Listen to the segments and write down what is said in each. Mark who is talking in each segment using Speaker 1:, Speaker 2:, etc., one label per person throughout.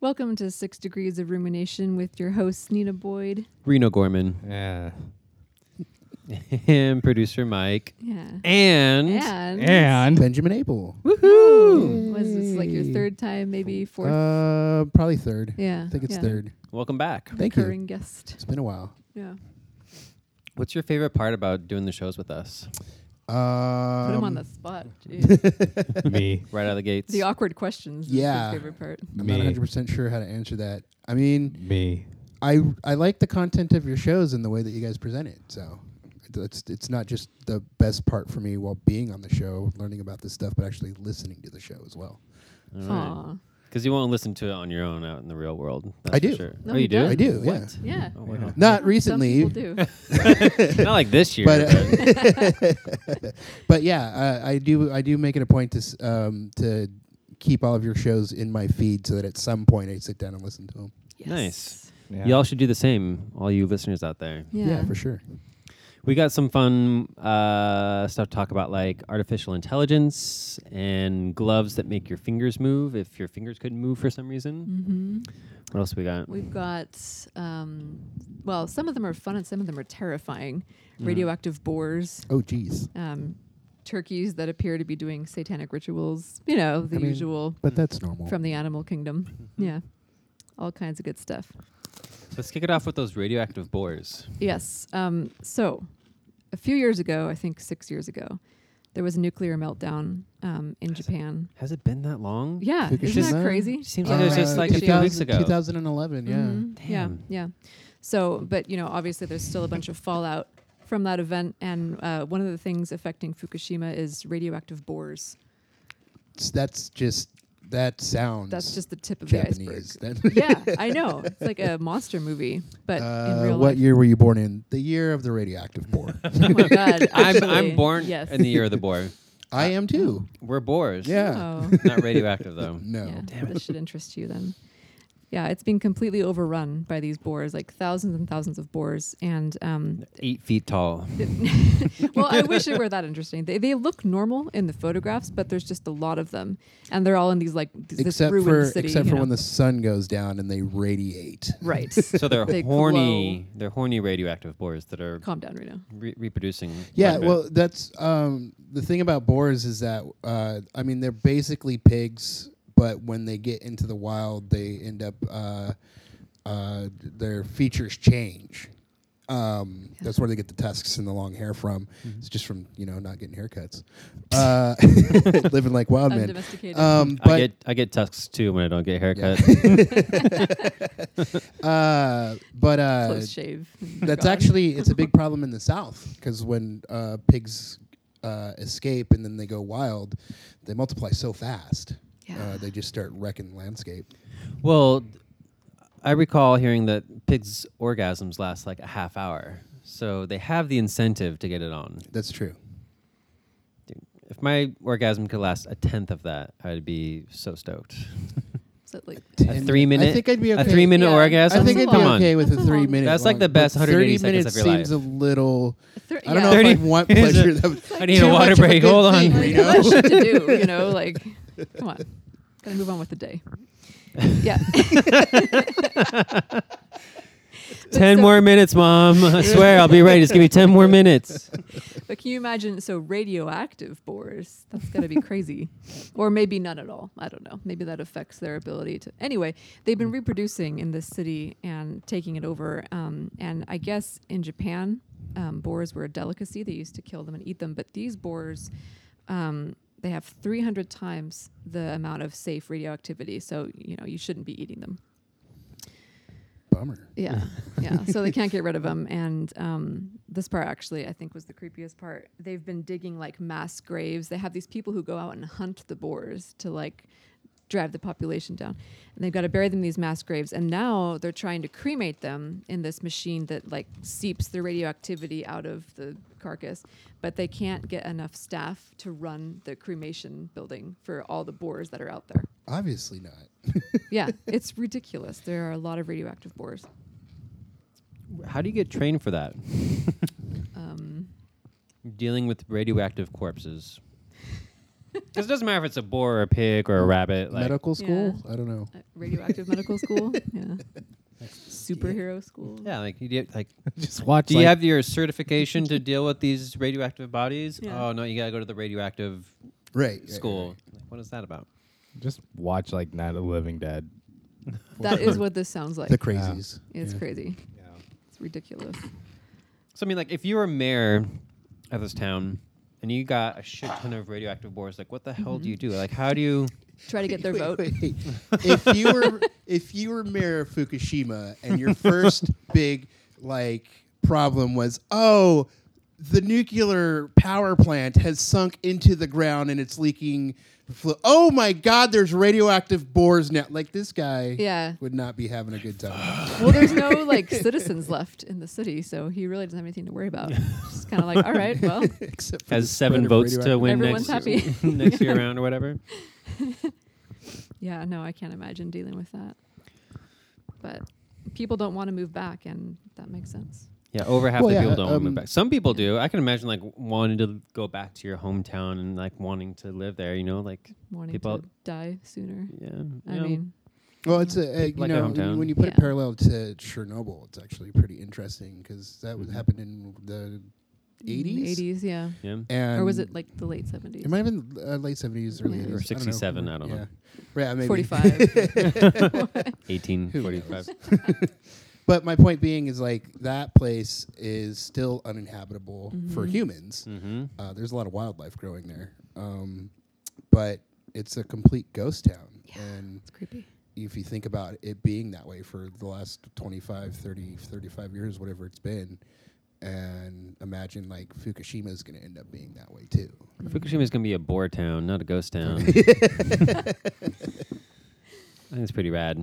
Speaker 1: Welcome to Six Degrees of Rumination with your hosts, Nina Boyd.
Speaker 2: Reno Gorman
Speaker 3: Yeah.
Speaker 2: and producer Mike
Speaker 1: Yeah.
Speaker 2: and,
Speaker 1: And,
Speaker 3: And
Speaker 4: Benjamin Abel.
Speaker 2: woohoo!
Speaker 1: was this like your third time, maybe fourth?
Speaker 4: Uh, probably third.
Speaker 1: yeah.
Speaker 4: I think it's
Speaker 1: yeah.
Speaker 4: third.
Speaker 2: Welcome back.
Speaker 4: Thank you.
Speaker 1: Recurring guest.
Speaker 4: It's been a while.
Speaker 1: Yeah.
Speaker 2: What's your favorite part about doing the shows with us?
Speaker 4: Um,
Speaker 1: Put him on the spot. Jeez.
Speaker 3: me.
Speaker 2: Right out of the gates.
Speaker 1: the awkward questions.
Speaker 4: Yeah.
Speaker 1: Is his favorite part.
Speaker 4: I'm
Speaker 3: Me.
Speaker 4: not 100 percent sure how to answer that. I mean,
Speaker 3: Me.
Speaker 4: I I like the content of your shows and the way that you guys present it. So it's it's not just the best part for me while being on the show, learning about this stuff, but actually listening to the show as well.
Speaker 2: All right.
Speaker 1: Aw.
Speaker 2: Because you won't listen to it on your own out in the real world. That's
Speaker 4: I
Speaker 2: for
Speaker 4: do.
Speaker 2: Sure.
Speaker 1: No,
Speaker 2: oh,
Speaker 1: he
Speaker 2: you do?
Speaker 1: does.
Speaker 4: I do.
Speaker 2: What?
Speaker 1: Yeah.
Speaker 2: Oh, wow.
Speaker 4: Not
Speaker 1: Some
Speaker 4: recently,
Speaker 1: people do.
Speaker 2: Not like this year.
Speaker 4: but
Speaker 2: but-
Speaker 4: uh, but yeah, I, I do I do make it a point to s- um, to keep all of your shows in my feed so that at some point I sit down and listen to them.
Speaker 1: Yes.
Speaker 2: Nice. Y'all should do the same, all you listeners out there.
Speaker 1: Yeah.
Speaker 4: for sure.
Speaker 2: We got some fun uh, stuff to talk about, like artificial intelligence and gloves that make your fingers move if your fingers couldn't move for some reason.
Speaker 1: hmm
Speaker 2: What else we got?
Speaker 1: We've got, um, well, some of them are fun and some of them are terrifying.
Speaker 4: Mm.
Speaker 1: Radioactive boars.
Speaker 4: Oh, geez.
Speaker 1: um, turkeys that appear to be doing satanic rituals. You know, the
Speaker 4: I mean- Mm-hmm.
Speaker 1: usual
Speaker 4: But that's normal.
Speaker 1: from the animal kingdom. yeah. All kinds of good stuff.
Speaker 2: Let's kick it off with those radioactive boars.
Speaker 1: Yes. Um, so, a few years ago, I think six years ago, there was a nuclear meltdown um, in Japan.
Speaker 2: Has it been that long?
Speaker 1: Yeah. Isn't
Speaker 4: Fukushima?
Speaker 1: that crazy?
Speaker 2: Seems like it was just like a few
Speaker 4: 2000
Speaker 2: weeks ago.
Speaker 4: 2011, Uh, yeah.
Speaker 1: Mhm. Yeah.
Speaker 2: Damn.
Speaker 1: Yeah. So, but, you know, obviously there's still a bunch of fallout from that event. And uh, one of the things affecting Fukushima is radioactive boars.
Speaker 4: S- That's just that sounds.
Speaker 1: That's just the tip of the iceberg.
Speaker 4: Mm. Japanese. That-
Speaker 1: yeah, I know. It's like a monster movie, but in
Speaker 4: Uh,
Speaker 1: real
Speaker 4: what
Speaker 1: life.
Speaker 4: year were you born in? The year of the radioactive boar.
Speaker 1: oh my god!
Speaker 2: I'm,
Speaker 1: actually,
Speaker 2: I'm born
Speaker 1: Yes.
Speaker 2: in the year of the boar.
Speaker 4: I am too.
Speaker 2: We're boars.
Speaker 4: Yeah.
Speaker 1: Oh,
Speaker 2: Not radioactive, though.
Speaker 4: No.
Speaker 1: yeah. This should interest you then. Yeah, it's been completely overrun by these boars, like thousands and thousands of boars. And um,
Speaker 2: Eight feet tall.
Speaker 1: well, I wish it were that interesting. They, they look normal in the photographs, but there's just a lot of them, and they're all in these like th- this
Speaker 4: Except
Speaker 1: ruined
Speaker 4: for
Speaker 1: city.
Speaker 4: except
Speaker 1: you
Speaker 4: for
Speaker 1: know.
Speaker 4: when the sun goes down and they radiate.
Speaker 1: right.
Speaker 2: So they're
Speaker 1: They
Speaker 2: horny. They're horny radioactive boars that are
Speaker 1: Calm down, Reno.
Speaker 2: re- reproducing.
Speaker 4: Yeah,
Speaker 2: quite a bit.
Speaker 4: well, that's um, the thing about boars is that uh, I mean they're basically pigs, but when they get into the wild, they end up uh, uh, their features change. Um, That's where they get the tusks and the long hair from.
Speaker 2: Mm-hmm.
Speaker 4: It's just from you know not getting haircuts, uh, living like wild men.
Speaker 1: Undomesticated.
Speaker 4: Um,
Speaker 2: I
Speaker 4: but
Speaker 2: get I get tusks too when I don't get a haircut.
Speaker 4: uh, but uh,
Speaker 1: close shave. Oh
Speaker 4: that's
Speaker 1: God.
Speaker 4: actually it's a big problem in the south because when uh, pigs uh, escape and then they go wild they multiply so fast
Speaker 1: Yeah.
Speaker 4: uh, they just start wrecking the landscape
Speaker 2: Well, I recall hearing that pigs' orgasms last like a half hour, so they have the incentive to get it on.
Speaker 4: that's true
Speaker 2: If my orgasm could last a tenth of that, I'd be so stoked.
Speaker 1: So, like,
Speaker 2: A three minute.
Speaker 4: i think i'd be okay
Speaker 2: A three minute
Speaker 1: Yeah.
Speaker 2: orgasm.
Speaker 4: I think I'd
Speaker 1: That's
Speaker 4: be
Speaker 2: Come on.
Speaker 4: okay with
Speaker 1: That's
Speaker 4: a
Speaker 1: a
Speaker 4: three
Speaker 1: long-
Speaker 4: minute.
Speaker 2: That's like
Speaker 4: long-
Speaker 2: the best
Speaker 4: but
Speaker 2: 180
Speaker 4: Thirty minutes
Speaker 2: seconds of your
Speaker 4: seems a little.
Speaker 1: thir-
Speaker 4: I
Speaker 1: yeah.
Speaker 4: don't know if
Speaker 2: 30
Speaker 4: I'd want
Speaker 2: minutes
Speaker 4: pleasure.
Speaker 2: of-
Speaker 4: that-
Speaker 2: I need
Speaker 4: too
Speaker 2: a water
Speaker 4: much of
Speaker 2: break.
Speaker 4: good
Speaker 2: Hold on.
Speaker 4: thing,
Speaker 1: like,
Speaker 4: you
Speaker 1: got
Speaker 4: know?
Speaker 1: less shit to do, you know, like, come on, gotta move on with the day. Yeah. But
Speaker 2: Ten
Speaker 1: so-
Speaker 2: more minutes, mom. I swear I'll be ready. Just give me ten more minutes.
Speaker 1: But can you imagine? So radioactive boars, that's gotta be crazy, or maybe none at all. I don't know. Maybe that affects their ability to. Anyway, they've been reproducing in this city and taking it over. Um, and I guess in Japan, um, boars were a delicacy. They used to kill them and eat them. But these boars. um, they have 300 times the amount of safe radioactivity. So, you know, you shouldn't be eating them.
Speaker 4: Bummer.
Speaker 1: Yeah. Yeah. so they can't get rid of them. And um, this part actually, I think, was the creepiest part. They've been digging like mass graves. They have these people who go out and hunt the boars to like drive the population down. And they've got to bury them in these mass graves. And now they're trying to cremate them in this machine that like seeps the radioactivity out of the carcass. But they can't get enough staff to run the cremation building for all the boars that are out there.
Speaker 4: Obviously not.
Speaker 1: yeah, it's ridiculous. There are a lot of radioactive boars.
Speaker 2: How do you get trained for that?
Speaker 1: Um,
Speaker 2: Dealing with radioactive corpses. Because it doesn't matter if it's a boar or a pig or a rabbit. Like,
Speaker 4: Medical school? I don't know.
Speaker 1: Uh, radioactive medical school. Yeah. Superhero school.
Speaker 2: yeah, like you get like.
Speaker 3: Just watch.
Speaker 2: Do you
Speaker 3: like-
Speaker 2: have your certification to deal with these radioactive bodies?
Speaker 1: Yeah.
Speaker 2: Oh no, you gotta go to the radioactive
Speaker 4: Right. right,
Speaker 2: school.
Speaker 4: right.
Speaker 2: Like, what is that about?
Speaker 3: just watch like Night of the Living Dead.
Speaker 1: That is what this sounds like.
Speaker 4: The crazies.
Speaker 1: it's
Speaker 4: Yeah.
Speaker 1: crazy.
Speaker 3: Yeah.
Speaker 1: It's ridiculous.
Speaker 2: So I mean, like, if you were mayor of this town and you got a shit ton of radioactive boars, like, what the hell
Speaker 1: Mm-hmm.
Speaker 2: do you do? Like, how do you?
Speaker 1: Try to get their
Speaker 4: Wait,
Speaker 1: vote.
Speaker 4: wait, wait. if you were if you were mayor of Fukushima and your first big like problem was oh the nuclear power plant has sunk into the ground and it's leaking flu- oh my god there's radioactive boars now like this guy
Speaker 1: Yeah.
Speaker 4: would not be having a good time
Speaker 1: Well, there's no like citizens left in the city, so he really doesn't have anything to worry about. It's kind of like, all right, well,
Speaker 4: except for the
Speaker 2: Has
Speaker 4: spread
Speaker 2: seven
Speaker 4: of
Speaker 2: votes to
Speaker 4: radioactive-
Speaker 2: win
Speaker 1: Everyone's
Speaker 2: next
Speaker 1: happy.
Speaker 2: next year round or whatever.
Speaker 1: yeah, no, I can't imagine dealing with that. But people don't want to move back, and that makes sense.
Speaker 2: Yeah, over half
Speaker 4: Well,
Speaker 2: the
Speaker 4: yeah,
Speaker 2: people don't want to
Speaker 4: um,
Speaker 2: move back. Some people do. I can imagine like wanting to go back to your hometown and like wanting to live there. You know, like
Speaker 1: Wanting
Speaker 2: People-
Speaker 1: to die sooner.
Speaker 2: yeah.
Speaker 1: I mean,
Speaker 4: Well, it's a, a you
Speaker 2: Like a
Speaker 4: know when
Speaker 2: hometown.
Speaker 4: you, when you put it
Speaker 1: Yeah.
Speaker 4: parallel to Chernobyl, it's actually pretty interesting because that was
Speaker 2: Mhm.
Speaker 4: happened in the
Speaker 1: in the
Speaker 4: eighties.
Speaker 1: 80s, yeah.
Speaker 2: yeah.
Speaker 4: And
Speaker 1: or was it like the late 70s?
Speaker 4: It might have been uh, late seventies, early
Speaker 1: Yeah.
Speaker 4: eighties,
Speaker 2: Or 67, I don't know.
Speaker 4: Yeah, maybe.
Speaker 1: 45.
Speaker 2: Eighteen
Speaker 4: Who
Speaker 2: forty-five.
Speaker 4: But my point being is like that place is still uninhabitable for humans.
Speaker 2: Mm-hmm.
Speaker 4: Uh, there's a lot of wildlife growing there, um, but it's a complete ghost town. And
Speaker 1: it's creepy.
Speaker 4: if you think about it being that way for the last 25, 30, 35 years, whatever it's been, and imagine like Fukushima is going to end up being that way too.
Speaker 2: Fukushima is going to be a boar town, not a ghost town. I think it's pretty rad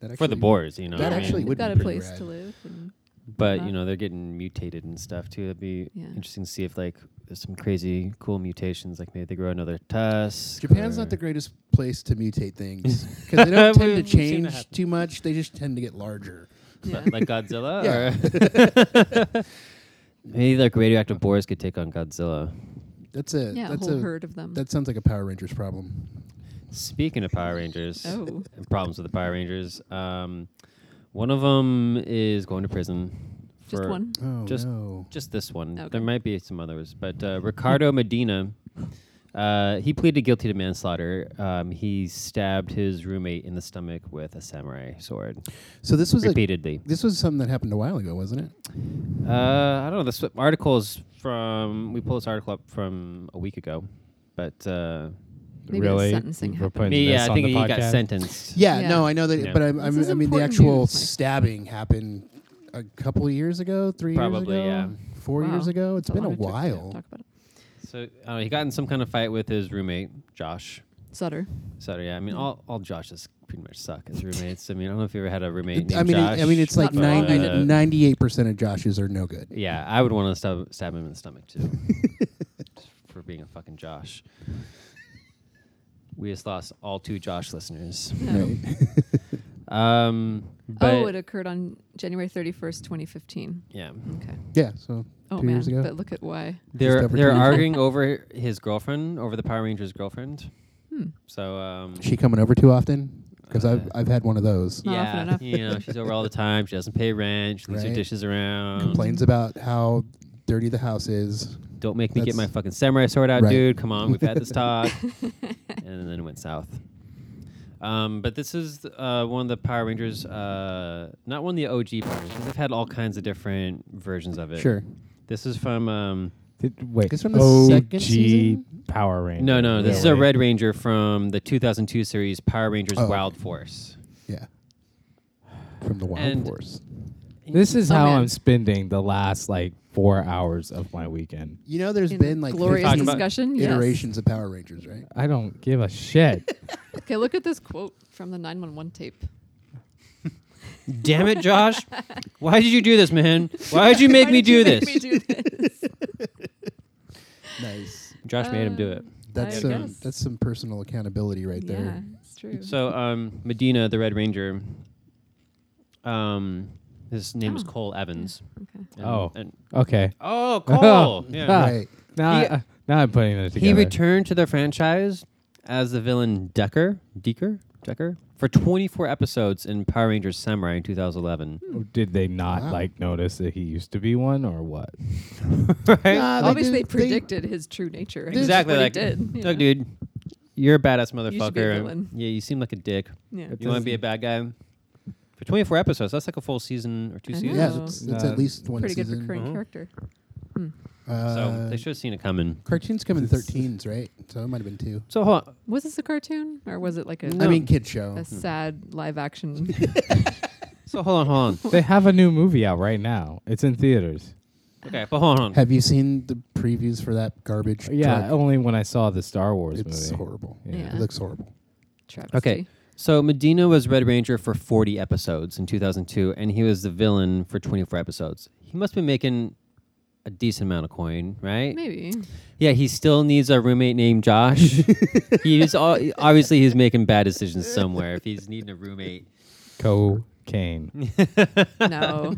Speaker 4: That
Speaker 2: for the
Speaker 4: actually-
Speaker 2: boars, you know.
Speaker 4: That
Speaker 2: what I mean?
Speaker 4: actually
Speaker 1: They've
Speaker 4: would
Speaker 1: got
Speaker 4: be
Speaker 1: a
Speaker 4: pretty
Speaker 1: place to
Speaker 4: rad.
Speaker 1: live. And
Speaker 2: but
Speaker 1: Uh-huh.
Speaker 2: you know they're getting mutated and stuff too. That'd be
Speaker 1: Yeah.
Speaker 2: interesting to see if like there's some crazy cool mutations, like maybe they grow another tusk.
Speaker 4: Japan's
Speaker 2: or-
Speaker 4: not the greatest place to mutate things because they don't tend to
Speaker 2: We've seen that
Speaker 4: change
Speaker 2: happen.
Speaker 4: too much. They just tend to get larger.
Speaker 1: yeah.
Speaker 2: like Godzilla. Or
Speaker 4: Yeah.
Speaker 2: maybe like radioactive boars could take on Godzilla.
Speaker 4: That's a
Speaker 1: yeah, a
Speaker 4: that's
Speaker 1: whole
Speaker 4: a
Speaker 1: herd of them.
Speaker 4: that sounds like a Power Rangers problem.
Speaker 2: Speaking of Power Rangers
Speaker 1: Oh.
Speaker 2: and problems with the Power Rangers, um, one of them is going to prison.
Speaker 1: Just
Speaker 2: for-
Speaker 1: one.
Speaker 4: Oh
Speaker 2: Just-
Speaker 4: no!
Speaker 2: Just this one.
Speaker 1: Okay.
Speaker 2: There might be some others, but uh, Ricardo Medina, uh, he pleaded guilty to manslaughter. Um, he stabbed his roommate in the stomach with a samurai sword
Speaker 4: So this was a,
Speaker 2: repeatedly.
Speaker 4: this was something that happened a while ago, wasn't it?
Speaker 2: uh, I don't know. This article is from we pulled this article up from a week ago, but uh,
Speaker 1: Maybe the
Speaker 3: really?
Speaker 1: sentencing
Speaker 3: We're
Speaker 1: happened.
Speaker 3: putting
Speaker 2: me,
Speaker 3: this
Speaker 2: yeah, I
Speaker 3: on
Speaker 2: think
Speaker 3: the
Speaker 2: he got
Speaker 3: podcast?
Speaker 2: sentenced.
Speaker 4: Yeah,
Speaker 1: Yeah.
Speaker 4: no, I know that.
Speaker 2: Yeah.
Speaker 4: But I'm,
Speaker 1: This
Speaker 4: I'm,
Speaker 1: is
Speaker 4: I mean, the
Speaker 1: important
Speaker 4: actual
Speaker 1: news, Mike.
Speaker 4: stabbing happened a couple of years ago, three
Speaker 2: Probably,
Speaker 4: years ago,
Speaker 2: yeah.
Speaker 4: four
Speaker 1: Wow.
Speaker 4: years ago.
Speaker 1: It's
Speaker 4: It's been a
Speaker 1: long trip to
Speaker 4: while.
Speaker 1: Talk about it.
Speaker 2: So uh, he got in some kind of fight with his roommate Josh.
Speaker 1: Sutter.
Speaker 2: Sutter, yeah. I mean,
Speaker 1: Yeah.
Speaker 2: all all Joshes pretty much suck as roommates. I mean, I don't know if you ever had a roommate. Named
Speaker 4: I mean,
Speaker 2: Josh, uh,
Speaker 4: it, I mean, it's like
Speaker 1: Not for long, I didn't.
Speaker 4: 98 percent of Josh's are no good.
Speaker 2: Yeah, I would want to stab, stab him in the stomach too, Just for being a fucking Josh. We just lost all two Josh listeners.
Speaker 1: No.
Speaker 2: Um, but
Speaker 1: oh, it occurred on January 31st, 2015.
Speaker 2: yeah,
Speaker 1: Okay.
Speaker 4: Yeah. So
Speaker 1: Oh
Speaker 4: Two
Speaker 1: man,
Speaker 4: years ago.
Speaker 1: but look at why.
Speaker 2: they're
Speaker 4: over
Speaker 2: they're
Speaker 4: 20.
Speaker 2: arguing over his girlfriend, over the Power Rangers girlfriend.
Speaker 1: Hmm.
Speaker 2: So um,
Speaker 4: she coming over too often because
Speaker 2: Uh,
Speaker 4: I've I've had one of those.
Speaker 1: Not often
Speaker 2: yeah,
Speaker 1: enough.
Speaker 2: you know, she's over all the time. She doesn't pay rent. She leaves her
Speaker 4: Right.
Speaker 2: dishes around.
Speaker 4: Complains about how dirty the house is.
Speaker 2: Don't make me get my
Speaker 4: That's-
Speaker 2: fucking samurai sword out,
Speaker 4: Right.
Speaker 2: dude. Come on, we've had this talk. and then it went south. Um, but this is uh, one of the Power Rangers, uh, not one of the OG Power Rangers. 'cause They've had all kinds of different versions of it.
Speaker 4: Sure.
Speaker 2: This is from um,
Speaker 3: Did, wait.
Speaker 4: It's from the
Speaker 3: OG
Speaker 4: second season?
Speaker 3: Power Ranger.
Speaker 2: no, no. This is a
Speaker 3: really?
Speaker 2: Red Ranger from the 2002 series Power Rangers
Speaker 4: Oh, okay.
Speaker 2: Wild Force.
Speaker 4: Yeah. From the Wild
Speaker 2: And-
Speaker 4: Force.
Speaker 3: This is
Speaker 1: Oh,
Speaker 3: how
Speaker 1: man.
Speaker 3: I'm spending the last like four hours of my weekend.
Speaker 4: You know, there's
Speaker 1: In
Speaker 4: been like
Speaker 1: glorious
Speaker 4: 50
Speaker 2: Talking about
Speaker 1: discussion. Yes.
Speaker 4: iterations of Power Rangers, right?
Speaker 3: I don't give a shit.
Speaker 1: Okay, look at this quote from the 911 tape.
Speaker 2: Damn it, Josh! Why did you do this, man? Why did you make
Speaker 1: Why
Speaker 2: me
Speaker 1: did
Speaker 2: do
Speaker 1: you
Speaker 2: this?
Speaker 1: Make me do this.
Speaker 4: Nice.
Speaker 2: Josh made him do it.
Speaker 4: That's
Speaker 1: I
Speaker 4: some
Speaker 1: guess.
Speaker 4: that's some personal accountability right
Speaker 1: yeah,
Speaker 4: there.
Speaker 1: it's true.
Speaker 2: So um, Medina, the Red Ranger. Um, his name is
Speaker 1: Oh.
Speaker 2: Cole Evans.
Speaker 1: okay.
Speaker 2: And-
Speaker 3: Oh.
Speaker 2: and-
Speaker 3: Okay.
Speaker 2: oh, Cole. yeah.
Speaker 3: Ah.
Speaker 4: Right.
Speaker 3: Now,
Speaker 2: He-
Speaker 3: I, Now I'm putting it together.
Speaker 2: He returned to the franchise as the villain Decker, Decker, Decker, for 24 episodes in Power Rangers Samurai in 2011.
Speaker 3: Did they not
Speaker 4: Wow.
Speaker 3: like notice that he used to be one or what?
Speaker 4: Nah,
Speaker 1: Obviously, they
Speaker 4: did-
Speaker 1: predicted his true nature. I guess, is
Speaker 2: exactly
Speaker 1: what
Speaker 2: like,
Speaker 1: he did. you
Speaker 2: Doug,
Speaker 1: know.
Speaker 2: dude, you're a badass
Speaker 1: be a
Speaker 2: motherfucker.
Speaker 1: villain.
Speaker 2: yeah, you seem like a dick.
Speaker 1: Yeah.
Speaker 3: It
Speaker 2: you want to be a bad guy for 24 episodes? That's like a full season or two
Speaker 1: I know.
Speaker 2: seasons.
Speaker 4: Yeah,
Speaker 1: Oh.
Speaker 4: it's, it's
Speaker 3: Uh,
Speaker 4: at least one
Speaker 1: Pretty good
Speaker 4: season.
Speaker 1: recurring
Speaker 2: Mhm.
Speaker 1: character.
Speaker 4: Uh,
Speaker 2: So they should have seen it coming.
Speaker 4: cartoons come in
Speaker 3: It's-
Speaker 4: thirteens, right? So it might have been two.
Speaker 2: So hold on.
Speaker 1: Was this a cartoon or was it like a,
Speaker 2: No.
Speaker 4: I mean, kid show.
Speaker 3: Mm-hmm.
Speaker 1: a sad live action?
Speaker 2: So hold on, hold
Speaker 3: they have a new movie out right now. It's in theaters.
Speaker 2: on. Okay, but hold on.
Speaker 4: Have you seen the previews for that garbage?
Speaker 3: Yeah,
Speaker 4: truck?
Speaker 3: only when I saw the Star Wars
Speaker 4: it's
Speaker 3: movie.
Speaker 4: horrible.
Speaker 1: Yeah.
Speaker 4: It looks horrible.
Speaker 1: Travesty.
Speaker 2: Okay. So Medina was Red Ranger for 40 episodes in 2002, and he was the villain for 24 episodes. He must be making a decent amount of coin, right?
Speaker 1: Maybe.
Speaker 2: Yeah, he still needs a roommate named Josh. he's all, obviously he's making bad decisions somewhere. If he's needing a roommate,
Speaker 3: Cocaine.
Speaker 1: No.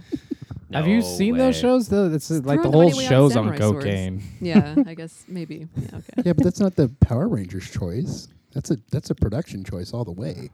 Speaker 3: have
Speaker 2: No
Speaker 3: you seen those
Speaker 2: way.
Speaker 3: shows though? It's uh, like the
Speaker 1: throwing
Speaker 3: whole
Speaker 1: away on
Speaker 3: show's on
Speaker 1: samurai swords.
Speaker 3: cocaine.
Speaker 1: yeah, I guess maybe. Yeah, okay.
Speaker 4: yeah, but that's not the Power Rangers choice. That's a that's a production choice all the way.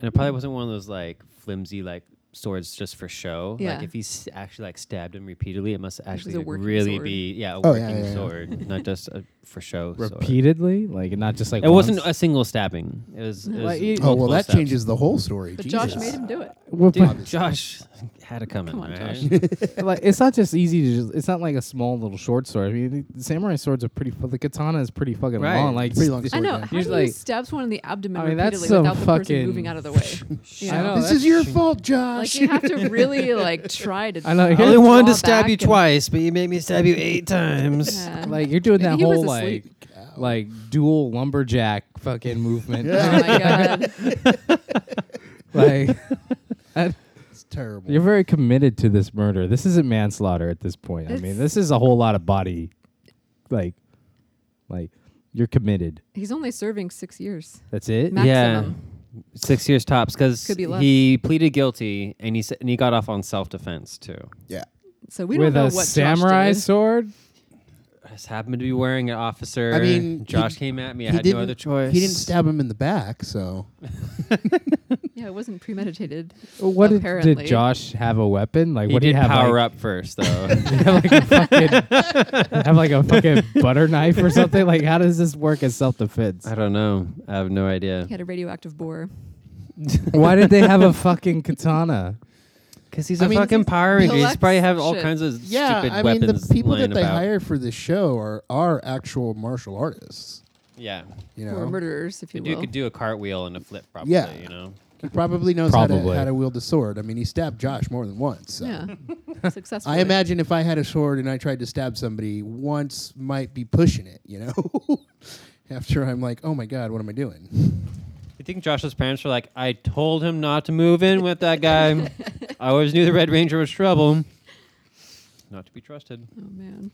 Speaker 2: And it probably wasn't one of those like flimsy like swords just for show.
Speaker 1: Yeah.
Speaker 2: Like if he s- actually like stabbed him repeatedly, it must actually
Speaker 1: a
Speaker 2: like,
Speaker 1: working
Speaker 2: really
Speaker 1: sword.
Speaker 2: be yeah a
Speaker 4: Oh,
Speaker 2: working
Speaker 4: yeah, yeah, yeah.
Speaker 2: sword, not just a for show. sword.
Speaker 3: Repeatedly, like not just like
Speaker 2: It wasn't
Speaker 3: once.
Speaker 2: a single stabbing. It was. It was
Speaker 3: Like, you-
Speaker 4: Oh well,
Speaker 2: multiple
Speaker 4: that
Speaker 2: stabs.
Speaker 4: changes the whole story.
Speaker 1: But
Speaker 4: Jesus.
Speaker 1: Josh made him do it.
Speaker 3: Well,
Speaker 2: Dude,
Speaker 3: but,
Speaker 2: Josh had it coming.
Speaker 1: Come on,
Speaker 2: right?
Speaker 3: like it's not just easy to just. It's not like a small little short sword. I mean, the samurai swords are pretty. fu- The katana is pretty fucking
Speaker 2: Right.
Speaker 3: long. Like
Speaker 4: Pretty long
Speaker 3: s-
Speaker 1: I
Speaker 4: Sword
Speaker 1: know.
Speaker 4: man.
Speaker 1: How
Speaker 3: He's
Speaker 1: do you
Speaker 3: like-
Speaker 1: stab someone in the abdomen
Speaker 3: I mean, that's
Speaker 1: repeatedly
Speaker 3: some
Speaker 1: without the person
Speaker 3: fucking-
Speaker 1: moving out of the way? You
Speaker 3: I know,
Speaker 4: This
Speaker 3: that's-
Speaker 4: is your fault,
Speaker 1: Like
Speaker 4: Josh.
Speaker 1: you have to really like try to.
Speaker 3: I know,
Speaker 1: draw
Speaker 3: I only
Speaker 1: back and-
Speaker 2: twice, but you made me stab you eight times.
Speaker 1: Yeah.
Speaker 3: Like you're doing
Speaker 1: Maybe
Speaker 3: that
Speaker 1: he was
Speaker 3: whole like
Speaker 1: asleep.
Speaker 3: like dual lumberjack fucking movement.
Speaker 1: Oh my god!
Speaker 3: like
Speaker 4: it's terrible.
Speaker 3: you're very committed to this murder. This isn't manslaughter at this point. I mean,
Speaker 1: It's-
Speaker 3: this is a whole lot of body like like you're committed.
Speaker 1: He's only serving six years.
Speaker 3: That's it.
Speaker 1: Ma- Maximum.
Speaker 2: six years tops because
Speaker 1: Could be less.
Speaker 2: he pleaded guilty and he s- and he got off on self defense too.
Speaker 4: yeah.
Speaker 1: So we
Speaker 3: With
Speaker 1: don't know
Speaker 3: a
Speaker 1: what
Speaker 3: samurai
Speaker 1: Josh did.
Speaker 3: sword?
Speaker 2: Just happened to be wearing an officer.
Speaker 4: I mean,
Speaker 2: Josh
Speaker 4: he-
Speaker 2: came at me. I
Speaker 4: he
Speaker 2: had no
Speaker 4: didn't-
Speaker 2: other choice.
Speaker 4: He didn't stab him in the back, so
Speaker 1: Yeah, it wasn't premeditated.
Speaker 3: What did, did
Speaker 1: Apparently.
Speaker 3: Josh have a weapon? Like
Speaker 2: He
Speaker 3: what
Speaker 2: did
Speaker 3: did he have?
Speaker 2: power
Speaker 3: like,
Speaker 2: up first though.
Speaker 3: have like a fucking have like a fucking butter knife or something? Like how does this work as self defense?
Speaker 2: I don't know. I have no idea.
Speaker 1: He had a radioactive boar.
Speaker 3: Why did they have a fucking katana?
Speaker 2: Because he's
Speaker 4: I
Speaker 2: a
Speaker 4: mean,
Speaker 2: fucking Power
Speaker 1: he
Speaker 2: Ranger. He's probably
Speaker 1: collects
Speaker 2: have all
Speaker 1: shit.
Speaker 2: kinds of
Speaker 4: yeah.
Speaker 2: stupid
Speaker 4: I mean,
Speaker 2: weapons.
Speaker 4: the people
Speaker 2: lying
Speaker 4: that they
Speaker 2: about.
Speaker 4: hire for this show are are actual martial artists.
Speaker 2: yeah,
Speaker 4: You
Speaker 1: Or
Speaker 4: know,
Speaker 1: murderers, if you
Speaker 2: could do,
Speaker 1: will.
Speaker 2: could do a cartwheel and a flip, probably.
Speaker 4: Yeah.
Speaker 2: you know.
Speaker 4: he probably knows How,
Speaker 3: Probably.
Speaker 4: to, how to wield a sword. I mean, he stabbed Josh more than once. so.
Speaker 1: Yeah. Successful.
Speaker 4: I imagine if I had a sword and I tried to stab somebody, once might be pushing it, you know? After I'm like, oh my God, what am I doing?
Speaker 2: You think Josh's parents were like, I told him not to move in with that guy. I always knew the Red Ranger was trouble. Not to be trusted.
Speaker 1: Oh man.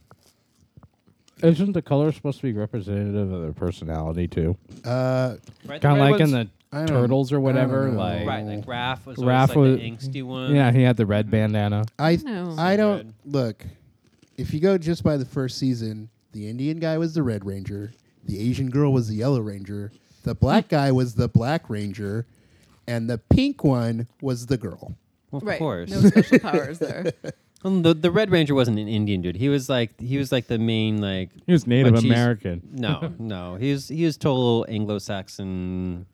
Speaker 3: Isn't the color supposed to be representative of their personality too?
Speaker 4: Uh,
Speaker 2: Right, the red
Speaker 3: Kind of like
Speaker 2: ones-
Speaker 3: in the
Speaker 4: I don't-
Speaker 3: turtles or whatever.
Speaker 4: know.
Speaker 3: Like,
Speaker 2: right, like Raph was
Speaker 3: Raph
Speaker 2: Raph like
Speaker 3: was-
Speaker 2: the angsty one.
Speaker 3: yeah, he had the red bandana.
Speaker 4: I,
Speaker 1: No.
Speaker 4: I
Speaker 2: Red.
Speaker 4: don't, look, if you go just by the first season, the Indian guy was the Red Ranger, the Asian girl was the Yellow Ranger, the black guy was the Black Ranger, and the pink one was the girl.
Speaker 2: Well, of
Speaker 1: right.
Speaker 2: course.
Speaker 1: No special powers there.
Speaker 2: Um, the the Red Ranger wasn't an Indian dude. He was like he was like the main like
Speaker 3: He was Native
Speaker 2: But she's-
Speaker 3: American.
Speaker 2: no no he was he was total Anglo-Saxon.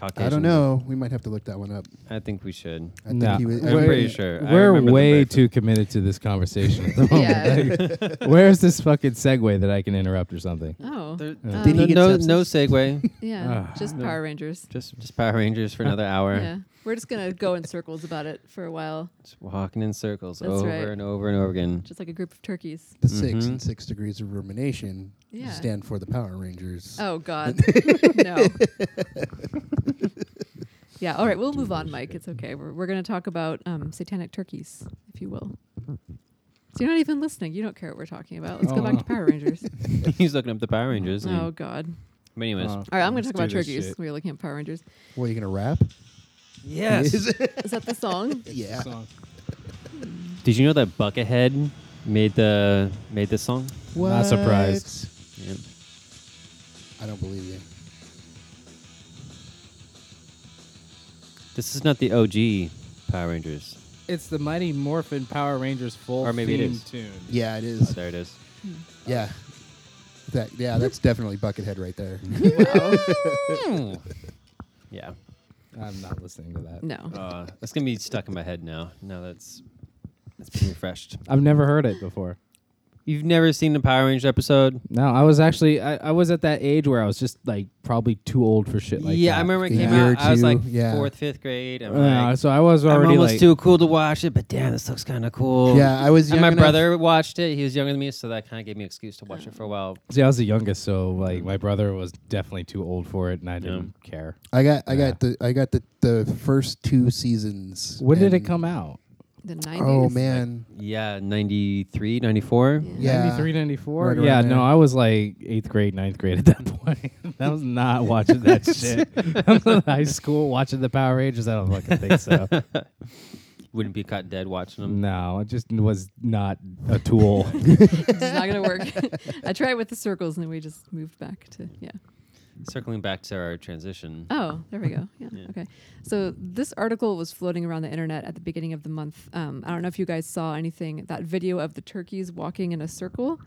Speaker 2: Caucasian.
Speaker 4: I don't know. We might have to look that one up.
Speaker 2: I think we should.
Speaker 4: I think
Speaker 3: No.
Speaker 4: he was.
Speaker 3: I'm
Speaker 2: I'm
Speaker 3: Where-
Speaker 2: pretty sure. I
Speaker 3: We're
Speaker 2: remember the
Speaker 3: way
Speaker 2: very
Speaker 3: too committed to this conversation at the
Speaker 1: yeah.
Speaker 3: moment. Like, where's this fucking segue that I can interrupt or something?
Speaker 1: Oh.
Speaker 2: first-
Speaker 1: Yeah.
Speaker 2: There-
Speaker 4: Uh, Did he get
Speaker 2: no,
Speaker 4: sepsis?
Speaker 2: no segue.
Speaker 1: yeah.
Speaker 3: Ah.
Speaker 1: just Power Rangers.
Speaker 2: just just Power Rangers for another hour.
Speaker 1: Yeah. We're just gonna go in circles about it for a while,
Speaker 2: Just walking in circles
Speaker 1: That's
Speaker 2: over
Speaker 1: right.
Speaker 2: and over and over again.
Speaker 1: just like a group of turkeys.
Speaker 4: The six
Speaker 3: Mm-hmm.
Speaker 2: Mhm.
Speaker 4: and six degrees of rumination
Speaker 1: Yeah.
Speaker 4: stand for the Power Rangers.
Speaker 1: Oh God, no. yeah. All right, we'll move on, Mike. It's okay. We're we're gonna talk about um, satanic turkeys, if you will. So you're not even listening. You don't care what we're talking about. Let's go back to Power Rangers.
Speaker 2: He's looking up the Power Rangers. and-
Speaker 1: oh God.
Speaker 2: But anyways,
Speaker 4: Oh.
Speaker 3: Uh,
Speaker 1: All right, I'm gonna
Speaker 3: let's
Speaker 1: talk
Speaker 3: do
Speaker 1: about
Speaker 3: this
Speaker 1: turkeys.
Speaker 3: shit.
Speaker 1: We We're looking at Power Rangers.
Speaker 4: Well, you gonna rap?
Speaker 2: yes.
Speaker 1: Is that the song?
Speaker 4: Yeah.
Speaker 2: Did you know that Buckethead made the made this song?
Speaker 3: Not surprised.
Speaker 2: Yeah.
Speaker 4: I don't believe you.
Speaker 2: This is not the OG Power Rangers.
Speaker 3: It's the Mighty Morphin Power Rangers full
Speaker 2: Or maybe it
Speaker 3: theme
Speaker 2: is.
Speaker 3: tune.
Speaker 4: Yeah, it
Speaker 2: Oh,
Speaker 4: is.
Speaker 2: there it is.
Speaker 4: Yeah. That yeah, that's definitely Buckethead right there.
Speaker 3: Hmm.
Speaker 2: Yeah.
Speaker 3: I'm not listening to that.
Speaker 1: No.
Speaker 2: Uh, that's gonna be stuck in my head now. Now that's that's been refreshed.
Speaker 3: I've never heard it before.
Speaker 2: You've never seen the Power Ranger episode?
Speaker 3: No, I was actually I, I was at that age where I was just like probably too old for shit like
Speaker 2: yeah,
Speaker 3: that.
Speaker 2: I remember it
Speaker 4: Yeah.
Speaker 2: came
Speaker 4: Year or
Speaker 2: out. I was
Speaker 4: two,
Speaker 2: like
Speaker 4: yeah.
Speaker 2: fourth, fifth grade. I'm,
Speaker 3: Yeah,
Speaker 2: like,
Speaker 3: so I was
Speaker 2: I'm
Speaker 3: already
Speaker 2: almost
Speaker 3: like,
Speaker 2: too cool to watch it, but damn, this looks kind of cool.
Speaker 4: yeah, I was
Speaker 2: And
Speaker 4: young
Speaker 2: my
Speaker 4: enough-
Speaker 2: brother watched it. He was younger than me, so that kind of gave me an excuse to watch it for a while.
Speaker 3: See, I was the youngest, so like my brother was definitely too old for it, and I
Speaker 2: Yeah.
Speaker 3: didn't care.
Speaker 4: I got I
Speaker 3: Yeah.
Speaker 4: got the I got the the first two seasons.
Speaker 3: When did it
Speaker 4: and-
Speaker 3: come out?
Speaker 1: The 90s.
Speaker 4: Oh man.
Speaker 2: Yeah, 93, 94.
Speaker 1: Yeah.
Speaker 4: Yeah.
Speaker 3: 93, 94?
Speaker 4: Right around
Speaker 3: yeah, no,
Speaker 4: there.
Speaker 3: I was like eighth grade, ninth grade at that point. I was not watching that shit. I'm in high school watching the Power Rangers. I don't fucking think so.
Speaker 2: Wouldn't be caught dead watching them.
Speaker 3: no, it just was not a tool.
Speaker 1: It's not going to work. I tried with the circles and then we just moved back to, yeah.
Speaker 2: Circling back to our transition.
Speaker 1: Oh, there we go. Yeah. Okay. So this article was floating around the internet at the beginning of the month. Um, I don't know if you guys saw anything. That video of the turkeys walking in a circle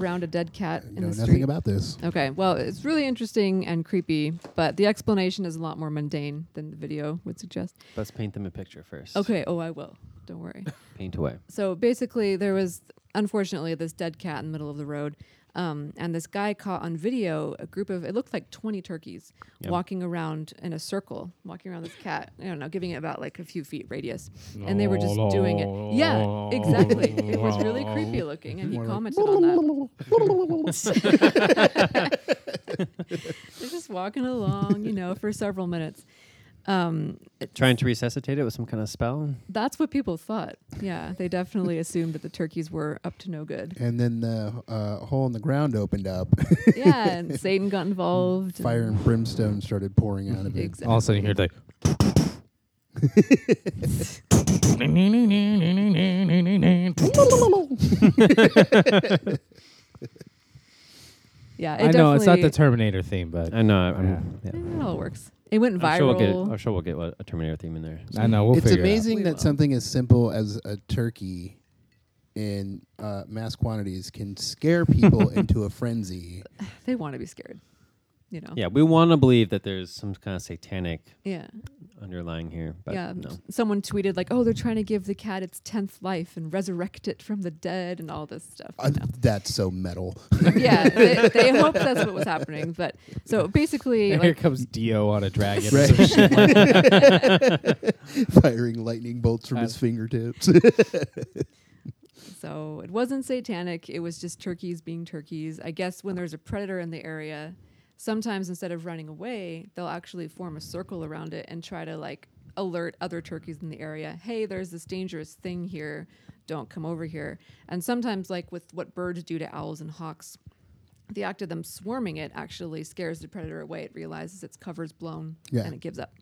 Speaker 1: around a dead cat in
Speaker 4: know
Speaker 1: the
Speaker 4: nothing
Speaker 1: street.
Speaker 4: about this.
Speaker 1: Okay, well, it's really interesting and creepy, but the explanation is a lot more mundane than the video would suggest.
Speaker 2: Let's paint them a picture first.
Speaker 1: Okay, oh, I will. Don't worry.
Speaker 2: Paint away.
Speaker 1: So basically, there was unfortunately this dead cat in the middle of the road, um, and this guy caught on video a group of it looked like twenty turkeys
Speaker 2: Yeah.
Speaker 1: walking around in a circle, walking around this cat. I don't know, giving it about like a few feet radius, and they were just doing it. Yeah, exactly. It was really creepy looking, and he commented on that. They're just walking along, you know, for several minutes. Um,
Speaker 2: Trying to resuscitate it with some kind of spell.
Speaker 1: that's what people thought. Yeah, they definitely assumed that the turkeys were up to no good.
Speaker 4: And then the uh, hole in the ground opened up.
Speaker 1: yeah, and Satan got involved. and-
Speaker 4: Fire and brimstone started pouring out of it.
Speaker 1: Exactly.
Speaker 3: All of a sudden, you hear like.
Speaker 1: Yeah, it
Speaker 3: I know it's not the
Speaker 1: definitely-
Speaker 3: Terminator theme, but
Speaker 2: I know. I'm, yeah.
Speaker 1: It all works. It went viral.
Speaker 2: I'm sure we'll get. I'm sure we'll get what- a Terminator theme in there.
Speaker 3: I know we'll
Speaker 4: it's
Speaker 3: figure
Speaker 4: amazing
Speaker 1: We
Speaker 4: that
Speaker 1: will.
Speaker 4: something as simple as a turkey in uh, mass quantities can scare people into a frenzy.
Speaker 1: they want to be scared. You know.
Speaker 2: Yeah, we want to believe that there's some kind of satanic
Speaker 1: Yeah.
Speaker 2: underlying here, but
Speaker 1: yeah.
Speaker 2: no.
Speaker 1: Someone tweeted like, "Oh, they're trying to give the cat its tenth life and resurrect it from the dead and all this stuff."
Speaker 4: Uh,
Speaker 1: you know?
Speaker 4: that's so metal.
Speaker 1: yeah, they, they hoped that's what was happening, but so basically,
Speaker 3: it out. Here
Speaker 1: like,
Speaker 3: comes Dio on a dragon. or
Speaker 4: Right.
Speaker 3: some shit like that.
Speaker 4: Firing lightning bolts from his fingertips.
Speaker 1: so it wasn't satanic. It was just turkeys being turkeys. I guess when there's a predator in the area, sometimes instead of running away, they'll actually form a circle around it and try to like alert other turkeys in the area. Hey, there's this dangerous thing here. Don't come over here. And sometimes, like with what birds do to owls and hawks, the act of them swarming it actually scares the predator away. It realizes its cover's blown
Speaker 4: Yeah.
Speaker 1: and it gives up.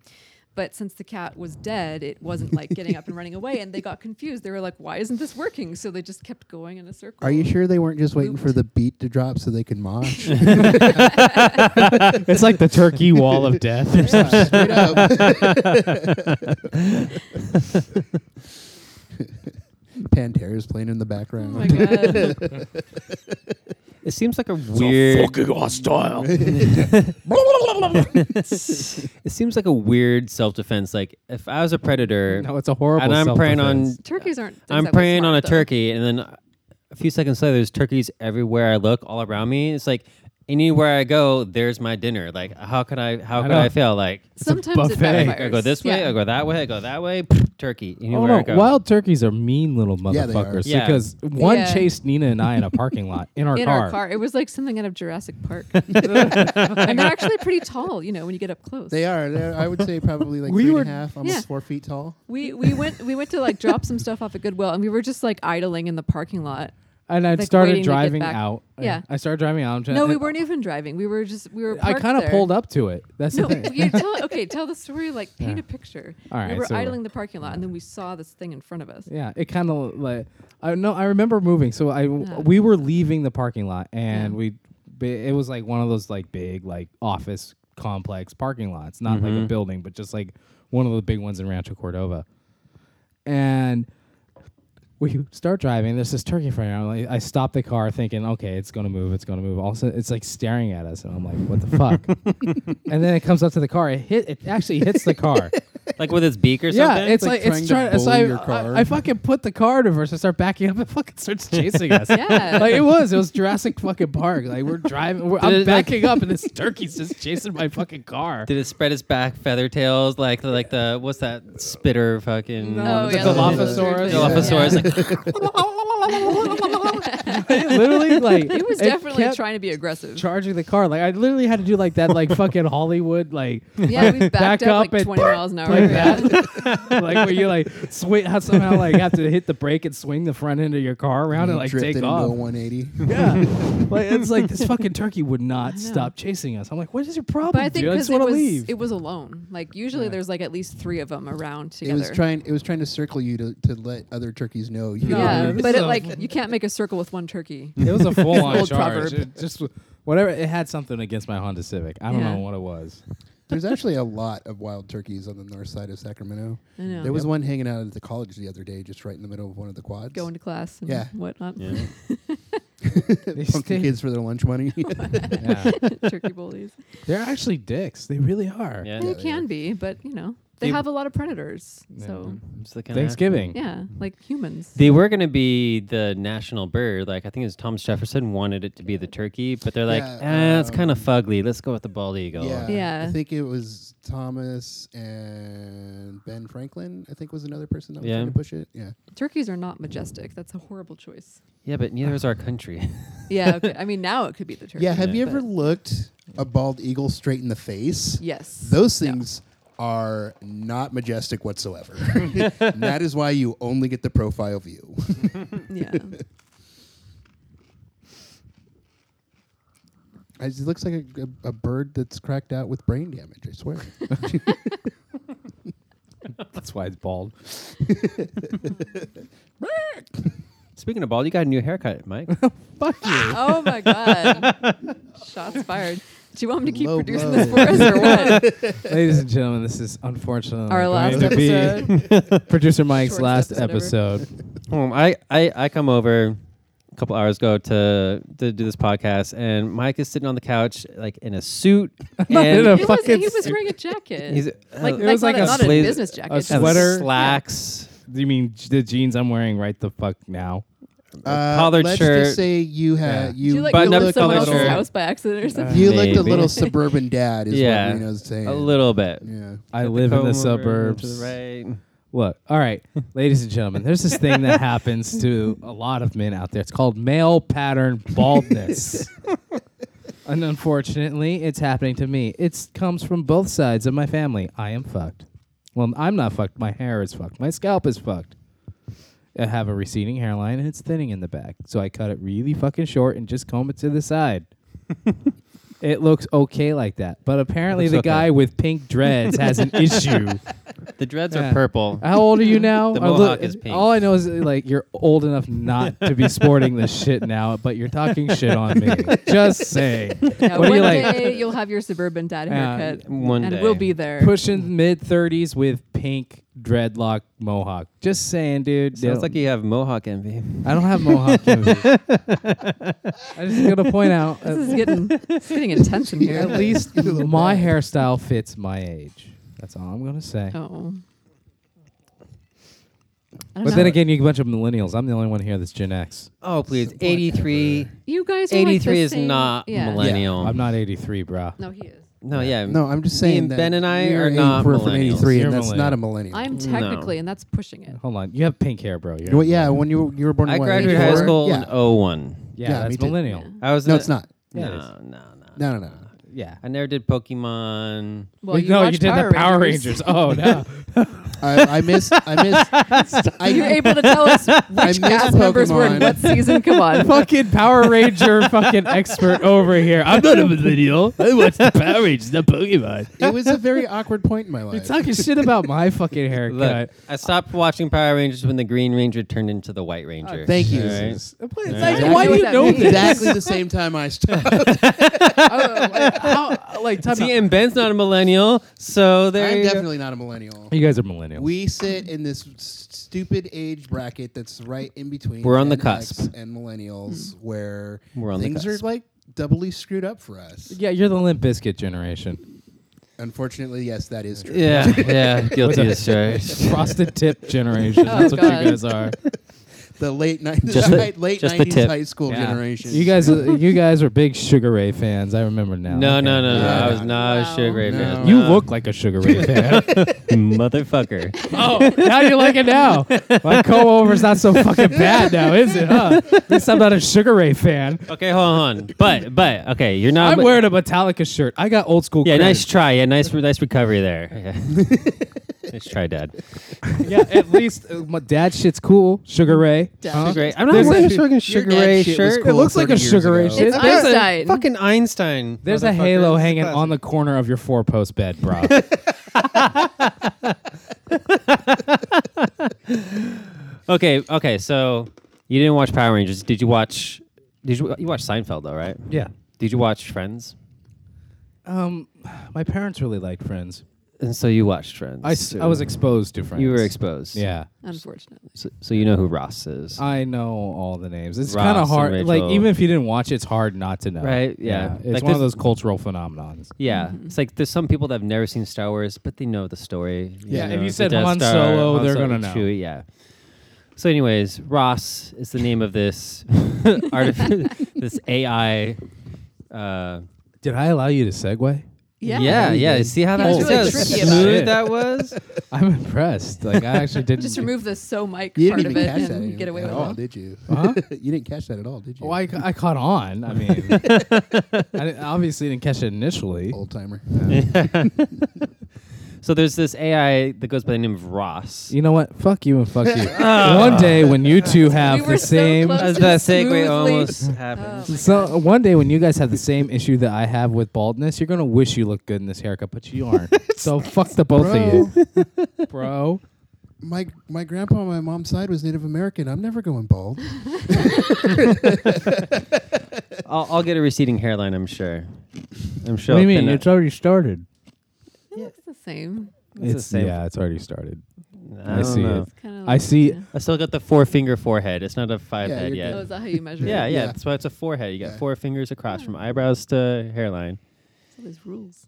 Speaker 1: But since the cat was dead, it wasn't like getting up and running away, and they got confused. They were like, "Why isn't this working?" So they just kept going in a circle.
Speaker 4: Are you sure they weren't just waiting
Speaker 1: Ooped.
Speaker 4: for the beat to drop so they could mosh?
Speaker 1: Oh
Speaker 3: it's like the turkey wall of death. or something.
Speaker 4: Yeah, straight up. Pantera's playing in the
Speaker 1: Oh
Speaker 4: background.
Speaker 1: my god!
Speaker 2: It seems like a weird.
Speaker 3: hostile.
Speaker 2: It seems like a weird self-defense. Like if I was a predator
Speaker 3: No, it's a horrible.
Speaker 2: and I'm preying on,
Speaker 1: Turkeys aren't.
Speaker 2: I'm
Speaker 1: exactly
Speaker 2: preying on a
Speaker 1: smart, though.
Speaker 2: turkey, and then a few seconds later, there's turkeys everywhere I look, all around me. It's like anywhere I go, there's my dinner. Like how could I? How
Speaker 3: I
Speaker 2: could
Speaker 3: know.
Speaker 2: I fail? Like
Speaker 1: Sometimes it
Speaker 3: buffet.
Speaker 1: backfires.
Speaker 2: I go this way,
Speaker 1: Yeah.
Speaker 2: I go that way, I go that way. turkey
Speaker 3: Oh
Speaker 2: anywhere I
Speaker 3: no!
Speaker 2: go.
Speaker 3: Wild turkeys are mean little
Speaker 4: Yeah, they are.
Speaker 3: motherfuckers.
Speaker 2: Yeah.
Speaker 3: Because one
Speaker 1: Yeah.
Speaker 3: chased Nina and I in a parking lot in our
Speaker 1: in
Speaker 3: car.
Speaker 1: our car. It was like something out of Jurassic Park. and they're actually pretty tall, you know, when you get up close.
Speaker 4: They are. They're, I would say probably like
Speaker 3: We
Speaker 4: three
Speaker 3: were-
Speaker 4: and a half, almost
Speaker 1: Yeah.
Speaker 4: four feet tall.
Speaker 1: We we went we went to like drop some stuff off at Goodwill, and we were just like idling in the parking lot.
Speaker 3: and I
Speaker 1: Like waiting
Speaker 3: started
Speaker 1: to get
Speaker 3: driving
Speaker 1: back.
Speaker 3: out. I-
Speaker 1: Yeah.
Speaker 3: I started driving out. I'm trying
Speaker 1: No,
Speaker 3: to-
Speaker 1: we weren't even driving. We were just we were.
Speaker 3: I
Speaker 1: parked
Speaker 3: kind of
Speaker 1: there.
Speaker 3: pulled up to it. That's
Speaker 1: No,
Speaker 3: the thing.
Speaker 1: you tell okay. Tell the story like paint
Speaker 3: Yeah.
Speaker 1: a picture.
Speaker 3: All right,
Speaker 1: we were
Speaker 3: so-
Speaker 1: idling the parking lot, and then we saw this thing in front of us.
Speaker 3: Yeah, it kind of like I no, I remember moving. So I
Speaker 1: Yeah.
Speaker 3: we were leaving the parking lot, and
Speaker 1: Yeah.
Speaker 3: we we it was like one of those like big like office complex parking lots, not like a building, but just like one of the big ones in Rancho Cordova. And we start driving. There's this turkey fry. I'm like, I stop the car, thinking, okay, it's gonna move, it's gonna move. Also, it's like staring at us, and I'm like, what the fuck? and then it comes up to the car. It hit. It actually hits the car.
Speaker 2: like with its beak or
Speaker 3: Yeah,
Speaker 2: something.
Speaker 3: it's
Speaker 4: like
Speaker 3: like, it's
Speaker 4: trying
Speaker 3: trying.
Speaker 4: to
Speaker 3: so
Speaker 4: bully
Speaker 3: I,
Speaker 4: your car.
Speaker 3: I, I fucking put the car in reverse. I start backing up. It fucking starts chasing us.
Speaker 1: Yeah.
Speaker 3: like it was. It was Jurassic fucking Park. Like we're driving. We're,
Speaker 2: Did
Speaker 3: I'm
Speaker 2: it, like-
Speaker 3: backing up, and this turkey's just chasing my fucking car.
Speaker 2: Did it spread its back feather tails like like the what's that spitter fucking?
Speaker 1: No,
Speaker 3: the
Speaker 1: yeah,
Speaker 3: Dilophosaurus.
Speaker 1: the weird thing.
Speaker 2: Dilophosaurus, like,
Speaker 3: it literally like
Speaker 1: It was definitely
Speaker 3: kept
Speaker 1: trying to be aggressive.
Speaker 3: charging the car. Like I literally had to do like that, like fucking Hollywood, like
Speaker 1: yeah, we backed
Speaker 3: back
Speaker 1: up, like
Speaker 3: up and
Speaker 1: 20 miles an hour.
Speaker 3: like
Speaker 1: yeah.
Speaker 3: that. like where you like swing how somehow like have to hit the brake and swing the front end of your car around and like
Speaker 4: drifted
Speaker 3: take
Speaker 4: into
Speaker 3: off.
Speaker 4: a 180.
Speaker 3: Yeah, like it's like this fucking turkey would not
Speaker 1: know.
Speaker 3: stop chasing us. I'm like, what is your problem?
Speaker 1: But I think
Speaker 3: dude? I
Speaker 1: because
Speaker 3: just
Speaker 1: it
Speaker 3: want to
Speaker 1: was
Speaker 3: leave.
Speaker 1: it was alone. Like usually there's like at least three of them around
Speaker 4: It
Speaker 1: together.
Speaker 4: was trying. It was trying to circle you to, to let other turkeys know. You
Speaker 3: No,
Speaker 1: yeah,
Speaker 3: this
Speaker 1: but
Speaker 3: is
Speaker 1: it
Speaker 3: a-
Speaker 1: like you can't make a circle with one turkey.
Speaker 3: it was a full on
Speaker 1: old
Speaker 3: charge.
Speaker 1: proverb.
Speaker 3: It just w- whatever. It had something against my Honda Civic. I don't
Speaker 1: Yeah.
Speaker 3: know what it was.
Speaker 4: There's actually a lot of wild turkeys on the north side of Sacramento.
Speaker 1: I know.
Speaker 4: There was one hanging out at the college the other day, just right in the middle of one of the quads.
Speaker 1: going to class and
Speaker 4: Yeah.
Speaker 1: whatnot.
Speaker 2: yeah.
Speaker 3: They
Speaker 4: punking
Speaker 3: stay-
Speaker 4: kids for their lunch money.
Speaker 3: yeah.
Speaker 1: turkey bullies.
Speaker 3: They're actually dicks. They really are.
Speaker 2: yeah.
Speaker 1: And they can be, but you know they
Speaker 2: They-
Speaker 1: have a lot of predators.
Speaker 3: Yeah.
Speaker 1: So
Speaker 2: It's the kinda-
Speaker 3: Thanksgiving.
Speaker 1: yeah, like humans.
Speaker 2: They were gonna be the national bird. Like I think it was Thomas Jefferson wanted it to be the turkey, but they're like,
Speaker 4: Yeah,
Speaker 2: ah, it's kind of
Speaker 4: um,
Speaker 2: fugly. Let's go with the bald eagle.
Speaker 4: yeah,
Speaker 1: Yeah.
Speaker 4: I think it was Thomas and Ben Franklin. I think was another person that was
Speaker 2: Yeah.
Speaker 4: trying to push it. Yeah,
Speaker 1: Turkeys are not majestic. That's a horrible choice.
Speaker 2: Yeah, but neither is our country.
Speaker 1: Yeah, okay. I mean now it could be the turkey.
Speaker 4: yeah. Have you
Speaker 1: but-
Speaker 4: ever looked a bald eagle straight in the face?
Speaker 1: Yes.
Speaker 4: Those things are not majestic whatsoever. And that is why you only get the profile view.
Speaker 1: Yeah.
Speaker 4: It looks like a, a, a bird that's cracked out with brain damage. I swear.
Speaker 3: That's why it's bald.
Speaker 2: Speaking of bald, you got a new haircut, Mike.
Speaker 3: Fuck you.
Speaker 1: oh my god. Shots fired. Do you want me to keep
Speaker 4: Low
Speaker 1: producing
Speaker 4: blow.
Speaker 1: this for us or what?
Speaker 3: Ladies and gentlemen, this is unfortunately
Speaker 1: Our
Speaker 3: going
Speaker 1: last
Speaker 3: to be
Speaker 1: episode.
Speaker 3: producer Mike's
Speaker 1: Shortest
Speaker 3: last
Speaker 1: episode
Speaker 3: episode.
Speaker 2: Um, I, I I come over a couple hours ago to to do this podcast, and Mike is sitting on the couch like in a suit.
Speaker 3: in a
Speaker 2: and
Speaker 1: He was,
Speaker 3: Fucking
Speaker 1: he was
Speaker 3: sick.
Speaker 1: wearing a jacket.
Speaker 2: He's-
Speaker 1: like, like,
Speaker 2: uh,
Speaker 3: was
Speaker 1: not,
Speaker 3: like
Speaker 1: a,
Speaker 3: a
Speaker 1: not a
Speaker 2: blaze-
Speaker 1: business jacket.
Speaker 3: a
Speaker 1: just
Speaker 2: and
Speaker 3: sweater.
Speaker 2: slacks.
Speaker 3: Do you mean j- the jeans I'm wearing right the fuck now?
Speaker 4: Uh,
Speaker 2: collared
Speaker 4: let's
Speaker 2: shirt.
Speaker 4: just say you had
Speaker 3: Yeah.
Speaker 1: Did
Speaker 4: you,
Speaker 1: you like
Speaker 2: button
Speaker 1: go
Speaker 2: up
Speaker 1: to someone
Speaker 2: collar
Speaker 1: else's
Speaker 2: shirt.
Speaker 1: house by accident or something?
Speaker 4: you looked a
Speaker 2: Maybe.
Speaker 4: little suburban dad. Is
Speaker 2: Yeah,
Speaker 4: what Reno's saying.
Speaker 2: a little bit.
Speaker 4: Yeah.
Speaker 3: I
Speaker 2: Got
Speaker 3: live in
Speaker 2: comb
Speaker 3: the
Speaker 2: over
Speaker 3: suburbs.
Speaker 2: To the right.
Speaker 3: Look, all right, ladies and gentlemen, there's this thing that happens to a lot of men out there. It's called male pattern baldness. and unfortunately, it's happening to me. It comes from both sides of my family. I am fucked. Well, I'm not fucked. My hair is fucked. My scalp is fucked. I have a receding hairline and it's thinning in the back. So I cut it really fucking short and just comb it to the side. it looks okay like that. But apparently,
Speaker 2: Looks
Speaker 3: the
Speaker 2: okay.
Speaker 3: guy with pink dreads has an issue.
Speaker 2: The dreads
Speaker 3: Yeah.
Speaker 2: are purple.
Speaker 3: How old are you now?
Speaker 2: The
Speaker 3: I look-
Speaker 2: mohawk is pink.
Speaker 3: All I know is uh, like you're old enough not to be sporting this shit now, but you're talking shit on me. Just saying.
Speaker 1: Yeah,
Speaker 3: What
Speaker 1: one
Speaker 3: are you like?
Speaker 1: day you'll have your suburban dad
Speaker 3: Yeah,
Speaker 1: haircut,
Speaker 2: one
Speaker 1: and
Speaker 2: day.
Speaker 1: we'll be there.
Speaker 3: Pushing mid 30s with pink dreadlock mohawk. Just saying, dude.
Speaker 2: Sounds
Speaker 3: Don't-
Speaker 2: like you have mohawk envy.
Speaker 3: I don't have mohawk. envy. I just gonna point out.
Speaker 1: This
Speaker 3: uh,
Speaker 1: is getting it's getting intense in
Speaker 3: at
Speaker 1: here.
Speaker 3: least my hairstyle fits my age. That's all I'm gonna say.
Speaker 1: Oh. I don't
Speaker 3: But
Speaker 1: know.
Speaker 3: then again, you bunch of millennials. I'm the only one here that's Gen X.
Speaker 2: Oh please, eighty three.
Speaker 1: you guys are like the
Speaker 2: 83 is
Speaker 1: same-
Speaker 2: not
Speaker 1: yeah.
Speaker 2: millennial.
Speaker 3: I'm not 83, bruh.
Speaker 1: No, he is.
Speaker 2: No, yeah.
Speaker 4: No, I'm just
Speaker 2: Me
Speaker 4: saying
Speaker 2: and
Speaker 4: that
Speaker 2: Ben and I
Speaker 4: your
Speaker 2: are
Speaker 4: age,
Speaker 2: not
Speaker 4: We're from
Speaker 2: millennials.
Speaker 4: '83,
Speaker 3: You're
Speaker 4: and that's
Speaker 3: millennial.
Speaker 4: not a millennial.
Speaker 1: I'm
Speaker 2: No.
Speaker 1: technically, and that's pushing it.
Speaker 3: Hold on. You have pink hair, bro. You're
Speaker 4: Well, yeah, when you you were born. in
Speaker 2: I
Speaker 4: what,
Speaker 2: graduated
Speaker 4: 84?
Speaker 2: high school
Speaker 4: Yeah.
Speaker 2: in uh, 01.
Speaker 3: Yeah,
Speaker 4: Yeah,
Speaker 3: that's
Speaker 4: me too.
Speaker 3: millennial.
Speaker 1: Yeah.
Speaker 2: I was
Speaker 4: no,
Speaker 2: in
Speaker 4: it's not.
Speaker 2: No,
Speaker 3: Yeah, it is.
Speaker 2: no, no,
Speaker 4: No, no, no.
Speaker 3: Yeah.
Speaker 2: I never did Pokemon.
Speaker 1: Well,
Speaker 3: Wait,
Speaker 1: you
Speaker 3: no, you
Speaker 1: watched
Speaker 3: did the Power Rangers. Oh no.
Speaker 4: I, I missed. I missed. I,
Speaker 1: You're able to tell us
Speaker 4: I missed
Speaker 1: which cast members were in
Speaker 4: Pokemon.
Speaker 1: what season. Come on.
Speaker 3: fucking Power Ranger fucking expert over here. I'm not a millennial. I watch the Power Rangers, not Pokemon.
Speaker 4: it was a very awkward point in my
Speaker 3: You're
Speaker 4: life.
Speaker 3: talking shit about my fucking haircut.
Speaker 2: Look, I stopped watching Power Rangers when the Green Ranger turned into the
Speaker 3: Uh,
Speaker 2: White Ranger.
Speaker 4: Thank you.
Speaker 2: All right.
Speaker 4: Zeus.
Speaker 3: But it's
Speaker 2: Yeah.
Speaker 3: like,
Speaker 1: Exactly
Speaker 3: why do
Speaker 1: what
Speaker 3: you
Speaker 1: that Oh,
Speaker 3: know
Speaker 1: means.
Speaker 3: this?
Speaker 4: Exactly the same time I stopped.
Speaker 3: Uh, like, how, like, time
Speaker 2: See, and Ben's not a millennial, so there.
Speaker 4: I'm
Speaker 2: you go.
Speaker 4: definitely not a millennial.
Speaker 3: you guys are millennials.
Speaker 4: We sit in this s- stupid age bracket that's right in between.
Speaker 2: We're on the
Speaker 4: Gen X
Speaker 2: cusp.
Speaker 4: and
Speaker 3: Hmm.
Speaker 4: millennials, where
Speaker 2: We're on the
Speaker 4: things
Speaker 2: cusp.
Speaker 4: are like doubly screwed up for us.
Speaker 3: yeah, you're the Limp Biscuit generation.
Speaker 4: Unfortunately, yes, that is true.
Speaker 2: Yeah, yeah, guilty as charged.
Speaker 3: Frosted tip generation.
Speaker 1: Oh,
Speaker 3: That's what
Speaker 1: God.
Speaker 3: you guys are.
Speaker 4: The late ni-
Speaker 2: Just the-
Speaker 4: late, late
Speaker 2: just the
Speaker 4: 90s
Speaker 2: tip.
Speaker 4: high school
Speaker 3: Yeah.
Speaker 4: generation.
Speaker 3: You guys you guys are big Sugar Ray fans. I remember now.
Speaker 2: No,
Speaker 3: Okay.
Speaker 2: no, no, no.
Speaker 4: Yeah.
Speaker 2: I was not
Speaker 1: Wow.
Speaker 2: a Sugar Ray
Speaker 4: No.
Speaker 2: fan.
Speaker 3: You
Speaker 2: No.
Speaker 3: look like a Sugar Ray fan.
Speaker 2: motherfucker.
Speaker 3: oh, now you like it now. My co-over's not so fucking bad now, is it? Huh? At least I'm not a Sugar Ray fan.
Speaker 2: Okay, hold on. hold on. But but okay, you're not.
Speaker 3: I'm wearing a Metallica shirt. I got old school.
Speaker 2: Yeah,
Speaker 3: cred.
Speaker 2: nice try. Yeah, nice nice recovery there. Yeah. nice try, Dad.
Speaker 3: yeah, at least uh, my dad shit's cool. Sugar Ray.
Speaker 1: Dad
Speaker 3: Huh?
Speaker 1: shit's
Speaker 2: Great. I'm not
Speaker 3: There's
Speaker 2: wearing
Speaker 3: a-
Speaker 2: a fucking
Speaker 4: Your
Speaker 2: Sugar
Speaker 4: dad
Speaker 2: Ray
Speaker 4: shit was
Speaker 2: shirt.
Speaker 4: cool
Speaker 3: It looks like
Speaker 4: 30
Speaker 3: a
Speaker 4: years
Speaker 3: Sugar Ray
Speaker 4: ago.
Speaker 3: shit.
Speaker 1: It's
Speaker 2: There's a
Speaker 1: Einstein.
Speaker 2: Fucking Einstein.
Speaker 3: There's a
Speaker 2: motherfucker.
Speaker 3: halo
Speaker 2: It's
Speaker 3: hanging on
Speaker 2: classic.
Speaker 3: the corner of your four post bed, bro.
Speaker 2: Okay, okay. So you didn't watch Power Rangers. Did you watch? Did you you watch Seinfeld though, right?
Speaker 3: yeah.
Speaker 2: Did you watch Friends?
Speaker 3: Um, my parents really liked Friends.
Speaker 2: And so you watched Friends.
Speaker 3: I, s-
Speaker 2: too.
Speaker 3: I was exposed to Friends.
Speaker 2: You were exposed.
Speaker 3: Yeah. Uh,
Speaker 1: Unfortunately.
Speaker 2: So, so you know who Ross is.
Speaker 3: I know all the names. It's
Speaker 2: Ross
Speaker 3: kind of
Speaker 2: and
Speaker 3: hard. Like
Speaker 2: Rachel.
Speaker 3: even if you didn't watch, it's hard not to know.
Speaker 2: Right, yeah.
Speaker 3: It's
Speaker 2: Like
Speaker 3: one of
Speaker 2: this-
Speaker 3: those cultural phenomenons.
Speaker 2: yeah,
Speaker 1: Mm-hmm.
Speaker 2: it's like there's some people that have never seen Star Wars, but they know the story.
Speaker 3: Yeah,
Speaker 2: know,
Speaker 3: if you
Speaker 2: the
Speaker 3: said
Speaker 2: Death
Speaker 3: Han
Speaker 2: Star,
Speaker 3: Solo,
Speaker 2: Han
Speaker 3: they're gonna know.
Speaker 2: Chewie, yeah. So, anyways, Ross is the name of this artif- this AI. Uh,
Speaker 3: Did I allow you to segue?
Speaker 1: Yeah.
Speaker 2: yeah, yeah. See how
Speaker 1: He
Speaker 2: that
Speaker 1: was
Speaker 2: see
Speaker 1: really
Speaker 2: how
Speaker 1: tricky
Speaker 2: smooth
Speaker 1: about it.
Speaker 2: that was.
Speaker 3: I'm impressed. Like I actually didn't.
Speaker 1: Just remove the so mic
Speaker 4: You
Speaker 1: part
Speaker 4: didn't
Speaker 1: of
Speaker 4: even
Speaker 1: it
Speaker 4: catch that
Speaker 1: and
Speaker 4: at-
Speaker 1: get away
Speaker 4: at
Speaker 1: with
Speaker 4: all,
Speaker 1: it.
Speaker 4: did you?
Speaker 3: Huh?
Speaker 4: you didn't catch that at all, did you?
Speaker 3: Uh-huh. Oh, I, ca- I caught on. I mean, I didn't- obviously didn't catch it initially.
Speaker 4: Old timer.
Speaker 2: So there's this AI that goes by the name of Ross.
Speaker 3: You know what? Fuck you and fuck you.
Speaker 2: Oh.
Speaker 3: one day when you two have
Speaker 1: were
Speaker 3: the
Speaker 1: so
Speaker 3: same.
Speaker 1: close.
Speaker 2: I was about to say,
Speaker 1: Smoothly.
Speaker 2: wait, almost happened.
Speaker 1: Oh my
Speaker 3: So one day when you guys have the same issue that I have with baldness, you're gonna wish you looked good in this haircut, but you aren't. so fuck the both of you, bro.
Speaker 4: my my grandpa on my mom's side was Native American. I'm never going bald.
Speaker 2: I'll, I'll get a receding hairline, I'm sure. I'm sure.
Speaker 3: what do you
Speaker 2: I'll
Speaker 3: mean?
Speaker 2: pin
Speaker 3: It's
Speaker 2: it.
Speaker 3: already started.
Speaker 1: It looks the same.
Speaker 2: the same.
Speaker 3: yeah, it's already started.
Speaker 2: I,
Speaker 3: I
Speaker 2: don't
Speaker 3: see it.
Speaker 2: know.
Speaker 1: Kind of
Speaker 3: I see-
Speaker 2: I still got the four finger forehead. It's not a five
Speaker 4: Yeah,
Speaker 2: head
Speaker 4: you're
Speaker 2: yet.
Speaker 1: Oh, is that how you measure
Speaker 2: Yeah, yeah,
Speaker 1: it?
Speaker 4: Yeah.
Speaker 2: That's why it's a forehead. You got
Speaker 4: Yeah.
Speaker 2: four fingers across from eyebrows to hairline.
Speaker 1: All these rules.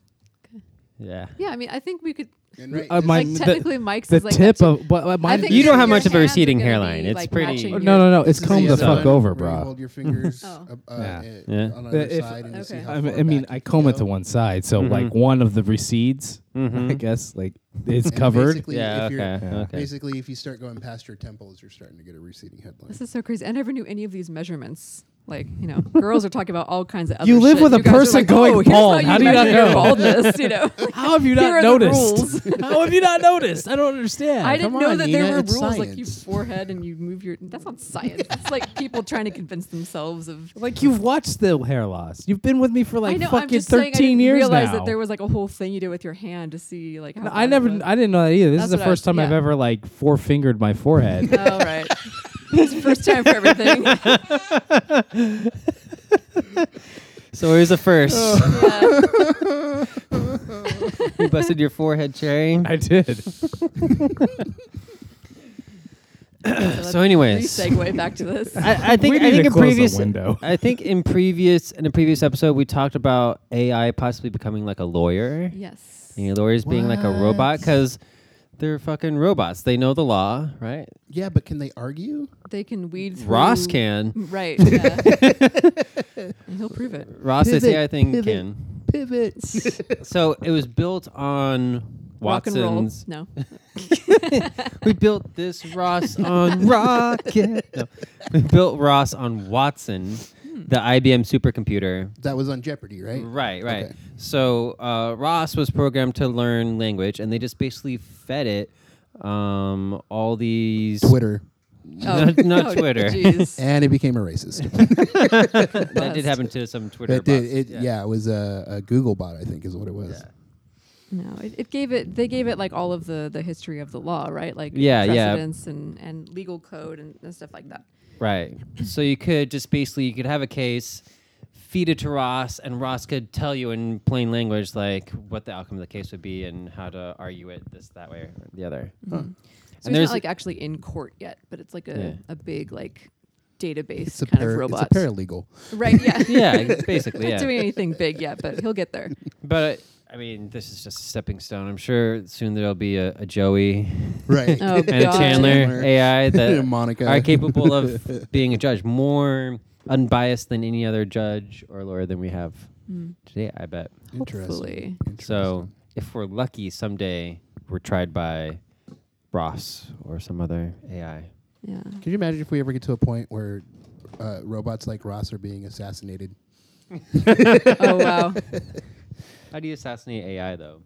Speaker 2: Yeah.
Speaker 1: Yeah, I mean, I think we could.
Speaker 4: And right,
Speaker 3: Uh, my-
Speaker 1: Like
Speaker 3: the-
Speaker 1: technically, Mike's
Speaker 3: The
Speaker 1: is like
Speaker 3: tip
Speaker 1: that
Speaker 3: of but, but
Speaker 1: I
Speaker 3: mine.
Speaker 1: think
Speaker 2: You don't
Speaker 1: your
Speaker 2: have much of a
Speaker 1: hands are
Speaker 2: receding
Speaker 1: gonna be,
Speaker 2: hairline. It's
Speaker 1: like,
Speaker 2: pretty-
Speaker 1: matching
Speaker 3: no,
Speaker 1: your-
Speaker 3: no, no. It's
Speaker 4: this is
Speaker 3: combed the
Speaker 4: other
Speaker 3: fuck
Speaker 4: one
Speaker 3: over,
Speaker 4: where you
Speaker 3: bro.
Speaker 4: Hold your fingers
Speaker 1: Oh.
Speaker 4: up, uh,
Speaker 3: Yeah.
Speaker 4: uh,
Speaker 2: Yeah.
Speaker 4: on either
Speaker 3: If-
Speaker 4: side and you see
Speaker 1: Okay.
Speaker 4: how
Speaker 3: I mean,
Speaker 4: far
Speaker 3: I, mean,
Speaker 4: back
Speaker 3: I
Speaker 4: you
Speaker 3: comb it
Speaker 4: go.
Speaker 3: to one side, so
Speaker 2: Mhm.
Speaker 1: Mm-hmm.
Speaker 3: like one of the recedes.
Speaker 2: Mhm.
Speaker 3: I guess like it's
Speaker 4: And
Speaker 3: covered.
Speaker 4: basically,
Speaker 2: Yeah,
Speaker 4: if
Speaker 2: okay.
Speaker 4: you're-
Speaker 3: Yeah.
Speaker 2: okay.
Speaker 4: Basically, if you start going past your temples, you're starting to get a receding headline.
Speaker 1: This is so crazy. I never knew any of these measurements. Like, you know, girls are talking about all kinds of other
Speaker 3: You live
Speaker 1: shit.
Speaker 3: with a
Speaker 1: guys are
Speaker 3: person
Speaker 1: like,
Speaker 3: going
Speaker 1: "Oh, here's
Speaker 3: bald.
Speaker 1: How,
Speaker 3: How do you not
Speaker 1: measure your
Speaker 3: know?"
Speaker 1: baldness, you know?
Speaker 3: How have you
Speaker 1: Here are
Speaker 3: not
Speaker 1: the
Speaker 3: noticed?
Speaker 1: rules.
Speaker 3: How have you not noticed? I don't understand.
Speaker 1: I didn't
Speaker 4: come
Speaker 1: know
Speaker 4: on,
Speaker 1: that
Speaker 4: Nina,
Speaker 1: there were
Speaker 4: it's
Speaker 1: rules like you
Speaker 4: science.
Speaker 1: forehead and you move your. That's not science. it's like people trying to convince themselves of.
Speaker 3: Like you've watched the hair loss. You've been with me for like
Speaker 1: I know. I'm
Speaker 3: fucking
Speaker 1: just saying I
Speaker 3: thirteen
Speaker 1: didn't
Speaker 3: years
Speaker 1: realize
Speaker 3: now.
Speaker 1: that there was like a whole thing you do with your hand to see like. How
Speaker 3: No,
Speaker 1: far
Speaker 3: I
Speaker 1: it
Speaker 3: never,
Speaker 1: was.
Speaker 3: I didn't know that either. This is
Speaker 1: That's
Speaker 3: the
Speaker 1: what I-
Speaker 3: first time I've
Speaker 1: yeah.
Speaker 3: ever like four fingered my forehead.
Speaker 1: Oh right. It's the first time for everything. yeah.
Speaker 2: So here's the first. you busted your forehead, Cherry.
Speaker 3: I did.
Speaker 2: So anyways.
Speaker 1: segue back to this.
Speaker 2: I, I think
Speaker 3: We
Speaker 2: I
Speaker 3: need
Speaker 2: think
Speaker 3: to
Speaker 2: in
Speaker 3: close the
Speaker 2: previous
Speaker 3: window.
Speaker 2: I think in previous in a previous episode we talked about AI possibly becoming like a lawyer.
Speaker 1: Yes.
Speaker 2: And your lawyers being like a robot because they're fucking robots. They know the law, right?
Speaker 4: Yeah, but can they argue?
Speaker 1: They can weed. Through
Speaker 2: Ross can.
Speaker 1: Right. Yeah. and he'll prove it.
Speaker 2: Ross this
Speaker 4: Pivot,
Speaker 2: AI thing
Speaker 4: pivot.
Speaker 2: can.
Speaker 4: Pivot.
Speaker 2: So it was built on
Speaker 1: Rock and roll.
Speaker 2: Watson's.
Speaker 1: No. Oh.
Speaker 2: We built this Ross on rocket. No. We built Ross on Watson, the IBM supercomputer.
Speaker 4: that was on Jeopardy, Hmm. right?
Speaker 2: Right, right.
Speaker 4: Okay.
Speaker 2: So uh, Ross was programmed to learn language, and they just basically fed it Um, all these
Speaker 4: Twitter,
Speaker 2: Not- not Twitter.
Speaker 1: Oh, jeez.
Speaker 4: and it became a racist.
Speaker 2: that did happen to some Twitter.
Speaker 4: it did.
Speaker 2: bots.
Speaker 4: It, yeah. it was a, a Google bot, I think, is what it was.
Speaker 2: Yeah.
Speaker 1: no, it, it gave it. They gave it like all of the the history of the law, right? Like
Speaker 2: Yeah, yeah.
Speaker 1: precedents and and legal code and, and stuff like that.
Speaker 2: Right. So you could just basically you could have a case, feed it to Ross, and Ross could tell you in plain language like what the outcome of the case would be and how to argue it this that way or the other.
Speaker 1: So
Speaker 2: And
Speaker 1: he's
Speaker 2: there's-
Speaker 1: not like actually in court yet, but it's like a
Speaker 2: Yeah.
Speaker 1: a big like database
Speaker 4: It's a,
Speaker 1: kind
Speaker 4: para-
Speaker 1: of
Speaker 4: it's
Speaker 1: robot,
Speaker 4: a paralegal.
Speaker 1: right? Yeah.
Speaker 2: Yeah, ex- basically.
Speaker 1: Not
Speaker 2: Yeah.
Speaker 1: doing anything big yet, but he'll get there.
Speaker 2: But I mean, this is just a stepping stone. I'm sure soon there'll be a, a Joey
Speaker 4: Right.
Speaker 1: Oh,
Speaker 2: and a
Speaker 1: God.
Speaker 2: Chandler
Speaker 4: Chandler.
Speaker 2: AI that
Speaker 4: Monica.
Speaker 2: are capable of being a judge, more unbiased than any other judge or lawyer than we have
Speaker 1: Mm.
Speaker 2: today. I bet.
Speaker 4: Interesting.
Speaker 1: Hopefully.
Speaker 2: So if we're lucky, someday we're tried by Ross or some other AI.
Speaker 1: Yeah.
Speaker 4: Could you imagine if we ever get to a point where uh, robots like Ross are being assassinated?
Speaker 1: Oh wow.
Speaker 2: How do you assassinate AI though?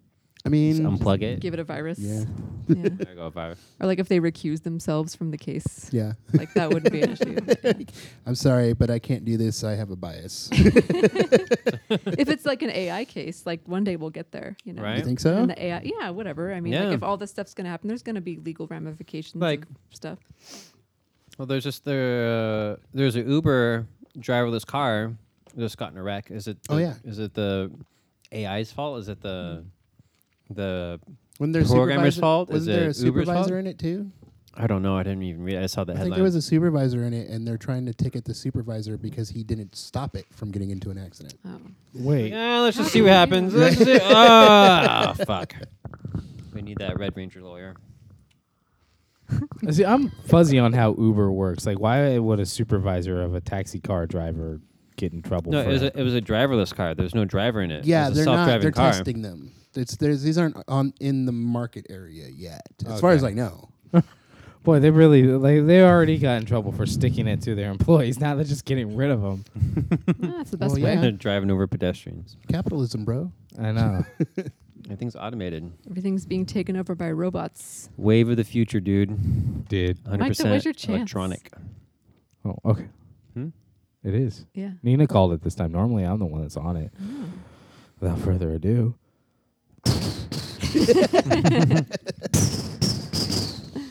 Speaker 4: I
Speaker 2: Just
Speaker 4: mean,
Speaker 2: unplug it.
Speaker 1: Give it a virus.
Speaker 4: Yeah.
Speaker 1: yeah.
Speaker 2: There go fire.
Speaker 1: Or like if they recuse themselves from the case.
Speaker 4: yeah.
Speaker 1: Like that wouldn't be an issue.
Speaker 4: I'm sorry, but I can't do this. I have a bias.
Speaker 1: if it's like an AI case, like one day we'll get there, you know.
Speaker 2: Right.
Speaker 4: you think so?
Speaker 1: And the AI, yeah, whatever. I mean,
Speaker 2: Yeah.
Speaker 1: like if all this stuff's gonna happen, there's gonna be legal ramifications,
Speaker 2: Like-
Speaker 1: like stuff.
Speaker 2: Well, there's just the uh, there's an Uber driverless car that's got in a wreck. Is it? The,
Speaker 4: Oh, yeah.
Speaker 2: Is it the AI's fault? Is it the the
Speaker 4: When there's
Speaker 2: Programmer's
Speaker 4: supervisor-
Speaker 2: fault? Is
Speaker 4: Wasn't there
Speaker 2: it
Speaker 4: a
Speaker 2: Uber's
Speaker 4: supervisor
Speaker 2: fault?
Speaker 4: in it too?
Speaker 2: I don't know. I didn't even read. I saw the
Speaker 4: I
Speaker 2: headline.
Speaker 4: think there was a supervisor in it, and they're trying to ticket the supervisor because he didn't stop it from getting into an accident.
Speaker 1: Oh.
Speaker 3: Wait.
Speaker 2: yeah, let's just see
Speaker 1: How
Speaker 2: what
Speaker 1: can you-
Speaker 2: happens. Let's see. Ah, fuck. We need that Red Ranger lawyer.
Speaker 3: See, I'm fuzzy on how Uber works. Like, why would a supervisor of a taxi car driver get in trouble?
Speaker 2: No,
Speaker 3: for
Speaker 2: it was,
Speaker 3: that?
Speaker 2: a, it was a driverless car. There's no driver in it.
Speaker 4: Yeah,
Speaker 2: It was
Speaker 4: they're
Speaker 2: a
Speaker 4: not.
Speaker 2: self-driving
Speaker 4: They're
Speaker 2: car.
Speaker 4: testing them. It's there's these aren't on in the market area yet, as far as I know.
Speaker 3: Boy, they really like they already got in trouble for sticking it to their employees. Now they're just getting rid of them.
Speaker 1: Yeah, Ah, that's the best
Speaker 4: Well,
Speaker 1: way.
Speaker 4: yeah.
Speaker 2: They're driving over pedestrians.
Speaker 4: Capitalism, bro.
Speaker 3: I know.
Speaker 2: Everything's automated.
Speaker 1: Everything's being taken over by robots.
Speaker 2: Wave of the future, dude.
Speaker 3: Dude.
Speaker 2: 100%
Speaker 1: where's your chance?
Speaker 2: electronic.
Speaker 3: Oh, okay.
Speaker 2: Hmm?
Speaker 3: It is.
Speaker 1: Yeah.
Speaker 3: Nina called it this time. Normally, I'm the one that's on it.
Speaker 1: Oh.
Speaker 3: Without further ado,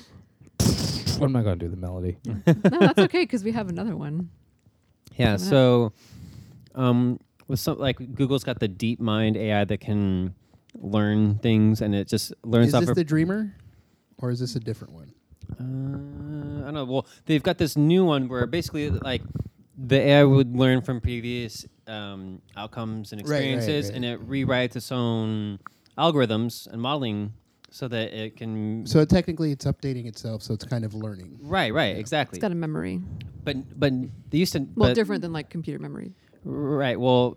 Speaker 3: I'm not going to do the melody.
Speaker 1: no, that's okay because we have another one.
Speaker 2: Yeah.
Speaker 1: Coming up.
Speaker 2: So, um, with some like Google's got the deep mind AI that can learn things, and it just learns
Speaker 4: Is
Speaker 2: off.
Speaker 4: this
Speaker 2: of-
Speaker 4: the dreamer, or is this a different one?
Speaker 2: uh, I don't know. Well, they've got this new one where basically like the AI would learn from previous um, outcomes and
Speaker 4: Right, right,
Speaker 2: experiences,
Speaker 4: right.
Speaker 2: and it rewrites its own algorithms and modeling so that it can.
Speaker 4: So technically, it's updating itself, so it's kind of learning.
Speaker 2: right. Right. Exactly.
Speaker 1: It's got a memory.
Speaker 2: but but they used to.
Speaker 1: Well,
Speaker 2: but-
Speaker 1: different than like computer memory.
Speaker 2: Right. Well,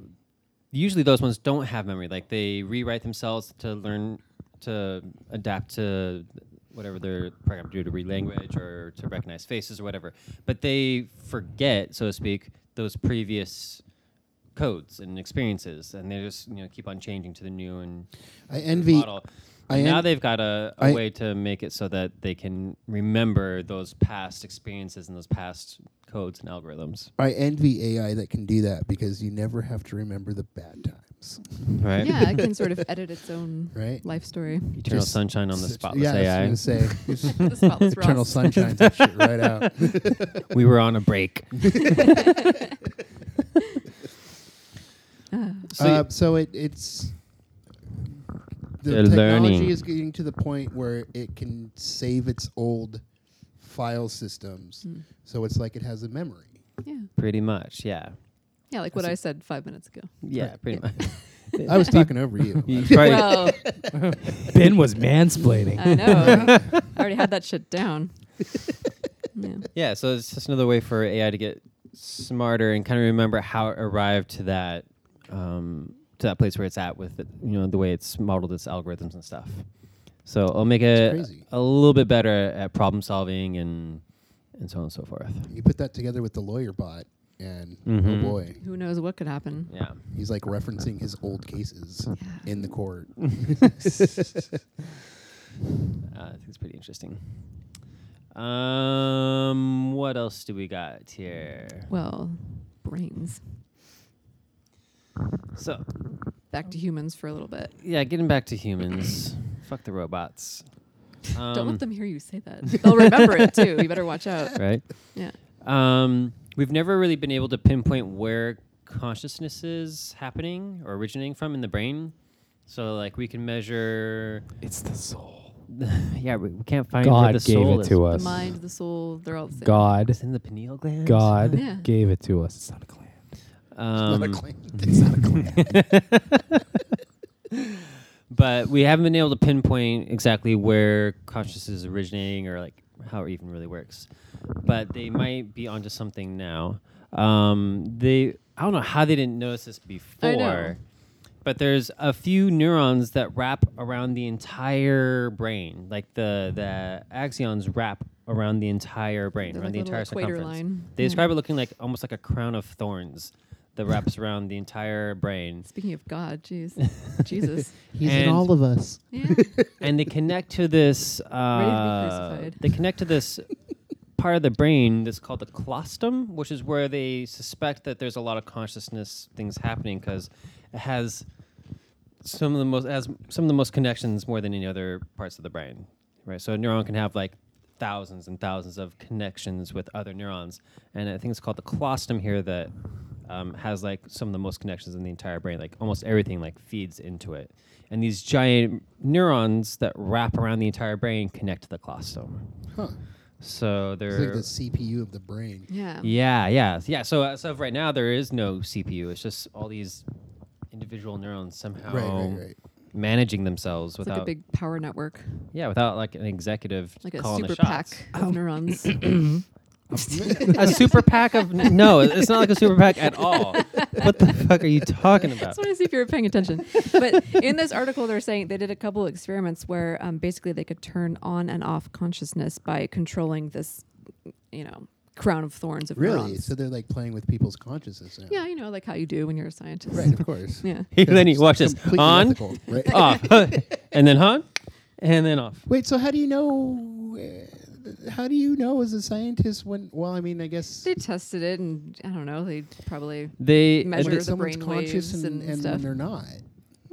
Speaker 2: usually those ones don't have memory. Like they rewrite themselves to learn to adapt to whatever they're programmed to do to read language or to recognize faces or whatever. But they forget, so to speak, those previous codes and experiences, and they just you know keep on changing to the new and
Speaker 4: I envy.
Speaker 2: model.
Speaker 4: I
Speaker 2: And now
Speaker 4: am-
Speaker 2: they've got a, a
Speaker 4: I-
Speaker 2: way to make it so that they can remember those past experiences and those past codes and algorithms.
Speaker 4: I envy AI that can do that because you never have to remember the bad times,
Speaker 2: Right.
Speaker 1: Yeah, it can sort of edit its own
Speaker 4: right?
Speaker 1: life story.
Speaker 2: Eternal
Speaker 4: Just
Speaker 2: sunshine on the
Speaker 4: Such-
Speaker 2: spotless
Speaker 4: yeah,
Speaker 2: AI.
Speaker 4: That's what I was gonna say.
Speaker 1: the spotless
Speaker 4: Eternal
Speaker 1: Ross.
Speaker 4: sunshine that shit right out.
Speaker 2: we were on a break. so,
Speaker 4: uh, so it, it's the
Speaker 2: They're
Speaker 4: technology
Speaker 2: learning.
Speaker 4: is getting to the point where it can save its old file systems, so it's like it has a memory.
Speaker 1: Yeah.
Speaker 2: pretty much, yeah,
Speaker 1: Yeah, like what I said five minutes ago.
Speaker 2: yeah, pretty much.
Speaker 4: I was talking over you.
Speaker 2: You probably-
Speaker 1: Well,
Speaker 3: Ben was mansplaining.
Speaker 1: I know. I already had that shit down. Yeah.
Speaker 2: yeah, so it's just another way for AI to get smarter and kind of remember how it arrived to that, um, to that place where it's at with it, you know the way it's modeled its algorithms and stuff. So it'll make it
Speaker 4: crazy.
Speaker 2: a little bit better at problem solving and and so on and so forth.
Speaker 4: You put that together with the lawyer bot, and
Speaker 2: Mhm.
Speaker 4: oh boy,
Speaker 1: Who knows what could happen?
Speaker 2: Yeah.
Speaker 4: he's like referencing his old cases in the court.
Speaker 2: Uh, I think it's pretty interesting. Um, what else do we got here?
Speaker 1: Well, brains.
Speaker 2: So,
Speaker 1: Back to humans for a little bit.
Speaker 2: yeah, getting back to humans. Fuck the robots.
Speaker 1: Don't
Speaker 2: Um,
Speaker 1: let them hear you say that. They'll remember it too. You better watch out.
Speaker 2: right?
Speaker 1: Yeah.
Speaker 2: Um, we've never really been able to pinpoint where consciousness is happening or originating from in the brain. So, like, we can measure.
Speaker 3: It's the soul.
Speaker 2: Yeah, we we can't find where
Speaker 3: God
Speaker 2: the
Speaker 3: gave
Speaker 2: soul
Speaker 3: it
Speaker 2: is.
Speaker 3: to
Speaker 1: The
Speaker 3: us.
Speaker 1: mind, the soul, they're all the same.
Speaker 3: God,
Speaker 2: It's in the pineal gland.
Speaker 3: God
Speaker 1: Yeah.
Speaker 3: gave it to us. It's not a clan.
Speaker 2: Um,
Speaker 4: not a claim. It's not a claim.
Speaker 2: but we haven't been able to pinpoint exactly where consciousness is originating or like how it even really works. But they might be onto something now. Um, they I don't know how they didn't notice this before.
Speaker 1: I know.
Speaker 2: But there's a few neurons that wrap around the entire brain, like the the axons wrap around the entire brain,
Speaker 1: They're like
Speaker 2: around the
Speaker 1: a little
Speaker 2: entire
Speaker 1: equator
Speaker 2: circumference.
Speaker 1: line.
Speaker 2: They
Speaker 1: Yeah.
Speaker 2: describe it looking like almost like a crown of thorns that wraps around the entire brain.
Speaker 1: Speaking of God, jeez. Jesus.
Speaker 4: He's
Speaker 2: And-
Speaker 4: in all of us.
Speaker 1: Yeah.
Speaker 2: and they connect to this. Uh,
Speaker 1: crucified.
Speaker 2: they connect to this part of the brain that's called the clostum, which is where they suspect that there's a lot of consciousness things happening because it has some of the most has some of the most connections more than any other parts of the brain, right? So a neuron can have like thousands and thousands of connections with other neurons, and I think it's called the clostum here that um, has like some of the most connections in the entire brain. Like almost everything like feeds into it, and these giant neurons that wrap around the entire brain connect to the clostum.
Speaker 4: Huh.
Speaker 2: So
Speaker 4: It's like
Speaker 2: they're
Speaker 4: the CPU of the brain.
Speaker 1: Yeah.
Speaker 2: yeah, yeah, yeah. So as of right now, there is no CPU. It's just all these individual neurons somehow
Speaker 4: Right, right, right.
Speaker 2: managing themselves
Speaker 1: It's
Speaker 2: without,
Speaker 1: like a big power network,
Speaker 2: yeah, without like an executive
Speaker 1: like a
Speaker 2: calling
Speaker 1: super
Speaker 2: the shots. Oh.
Speaker 1: pack of neurons.
Speaker 2: a super pack of no, it's not like a super pack at all. What the fuck are you talking about?
Speaker 1: just want to see if you were paying attention. But in this article, they're saying they did a couple experiments where um, basically they could turn on and off consciousness by controlling this, you know, crown of thorns of
Speaker 4: Really?
Speaker 1: neurons.
Speaker 4: So they're like playing with people's consciousness now.
Speaker 1: yeah, you know, like how you do when you're a scientist.
Speaker 4: Right, of course.
Speaker 1: Yeah.
Speaker 2: then he watches
Speaker 4: Completely
Speaker 2: on,
Speaker 4: ethical, right?
Speaker 2: off, and then on, and then off.
Speaker 4: Wait, so how do you know? uh, How do you know as a scientist when? Well, I mean, I guess
Speaker 1: They tested it, and I don't know. They probably
Speaker 2: They
Speaker 1: Measure
Speaker 2: it's,
Speaker 1: the
Speaker 4: someone's
Speaker 1: brain
Speaker 4: conscious
Speaker 1: waves
Speaker 4: and,
Speaker 1: and
Speaker 4: and
Speaker 1: stuff.
Speaker 4: when they're not.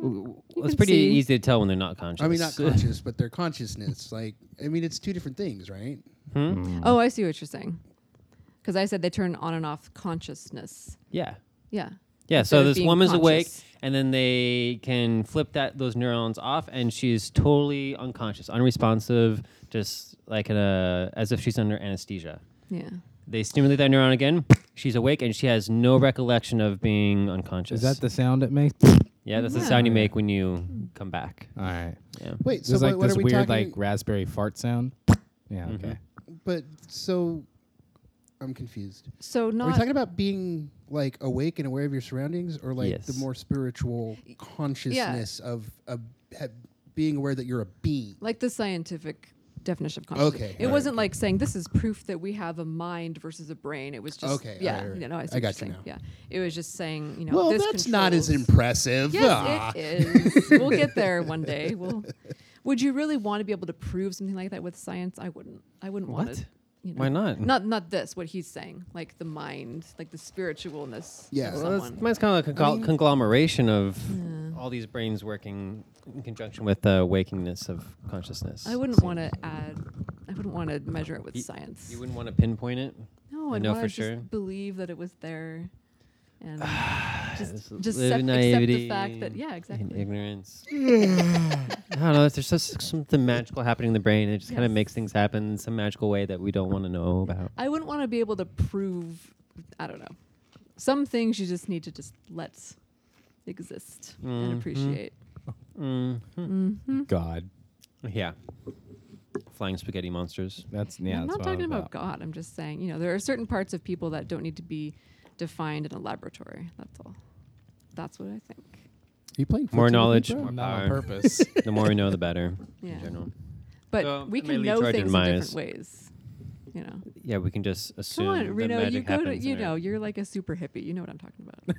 Speaker 2: it's
Speaker 1: can
Speaker 2: pretty
Speaker 1: see.
Speaker 2: easy to tell when they're not conscious.
Speaker 4: I mean, not conscious, but their consciousness. Like, I mean, it's two different things, right?
Speaker 2: Hmm?
Speaker 3: Hmm.
Speaker 1: Oh, I see what you're saying. Because I said they turn on and off consciousness.
Speaker 2: yeah.
Speaker 1: Yeah.
Speaker 2: Yeah,
Speaker 1: instead
Speaker 2: so
Speaker 1: of
Speaker 2: this
Speaker 1: being
Speaker 2: woman's awake,
Speaker 1: conscious.
Speaker 2: and then they can flip that those neurons off, and she's totally unconscious, unresponsive, just like in a, as if she's under anesthesia.
Speaker 1: Yeah.
Speaker 2: They stimulate that neuron again. She's awake, and she has no recollection of being unconscious.
Speaker 3: Is that the sound it makes?
Speaker 2: yeah, that's the
Speaker 1: Yeah.
Speaker 2: sound you make when you come back.
Speaker 3: All right.
Speaker 2: Yeah.
Speaker 4: Wait,
Speaker 3: There's
Speaker 4: so
Speaker 3: like
Speaker 4: what, what
Speaker 3: this
Speaker 4: are we
Speaker 3: weird
Speaker 4: talking?
Speaker 3: like raspberry fart sound. Yeah. Okay.
Speaker 2: Mm-hmm.
Speaker 4: but so, I'm confused.
Speaker 1: So
Speaker 4: Are we
Speaker 1: not
Speaker 4: talking about being like awake and aware of your surroundings, or like the
Speaker 2: Yes.
Speaker 4: more spiritual consciousness of, of ha- being aware that you're a being?
Speaker 1: like the scientific definition of consciousness.
Speaker 4: Okay,
Speaker 1: It
Speaker 4: right,
Speaker 1: wasn't like saying this is proof that we have a mind versus a brain. It was just
Speaker 4: Okay,
Speaker 1: Yeah.
Speaker 4: alright,
Speaker 1: you know, I, see what
Speaker 4: I
Speaker 1: you're
Speaker 4: got you
Speaker 1: saying.
Speaker 4: now.
Speaker 1: Yeah. It was just saying you know.
Speaker 4: well,
Speaker 1: this
Speaker 4: that's not as
Speaker 1: controls-
Speaker 4: impressive.
Speaker 1: Yes,
Speaker 4: Ah.
Speaker 1: it is. we'll get there one day. We'll. Would you really want to be able to prove something like that with science? I wouldn't. I wouldn't want
Speaker 2: What?
Speaker 1: it. You know?
Speaker 2: Why not?
Speaker 1: Not not this. What he's saying, like the mind, like the spiritualness. Of
Speaker 4: Yeah. Well,
Speaker 2: Well,
Speaker 1: someone.
Speaker 2: that's, mine's kind of like a congl- conglomeration of all these brains working in conjunction with the wakingness of consciousness.
Speaker 1: I wouldn't want to add. I wouldn't want to measure it with
Speaker 2: You-
Speaker 1: science.
Speaker 2: You wouldn't want to pinpoint it.
Speaker 1: no,
Speaker 2: I
Speaker 1: I'd
Speaker 2: know
Speaker 1: want
Speaker 2: for
Speaker 1: to
Speaker 2: sure.
Speaker 1: just believe that it was there, and
Speaker 2: This
Speaker 1: just
Speaker 2: is
Speaker 1: just
Speaker 2: live
Speaker 1: accept,
Speaker 2: in
Speaker 1: accept the
Speaker 2: naivety
Speaker 1: fact that yeah,
Speaker 2: and
Speaker 1: exactly.
Speaker 2: ignorance. I don't know. There's just something magical happening in the brain. It just kind of
Speaker 1: Yes.
Speaker 2: makes things happen in some magical way that we don't want to know about.
Speaker 1: I wouldn't want to be able to prove. I don't know. Some things you just need to just let exist and
Speaker 2: Mhm.
Speaker 1: appreciate.
Speaker 2: Mm.
Speaker 1: Mm-hmm. Hmm.
Speaker 3: God.
Speaker 2: Yeah. Flying spaghetti monsters.
Speaker 3: That's yeah.
Speaker 1: I'm not
Speaker 3: that's what
Speaker 1: talking
Speaker 3: I'm
Speaker 1: about, God. I'm just saying, you know, there are certain parts of people that don't need to be defined in a laboratory. That's all. That's what I think.
Speaker 4: Are you playing
Speaker 2: More
Speaker 4: footsie with me,
Speaker 2: knowledge,
Speaker 4: bro?
Speaker 2: more
Speaker 3: Not on
Speaker 2: power.
Speaker 3: purpose.
Speaker 2: the more we know, the better.
Speaker 1: Yeah.
Speaker 2: In general.
Speaker 1: But
Speaker 2: So,
Speaker 1: we
Speaker 2: it may
Speaker 1: can
Speaker 2: lead
Speaker 1: know
Speaker 2: to our
Speaker 1: things in
Speaker 2: demise.
Speaker 1: different ways. You know.
Speaker 2: Yeah, we can just assume.
Speaker 1: Come on,
Speaker 2: that
Speaker 1: Reno,
Speaker 2: magic
Speaker 1: you go to
Speaker 2: happens
Speaker 1: you
Speaker 2: in our-
Speaker 1: know, you're like a super hippie. You know what I'm talking about.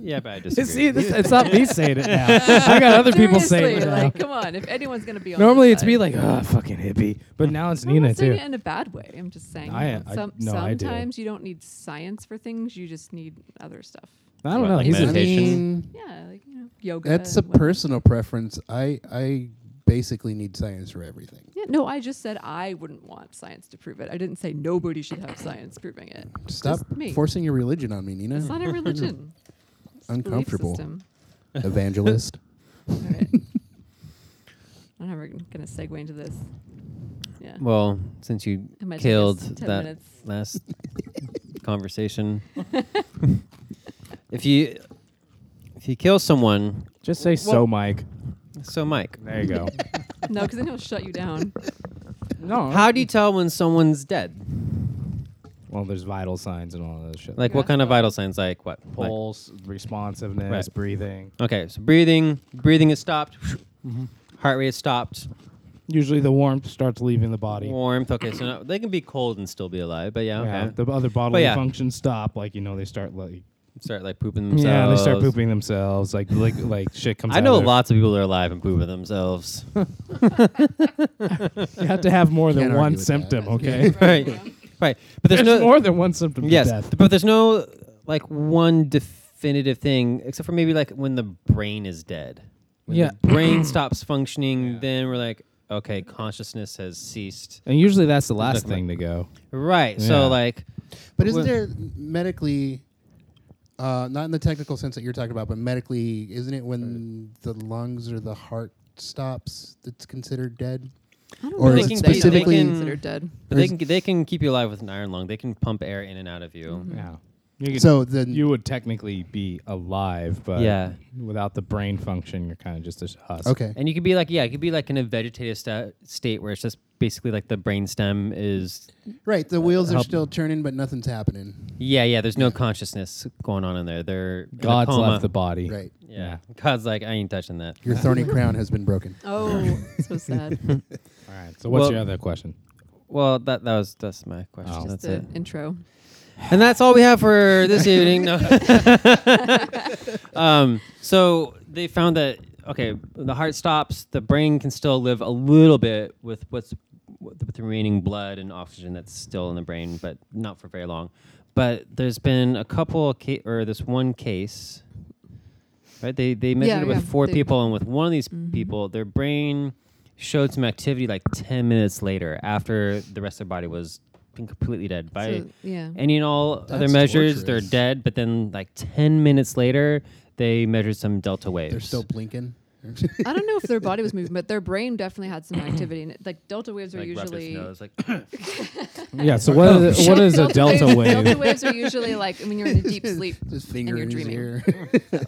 Speaker 2: Yeah, but I disagree.
Speaker 3: See, this, it's not me saying it now. I got other people saying it
Speaker 1: Seriously,
Speaker 3: now.
Speaker 1: like, come on. If anyone's gonna be on
Speaker 3: Normally
Speaker 1: this
Speaker 3: it's me
Speaker 1: side.
Speaker 3: like, oh, fucking hippie, but now it's
Speaker 1: I'm
Speaker 3: Nina
Speaker 1: not saying
Speaker 3: too.
Speaker 1: it in a bad way. I'm just saying
Speaker 3: I-
Speaker 1: you know,
Speaker 3: I-
Speaker 1: some,
Speaker 3: no, I do.
Speaker 1: sometimes you don't need science for things. You just need other stuff.
Speaker 3: I don't
Speaker 2: What,
Speaker 3: know.
Speaker 2: like
Speaker 3: He's
Speaker 4: I
Speaker 3: a,
Speaker 2: meditation?
Speaker 4: mean,
Speaker 1: Yeah, like you know, yoga.
Speaker 4: that's a
Speaker 1: and what-
Speaker 4: personal preference. I I basically need science for everything.
Speaker 1: Yeah, no, I just said I wouldn't want science to prove it. I didn't say nobody should have science proving it.
Speaker 4: Stop
Speaker 1: Just me.
Speaker 4: forcing your religion on me, Nina.
Speaker 1: It's not a religion. It's a belief
Speaker 4: Uncomfortable.
Speaker 1: system.
Speaker 4: Evangelist.
Speaker 1: All right. I don't know how we're gonna segue into this. Yeah.
Speaker 2: Well, since you
Speaker 1: It might take us
Speaker 2: killed
Speaker 1: 10
Speaker 2: that
Speaker 1: minutes.
Speaker 2: last conversation, if you if you kill someone,
Speaker 3: just say so, Mike.
Speaker 2: so Mike,
Speaker 3: There you go.
Speaker 1: No, because then he'll shut you down.
Speaker 3: no.
Speaker 2: how do you tell when someone's dead?
Speaker 3: well, there's vital signs and all that shit.
Speaker 2: Like, what kind of vital signs? Like what? Like-
Speaker 3: pulse, responsiveness,
Speaker 2: Right.
Speaker 3: breathing.
Speaker 2: okay, so breathing, breathing is stopped.
Speaker 3: Mm-hmm.
Speaker 2: Heart rate is stopped.
Speaker 3: Usually the warmth starts leaving the body.
Speaker 2: Warmth. Okay, so now they can be cold and still be alive, but yeah, okay.
Speaker 3: Yeah, the other bodily
Speaker 2: yeah.
Speaker 3: functions stop. Like you know, they start like
Speaker 2: start like pooping Mm. themselves.
Speaker 3: yeah, they start pooping themselves. Like like like shit comes.
Speaker 2: I
Speaker 3: out of
Speaker 2: know
Speaker 3: their-
Speaker 2: lots of people that are alive and pooping themselves.
Speaker 3: You have to have more than
Speaker 4: Can't argue
Speaker 3: one
Speaker 4: with
Speaker 3: symptom.
Speaker 4: that.
Speaker 3: Okay,
Speaker 2: right, right. But there's,
Speaker 3: there's
Speaker 2: no
Speaker 3: more than one symptom. to
Speaker 2: Yes,
Speaker 3: death.
Speaker 2: but there's no like one definitive thing, except for maybe like when the brain is dead. When
Speaker 3: Yeah.
Speaker 2: the brain stops functioning, then we're like, okay, consciousness has ceased.
Speaker 3: and usually that's the last
Speaker 2: nothing
Speaker 3: thing to go.
Speaker 2: Right.
Speaker 3: Yeah.
Speaker 2: So like,
Speaker 4: But isn't
Speaker 2: Well-
Speaker 4: there medically, uh, not in the technical sense that you're talking about, but medically, isn't it when the lungs or the heart stops that's considered dead?
Speaker 1: I don't
Speaker 4: Or
Speaker 1: know if
Speaker 4: is it
Speaker 1: that's even
Speaker 4: specifically-
Speaker 1: considered dead.
Speaker 2: but
Speaker 4: Or
Speaker 2: they
Speaker 4: is-
Speaker 2: can they can keep you alive with an iron lung. They can pump air in and out of you.
Speaker 3: Yeah. You could-
Speaker 4: Mm. So then
Speaker 3: you would technically be alive, but
Speaker 2: Yeah.
Speaker 3: without the brain function, you're kind of just a s- husk.
Speaker 4: okay,
Speaker 2: And you could be like, yeah, it could be like in a vegetative sta- state where it's just basically like the brainstem is,
Speaker 4: right? The wheels are
Speaker 2: help.
Speaker 4: still turning, but nothing's happening.
Speaker 2: yeah, yeah. There's no consciousness going on in there. They're in a
Speaker 3: God's
Speaker 2: coma.
Speaker 3: left the body.
Speaker 4: Right.
Speaker 2: Yeah. God's like, I ain't touching that.
Speaker 4: Your thorny crown has been broken.
Speaker 1: Oh, so sad.
Speaker 3: All right. So what's
Speaker 2: Well-
Speaker 3: your other question?
Speaker 2: Well, that that was that's my question.
Speaker 3: Oh.
Speaker 1: Just
Speaker 2: That's
Speaker 1: the
Speaker 2: it.
Speaker 1: intro.
Speaker 2: And that's all we have for this evening. No. um, so they found that okay, the heart stops, the brain can still live a little bit with what's with the remaining blood and oxygen that's still in the brain, but not for very long. But there's been a couple of ca- or this one case, right? They they measured
Speaker 1: Yeah,
Speaker 2: it with
Speaker 1: yeah,
Speaker 2: four
Speaker 1: they- Mm-hmm.
Speaker 2: people, and with one of these people, their brain showed some activity like 10 minutes later after the rest of their body was completely dead by
Speaker 1: So, yeah.
Speaker 2: any and all other
Speaker 4: That's
Speaker 2: measures, they're
Speaker 4: torturous.
Speaker 2: dead. But then, like ten minutes later, they measured some delta waves.
Speaker 4: They're still blinking.
Speaker 1: I don't know if their body was moving, but their brain definitely had some activity. And it, like delta waves are
Speaker 2: like, rubbed his
Speaker 1: usually
Speaker 2: nose, like,
Speaker 3: Yeah. So what,
Speaker 4: Oh,
Speaker 3: are the- what is a delta
Speaker 1: Delta
Speaker 3: wave?
Speaker 1: waves are usually like when you're in a deep sleep.
Speaker 4: His finger
Speaker 1: you're
Speaker 4: in his
Speaker 1: dreaming.
Speaker 4: ear.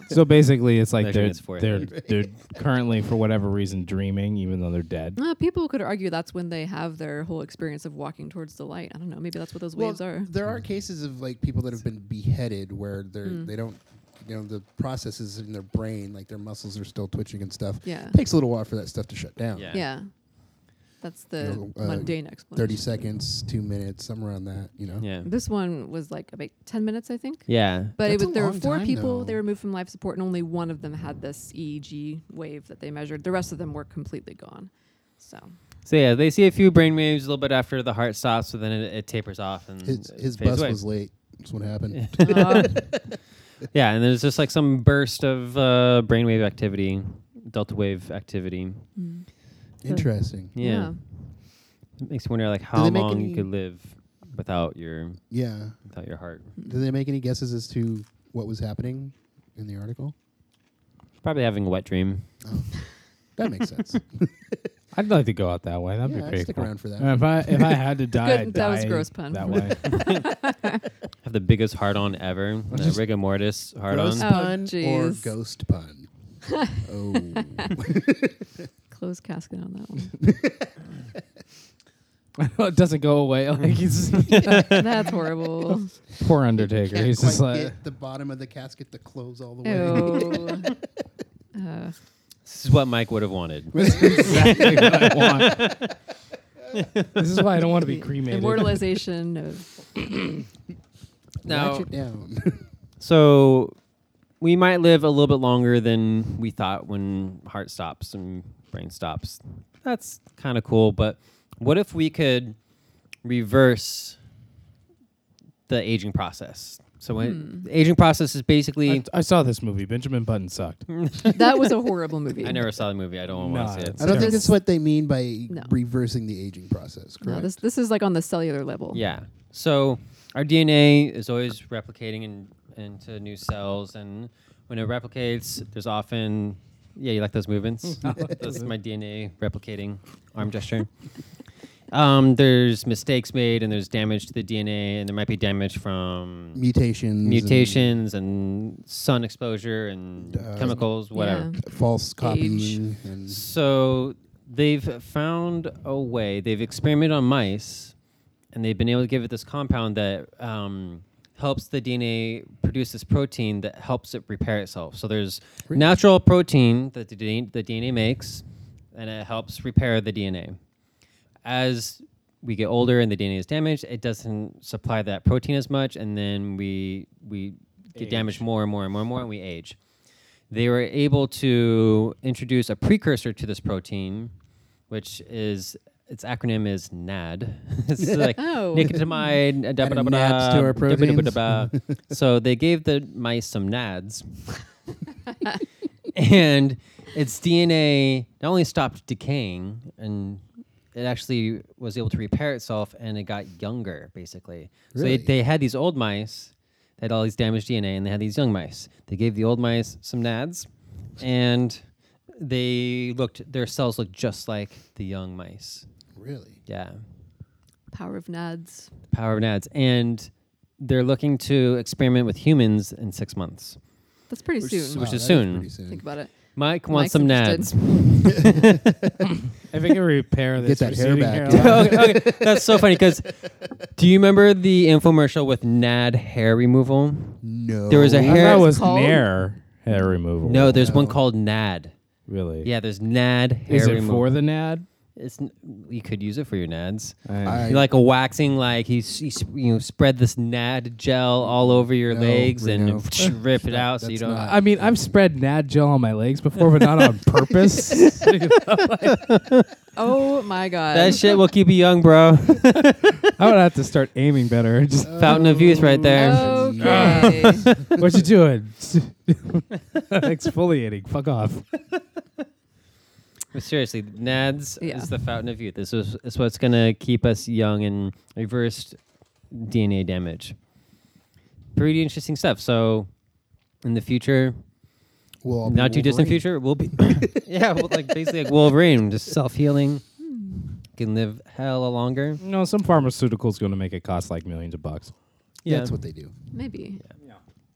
Speaker 3: so basically, it's like
Speaker 2: Measuring
Speaker 3: they're
Speaker 2: its
Speaker 3: they're
Speaker 2: forehead.
Speaker 3: they're currently for whatever reason dreaming, even though they're dead.
Speaker 1: Uh, people could argue that's when they have their whole experience of walking towards the light. I don't know. Maybe that's what those waves
Speaker 4: Well,
Speaker 1: are.
Speaker 4: There are cases of like people that have been beheaded where they're they don't you know the processes in their brain like their muscles are still twitching and stuff.
Speaker 1: Yeah.
Speaker 4: takes a little while for that stuff to shut down.
Speaker 2: Yeah.
Speaker 1: Yeah, that's the
Speaker 4: You know, uh,
Speaker 1: mundane explanation.
Speaker 4: thirty seconds, two minutes, somewhere around that. You know.
Speaker 2: yeah,
Speaker 1: This one was like about ten minutes, I think.
Speaker 2: yeah.
Speaker 1: But
Speaker 4: That's
Speaker 1: it
Speaker 4: a
Speaker 1: was, there were
Speaker 4: long
Speaker 1: four
Speaker 4: time,
Speaker 1: people they
Speaker 4: though.
Speaker 1: removed from life support, and only one of them had this EEG wave that they measured. The rest of them were completely gone. So
Speaker 2: So yeah, they see a few brain waves a little bit after the heart stops, but then it, it tapers off and
Speaker 4: His
Speaker 2: it
Speaker 4: his
Speaker 2: fades
Speaker 4: bus
Speaker 2: away.
Speaker 4: was late. That's what happened.
Speaker 1: uh,
Speaker 2: yeah, and there's just like some burst of uh, brainwave activity, delta wave activity.
Speaker 4: Interesting.
Speaker 2: Yeah. it makes you wonder like
Speaker 4: they
Speaker 2: how
Speaker 4: make
Speaker 2: long
Speaker 4: any-
Speaker 2: you could live without your
Speaker 4: Yeah.
Speaker 2: without your heart.
Speaker 4: Did they make any guesses as to what was happening in the article?
Speaker 2: Probably having a wet dream.
Speaker 4: That makes sense.
Speaker 3: I'd like to go out that way. That'd
Speaker 4: Yeah,
Speaker 3: be
Speaker 4: I'd
Speaker 3: pretty
Speaker 4: stick
Speaker 3: cool.
Speaker 4: around for that.
Speaker 3: Uh, If I if I had to die, I'd
Speaker 1: Good- that was
Speaker 3: die
Speaker 1: gross pun.
Speaker 3: That way.
Speaker 2: Have the biggest heart on ever. The
Speaker 4: Just-
Speaker 2: rigor mortis heart on.
Speaker 4: Gross
Speaker 1: Oh,
Speaker 4: pun or
Speaker 1: jeez.
Speaker 4: ghost pun? oh.
Speaker 1: closed casket on that one.
Speaker 3: it doesn't go away. Like he's
Speaker 1: That's horrible.
Speaker 3: poor Undertaker.
Speaker 4: can't
Speaker 3: He's just
Speaker 4: quite
Speaker 3: like
Speaker 4: get the bottom of the casket to close all the
Speaker 1: Ew.
Speaker 4: way.
Speaker 1: Uh,
Speaker 2: This is what Mike would have wanted.
Speaker 3: exactly what I want. this is why I don't want to be
Speaker 1: the
Speaker 3: cremated.
Speaker 1: Immortalization of
Speaker 2: Now,
Speaker 4: Ratchet down.
Speaker 2: so we might live a little bit longer than we thought when heart stops and brain stops. That's kind of cool, but what if we could reverse the aging process? So when the aging process is basically
Speaker 3: I, I saw this movie. Benjamin Button sucked.
Speaker 1: that was a horrible movie.
Speaker 2: I never saw the movie. I don't
Speaker 3: No,
Speaker 2: want to see
Speaker 3: it's
Speaker 2: it.
Speaker 4: I don't think
Speaker 1: Terrible.
Speaker 4: that's what they mean by
Speaker 1: No.
Speaker 4: reversing the aging process. Correct.
Speaker 1: No, this this is like on the cellular level.
Speaker 2: Yeah. So our DNA is always replicating in, into new cells, and when it replicates, there's often yeah, you like those movements. That's my DNA replicating arm gesture. Um, there's mistakes made, and there's damage to the DNA, and there might be damage from
Speaker 4: Mutations, and
Speaker 2: mutations and sun exposure and
Speaker 4: Uh,
Speaker 2: chemicals, whatever.
Speaker 1: Yeah.
Speaker 4: false copying, and
Speaker 2: So they've found a way. They've experimented on mice, and they've been able to give it this compound that um, helps the DNA produce this protein that helps it repair itself. So there's natural protein that the DNA, the DNA makes, and it helps repair the DNA. As we get older and the DNA is damaged, it doesn't supply that protein as much, and then we we get damaged more and more and more and more, and we age they were able to introduce a precursor to this protein, which is its acronym is NAD. it's like
Speaker 1: Oh.
Speaker 2: nicotinamide. uh, da- ba- da- ba-
Speaker 4: nads to
Speaker 2: da,
Speaker 4: our
Speaker 2: da- ba- da- ba- da-
Speaker 4: proteins.
Speaker 2: ba. so they gave the mice some NADs, and its DNA not only stopped decaying and it actually was able to repair itself and it got younger basically. So they,
Speaker 4: Really?
Speaker 2: they had these old mice that had all these damaged DNA and they had these young mice. They gave the old mice some NADs and they looked their cells looked just like the young mice.
Speaker 4: really,
Speaker 2: Yeah.
Speaker 1: Power of nads.
Speaker 2: The power of NADs. And they're looking to experiment with humans in six months.
Speaker 1: That's pretty soon.
Speaker 2: which is
Speaker 4: Wow, that
Speaker 2: soon.
Speaker 4: pretty
Speaker 1: Think about it.
Speaker 2: Mike wants
Speaker 1: Mike's
Speaker 2: some
Speaker 1: interested.
Speaker 2: NADs.
Speaker 3: If I can repair this,
Speaker 4: Get that hair
Speaker 3: receding
Speaker 4: back,
Speaker 3: hairline-
Speaker 4: dude.
Speaker 2: okay, okay. That's so funny because do you remember the infomercial with NAD hair removal?
Speaker 4: No,
Speaker 2: There was a
Speaker 3: I thought
Speaker 2: hair.
Speaker 3: it was
Speaker 1: called-
Speaker 3: Nair hair removal.
Speaker 2: no, there's one
Speaker 4: Oh, No.
Speaker 2: called NAD.
Speaker 3: really.
Speaker 2: Yeah, there's NAD hair
Speaker 3: Is it
Speaker 2: removal.
Speaker 3: for the nad?
Speaker 2: It's n- you could use it for your nads.
Speaker 4: I-
Speaker 2: You like a waxing, like he, s- he s- you know spread this nad gel all over your
Speaker 4: No,
Speaker 2: legs
Speaker 4: Bruno.
Speaker 2: and rip it out so you
Speaker 4: That's
Speaker 2: don't.
Speaker 4: not-
Speaker 3: I mean, I've spread nad gel on my legs before, but not on purpose.
Speaker 1: Oh my god.
Speaker 2: That shit will keep you young, bro.
Speaker 3: I would have to start aiming better. Just,
Speaker 2: Fountain of youth right there.
Speaker 1: Okay.
Speaker 3: what you doing? Exfoliating. Fuck off.
Speaker 2: But seriously, nads
Speaker 1: Yeah.
Speaker 2: is the fountain of youth. This is, is what's gonna keep us young and reversed DNA damage. Pretty interesting stuff. So, in the future,
Speaker 4: We'll all be
Speaker 2: not too distant
Speaker 4: Wolverine.
Speaker 2: future, we'll be yeah, well, like basically like Wolverine, just self healing, can live hella longer.
Speaker 3: No, some pharmaceutical's going to make it cost like millions of bucks.
Speaker 4: That's what they do.
Speaker 1: Maybe.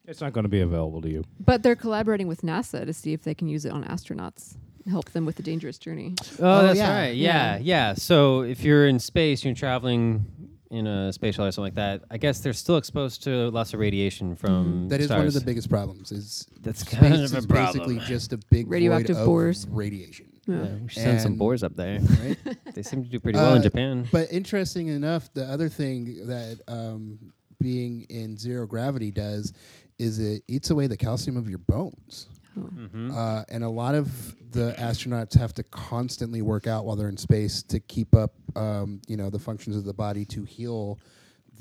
Speaker 3: It's not going to be available to you.
Speaker 1: But they're collaborating with NASA to see if they can use it on astronauts. Help them with the dangerous journey.
Speaker 2: Oh,
Speaker 4: Oh,
Speaker 2: that's
Speaker 4: yeah.
Speaker 2: right. Yeah, yeah, So if you're in space, you're traveling in a space shuttle or something like that. I guess they're still exposed to lots of radiation from
Speaker 4: That is
Speaker 2: Mm, stars.
Speaker 4: one of the biggest problems. Is
Speaker 2: That's
Speaker 4: space
Speaker 2: kind of
Speaker 4: is
Speaker 2: a problem.
Speaker 4: basically just a big void
Speaker 1: Radioactive
Speaker 4: of
Speaker 1: boars.
Speaker 4: radiation.
Speaker 1: Yeah.
Speaker 2: Yeah, we should send some
Speaker 4: And-
Speaker 2: boars up there.
Speaker 4: Right?
Speaker 2: they seem to do pretty well in
Speaker 4: Uh,
Speaker 2: Japan.
Speaker 4: But interesting enough, the other thing that um, being in zero gravity does is it eats away the calcium of your bones.
Speaker 2: Mm-hmm.
Speaker 4: Uh, and a lot of the astronauts have to constantly work out while they're in space to keep up, um, you know, the functions of the body to heal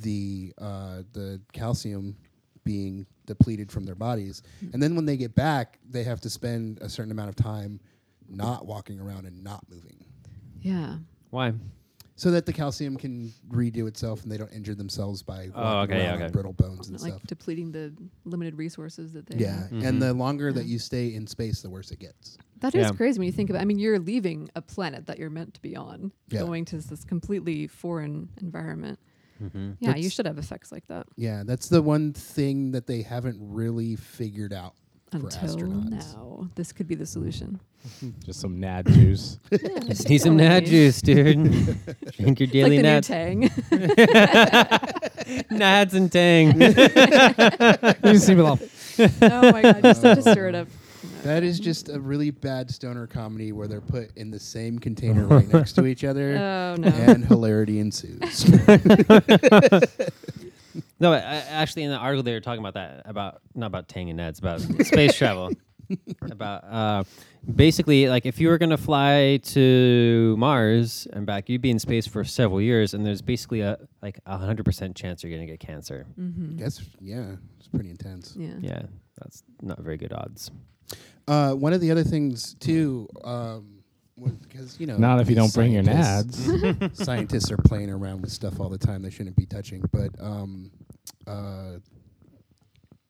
Speaker 4: the uh, the calcium being depleted from their bodies. And then when they get back, they have to spend a certain amount of time not walking around and not moving
Speaker 1: Yeah.
Speaker 2: Why?
Speaker 4: so that the calcium can redo itself and they don't injure themselves by
Speaker 2: Oh,
Speaker 4: walking
Speaker 2: okay, yeah,
Speaker 4: around on
Speaker 2: okay.
Speaker 4: brittle bones and
Speaker 1: Not, like
Speaker 4: stuff.
Speaker 1: depleting the limited resources that they
Speaker 4: yeah,
Speaker 1: have.
Speaker 4: and
Speaker 2: Mm-hmm.
Speaker 4: the longer that you stay in space, the worse it gets.
Speaker 1: That is
Speaker 2: Yeah.
Speaker 1: crazy when you think about I mean, you're leaving a planet that you're meant to be on,
Speaker 4: Yeah.
Speaker 1: going to this completely foreign environment. Yeah, you should have effects like that.
Speaker 4: Yeah, that's the one thing that they haven't really figured out for
Speaker 1: Until
Speaker 4: astronauts.
Speaker 1: now, this could be the solution.
Speaker 3: Just some nad juice.
Speaker 2: Just need some nat juice, dude. Drink your
Speaker 1: Like
Speaker 2: daily
Speaker 1: the new
Speaker 2: nats.
Speaker 1: Tang.
Speaker 2: Nads and tang.
Speaker 3: you just seem a little.
Speaker 1: oh my god, just, just
Speaker 4: Oh.
Speaker 1: stir it up.
Speaker 4: That is just a really bad stoner comedy where they're put in the same container right next to each other,
Speaker 1: Oh no.
Speaker 4: and hilarity ensues.
Speaker 2: No, I, I- actually, in the article they were talking about that about not about Tang and Ned's about space travel. about uh, basically, like if you were gonna fly to Mars and back, you'd be in space for several years, and there's basically a like a hundred percent chance you're gonna get cancer.
Speaker 4: That's yeah, it's pretty intense.
Speaker 1: Mm-hmm. Yeah.
Speaker 2: Yeah, that's not very good odds.
Speaker 4: Uh, one of the other things too, um, because you know,
Speaker 3: Not if you don't
Speaker 4: these
Speaker 3: bring your
Speaker 4: scientists-
Speaker 3: nads.
Speaker 4: scientists are playing around with stuff all the time they shouldn't be touching. But um, uh,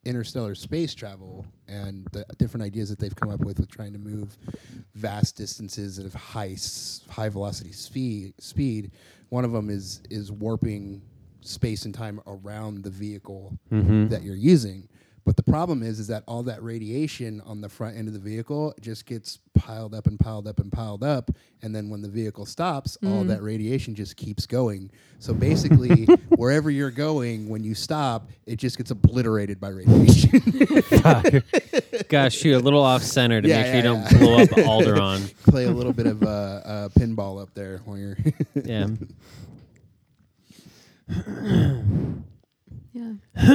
Speaker 4: interstellar space travel and the different ideas that they've come up with with trying to move vast distances at a high s- high velocity speed. Speed. One of them is is warping space and time around the vehicle
Speaker 1: Mm-hmm.
Speaker 2: Mm-hmm.
Speaker 4: that you're using. But the problem is, is that all that radiation on the front end of the vehicle just gets piled up and piled up and piled up, and then when the vehicle stops, all
Speaker 1: Mm.
Speaker 4: that radiation just keeps going. So basically, wherever you're going, when you stop, it just gets obliterated by radiation.
Speaker 2: Gosh, shoot, a little off center to
Speaker 4: Yeah,
Speaker 2: make sure you
Speaker 4: yeah,
Speaker 2: don't
Speaker 4: yeah.
Speaker 2: blow up Alderon.
Speaker 4: Play a little bit of uh, uh, pinball up there while you're.
Speaker 2: yeah.
Speaker 1: Yeah.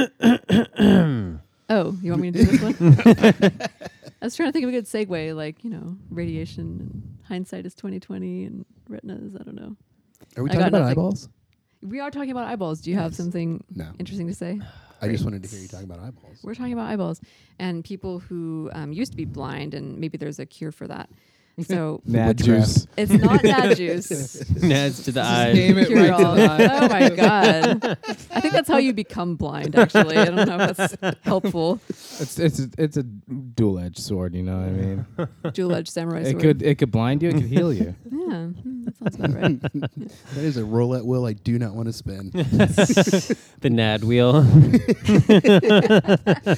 Speaker 1: oh, you want me to do this one? I was trying to think of a good segue, like you know, radiation and hindsight is twenty twenty and retinas. I don't know.
Speaker 4: Are we
Speaker 1: I
Speaker 4: talking
Speaker 1: got
Speaker 4: about
Speaker 1: nothing.
Speaker 4: eyeballs?
Speaker 1: We are talking about eyeballs. Do you have something
Speaker 4: No,
Speaker 1: interesting to say?
Speaker 4: I just wanted to hear you talking about eyeballs.
Speaker 1: We're talking about eyeballs and people who um, used to be blind, and maybe there's a cure for that. So
Speaker 3: Nad
Speaker 4: Witchcraft.
Speaker 3: juice.
Speaker 1: it's not dad juice.
Speaker 2: Ned's to the eyes.
Speaker 3: name it
Speaker 1: Cure
Speaker 3: right to
Speaker 1: all.
Speaker 3: the eye.
Speaker 1: Oh my god! I think that's how you become blind. Actually, I don't know if that's helpful.
Speaker 3: It's it's a, it's a dual edged sword. You know what I mean?
Speaker 1: Dual edged samurai
Speaker 3: it
Speaker 1: sword.
Speaker 3: could it could blind you. It could heal you.
Speaker 1: Yeah, hmm, that sounds about right.
Speaker 4: That is a roulette wheel I do not want to spin.
Speaker 2: the Nad wheel.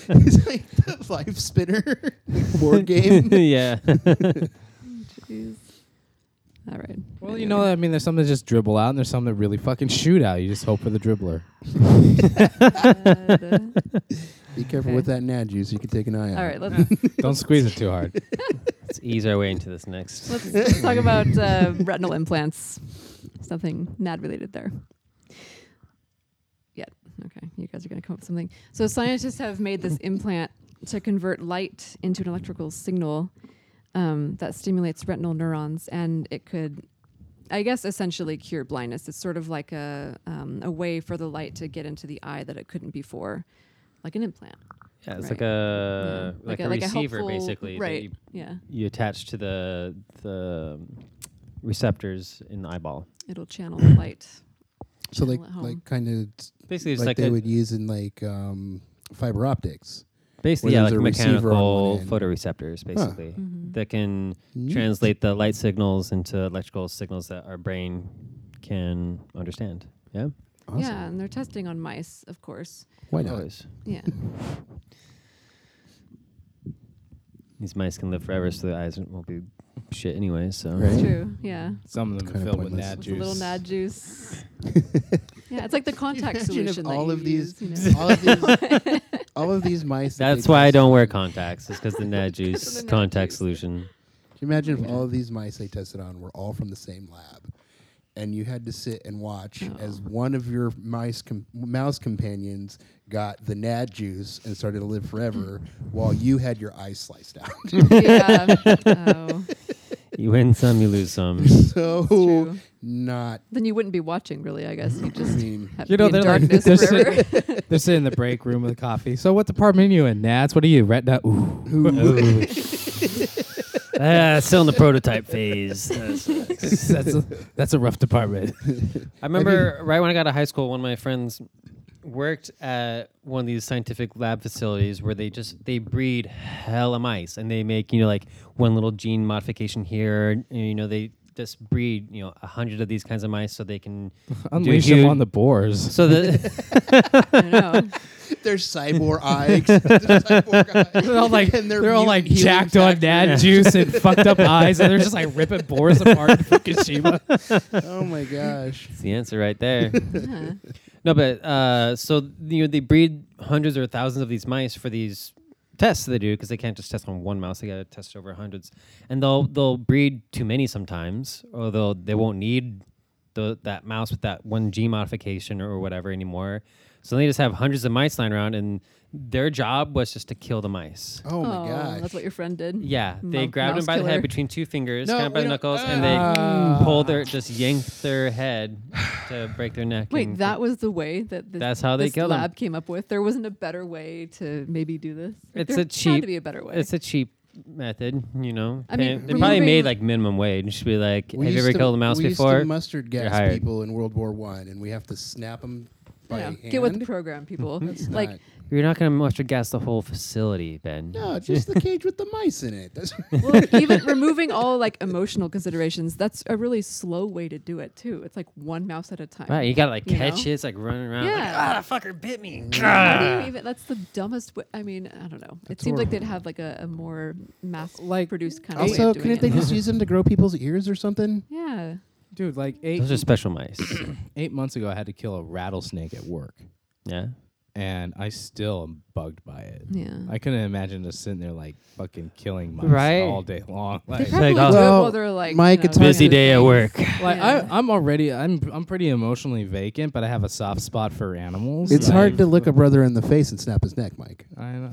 Speaker 4: it's like the life spinner board game.
Speaker 2: yeah.
Speaker 1: Jeez. All right.
Speaker 3: Well, you know, I mean, there's some that just dribble out, and there's some that really fucking shoot out. You just hope for the dribbler.
Speaker 4: Be careful with that nad juice; you can take an eye out.
Speaker 1: all right. Let's
Speaker 3: Don't squeeze it too hard.
Speaker 2: Let's ease our way into this next.
Speaker 1: let's, let's talk about uh, retinal implants. Something not related there. Yet. Okay. You guys are going to come up with something. So scientists have made this implant to convert light into an electrical signal um, that stimulates retinal neurons, and it could. I guess essentially cure blindness. It's sort of like a um, a way for the light to get into the eye that it couldn't before, like an implant.
Speaker 2: Yeah, it's
Speaker 1: Right.
Speaker 2: like a
Speaker 1: Yeah.
Speaker 2: Uh, like, a, receiver
Speaker 1: helpful-
Speaker 2: basically. That
Speaker 1: Right.
Speaker 2: you,
Speaker 1: yeah.
Speaker 2: you attach to the the um, receptors in the eyeball.
Speaker 1: It'll channel the light.
Speaker 4: So like,
Speaker 1: Channel at home.
Speaker 4: like kind of
Speaker 2: Basically, it's
Speaker 4: like,
Speaker 2: like,
Speaker 4: they
Speaker 2: a,
Speaker 4: would use in like um, fiber optics.
Speaker 2: basically
Speaker 4: where
Speaker 2: yeah, like
Speaker 4: there's a receiver on
Speaker 2: mechanical
Speaker 4: one end.
Speaker 2: photoreceptors basically
Speaker 1: Mhm.
Speaker 2: that can
Speaker 4: Neat.
Speaker 2: translate the light signals into electrical signals that our brain can understand. Yeah,
Speaker 4: Awesome.
Speaker 1: Yeah, and they're testing on mice, of course.
Speaker 4: Why not?
Speaker 2: Always.
Speaker 1: Yeah.
Speaker 2: These mice can live forever, so their eyes won't be shit anyway. So
Speaker 1: It's
Speaker 4: Right.
Speaker 1: true. Yeah.
Speaker 3: Some of them
Speaker 4: Kinda
Speaker 3: are filled with
Speaker 4: pointless.
Speaker 3: nad
Speaker 1: With
Speaker 3: juice.
Speaker 1: a little nad juice. yeah, it's like the contact
Speaker 4: Imagine if
Speaker 1: solution. that
Speaker 4: all
Speaker 1: you
Speaker 4: of these-
Speaker 1: use, you know.
Speaker 4: all of these, all of these mice. that
Speaker 2: that's
Speaker 4: they
Speaker 2: why I
Speaker 4: test-
Speaker 2: don't wear contacts. It's because the Nad
Speaker 1: of
Speaker 2: Juice
Speaker 1: the Nad
Speaker 2: contact
Speaker 1: juice.
Speaker 2: solution.
Speaker 4: Can you imagine if all of these mice they tested on were all from the same lab, and you had to sit and watch
Speaker 1: Oh.
Speaker 4: as one of your mice com- mouse companions got the nad juice and started to live forever, while you had your eyes sliced out.
Speaker 1: yeah. Oh.
Speaker 2: You win some, you lose some.
Speaker 4: so
Speaker 1: true.
Speaker 4: not.
Speaker 1: Then you wouldn't be watching, really. I guess you
Speaker 4: I
Speaker 1: just
Speaker 4: mean,
Speaker 1: have
Speaker 3: You
Speaker 1: you
Speaker 3: know,
Speaker 1: know, be in
Speaker 3: they're like-
Speaker 1: darkness
Speaker 3: they're sitting-
Speaker 1: forever.
Speaker 3: They're sitting in the break room with coffee. So what department are you in, Nads? What are you, retina? Ooh.
Speaker 2: Ooh. ah, still in the prototype phase. That sucks.
Speaker 3: that's, a, that's a rough department.
Speaker 2: I remember right when I got to high school, one of my friends worked at one of these scientific lab facilities where they just they breed hella mice and they make you know like one little gene modification here and you know they just breed you know a hundred of these kinds of mice so they can
Speaker 3: Unleash
Speaker 2: you-
Speaker 3: them on the boars.
Speaker 2: so that
Speaker 1: I know.
Speaker 4: They're cyborg eyes. They're cyborg eyes.
Speaker 3: They're all like,
Speaker 4: And
Speaker 3: they're,
Speaker 4: they're
Speaker 3: all
Speaker 4: mute
Speaker 3: like
Speaker 4: healing
Speaker 3: jacked on dad juice and fucked up eyes, and they're just like ripping boars apart in Fukushima.
Speaker 4: oh my gosh.
Speaker 2: it's the answer right there.
Speaker 1: Yeah.
Speaker 2: No, but uh, so you know they breed hundreds or thousands of these mice for these tests they do because they can't just test on one mouse; they got to test over hundreds, and they'll they'll breed too many sometimes, or they'll they won't need the, that mouse with that one G modification or whatever anymore. So they just have hundreds of mice lying around, and their job was just to kill the mice.
Speaker 4: Oh my gosh.
Speaker 1: That's what your friend did.
Speaker 2: Yeah, they
Speaker 1: Mo-
Speaker 2: grabbed
Speaker 1: mouse
Speaker 2: him by the head
Speaker 1: killer. Mm.
Speaker 2: between two fingers,
Speaker 4: No,
Speaker 2: kind of by
Speaker 4: we
Speaker 2: the
Speaker 4: don't-
Speaker 2: knuckles, and
Speaker 4: Ah.
Speaker 2: they pulled their, just yanked their head to break their neck.
Speaker 1: Wait,
Speaker 2: and-
Speaker 1: that was the way that this,
Speaker 2: That's how they
Speaker 1: this
Speaker 2: killed him.
Speaker 1: lab came up with. There wasn't a better way to maybe do this. Like,
Speaker 2: It's
Speaker 1: there
Speaker 2: a
Speaker 1: Had
Speaker 2: cheap-
Speaker 1: to be a better way.
Speaker 2: it's a cheap method, you know.
Speaker 1: I
Speaker 2: I
Speaker 1: mean,
Speaker 2: mean, they probably
Speaker 1: removing-
Speaker 2: made like minimum wage. Be like,
Speaker 4: We
Speaker 2: have you
Speaker 4: used
Speaker 2: ever
Speaker 4: to-
Speaker 2: killed a mouse
Speaker 4: we used to
Speaker 2: before?
Speaker 4: mustard
Speaker 2: You're
Speaker 4: gas
Speaker 2: hired.
Speaker 4: people in World War One, and we have to snap them by
Speaker 1: Yeah,
Speaker 4: hand.
Speaker 1: Get with the program, people.
Speaker 4: That's
Speaker 1: like
Speaker 4: not-
Speaker 2: You're not gonna mustard gas the whole facility, Ben.
Speaker 4: no, just the cage with the mice in it. That's
Speaker 1: well, even removing all like emotional considerations, that's a really slow way to do it too. It's like one mouse at a time.
Speaker 2: Right, you gotta like
Speaker 1: You
Speaker 2: catch
Speaker 1: know?
Speaker 2: it, it's like running around. like,
Speaker 1: Yeah.
Speaker 2: ah, that fucker bit me.
Speaker 1: How do
Speaker 4: Ah.
Speaker 1: you even? That's the dumbest. Way, I mean, I don't know. it
Speaker 4: That's
Speaker 1: seems like
Speaker 4: horrible.
Speaker 1: they'd have like a, a more
Speaker 3: Like-
Speaker 1: mass-produced kind of way
Speaker 4: also,
Speaker 1: of doing
Speaker 4: couldn't they
Speaker 1: it.
Speaker 4: just use them to grow people's ears or something?
Speaker 1: yeah.
Speaker 3: Dude, like eight
Speaker 2: Those are special mice.
Speaker 3: eight months ago, I had to kill a rattlesnake at work,
Speaker 2: yeah.
Speaker 3: and I still am bugged by it.
Speaker 1: Yeah.
Speaker 3: I couldn't imagine just sitting there like fucking killing mice
Speaker 2: Right.
Speaker 3: all day long.
Speaker 1: They
Speaker 3: Like,
Speaker 1: probably
Speaker 2: like,
Speaker 1: do it
Speaker 4: oh,
Speaker 1: while they're like
Speaker 4: Mike,
Speaker 1: you know,
Speaker 4: it's busy
Speaker 1: doing other things.
Speaker 3: like
Speaker 1: Yeah.
Speaker 3: I, I'm already I'm I'm pretty emotionally vacant, but I have a soft spot for animals.
Speaker 4: It's
Speaker 3: Like,
Speaker 4: hard to look a brother in the face and snap his neck, Mike.
Speaker 3: I know.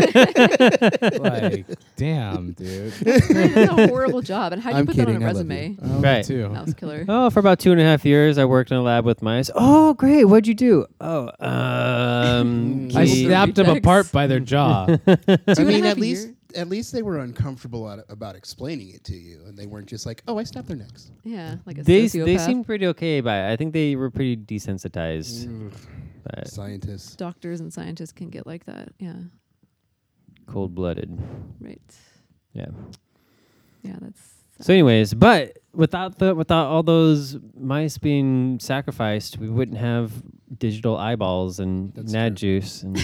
Speaker 3: like, damn, dude.
Speaker 1: That's a horrible job. And how do you
Speaker 4: I'm
Speaker 1: put
Speaker 4: kidding.
Speaker 1: that on a
Speaker 4: I love you.
Speaker 1: resume?
Speaker 4: I love you
Speaker 2: Right.
Speaker 3: Too.
Speaker 1: Mouse killer.
Speaker 2: Oh, for about two and a half years, I worked in a lab with mice. Oh, great. What'd you do? Oh, um,
Speaker 3: I
Speaker 2: we-
Speaker 3: snapped them
Speaker 1: Rejects.
Speaker 3: apart by their jaw.
Speaker 4: I
Speaker 1: and a
Speaker 4: mean,
Speaker 1: half
Speaker 4: at least
Speaker 1: year-
Speaker 4: at least they were uncomfortable at, about explaining it to you, and they weren't just like, "Oh, I snapped their necks."
Speaker 1: Yeah, like a
Speaker 2: they
Speaker 1: sociopath.
Speaker 2: they seemed pretty okay by it. I think they were pretty
Speaker 1: Mm.
Speaker 2: desensitized. But
Speaker 4: Scientists.
Speaker 1: Doctors and scientists can get like that. Yeah,
Speaker 2: cold blooded.
Speaker 1: right.
Speaker 2: Yeah.
Speaker 1: Yeah, that's.
Speaker 2: So, anyways, but without the without all those mice being sacrificed, we wouldn't have digital eyeballs and
Speaker 4: That's
Speaker 2: nad
Speaker 4: true.
Speaker 2: juice, and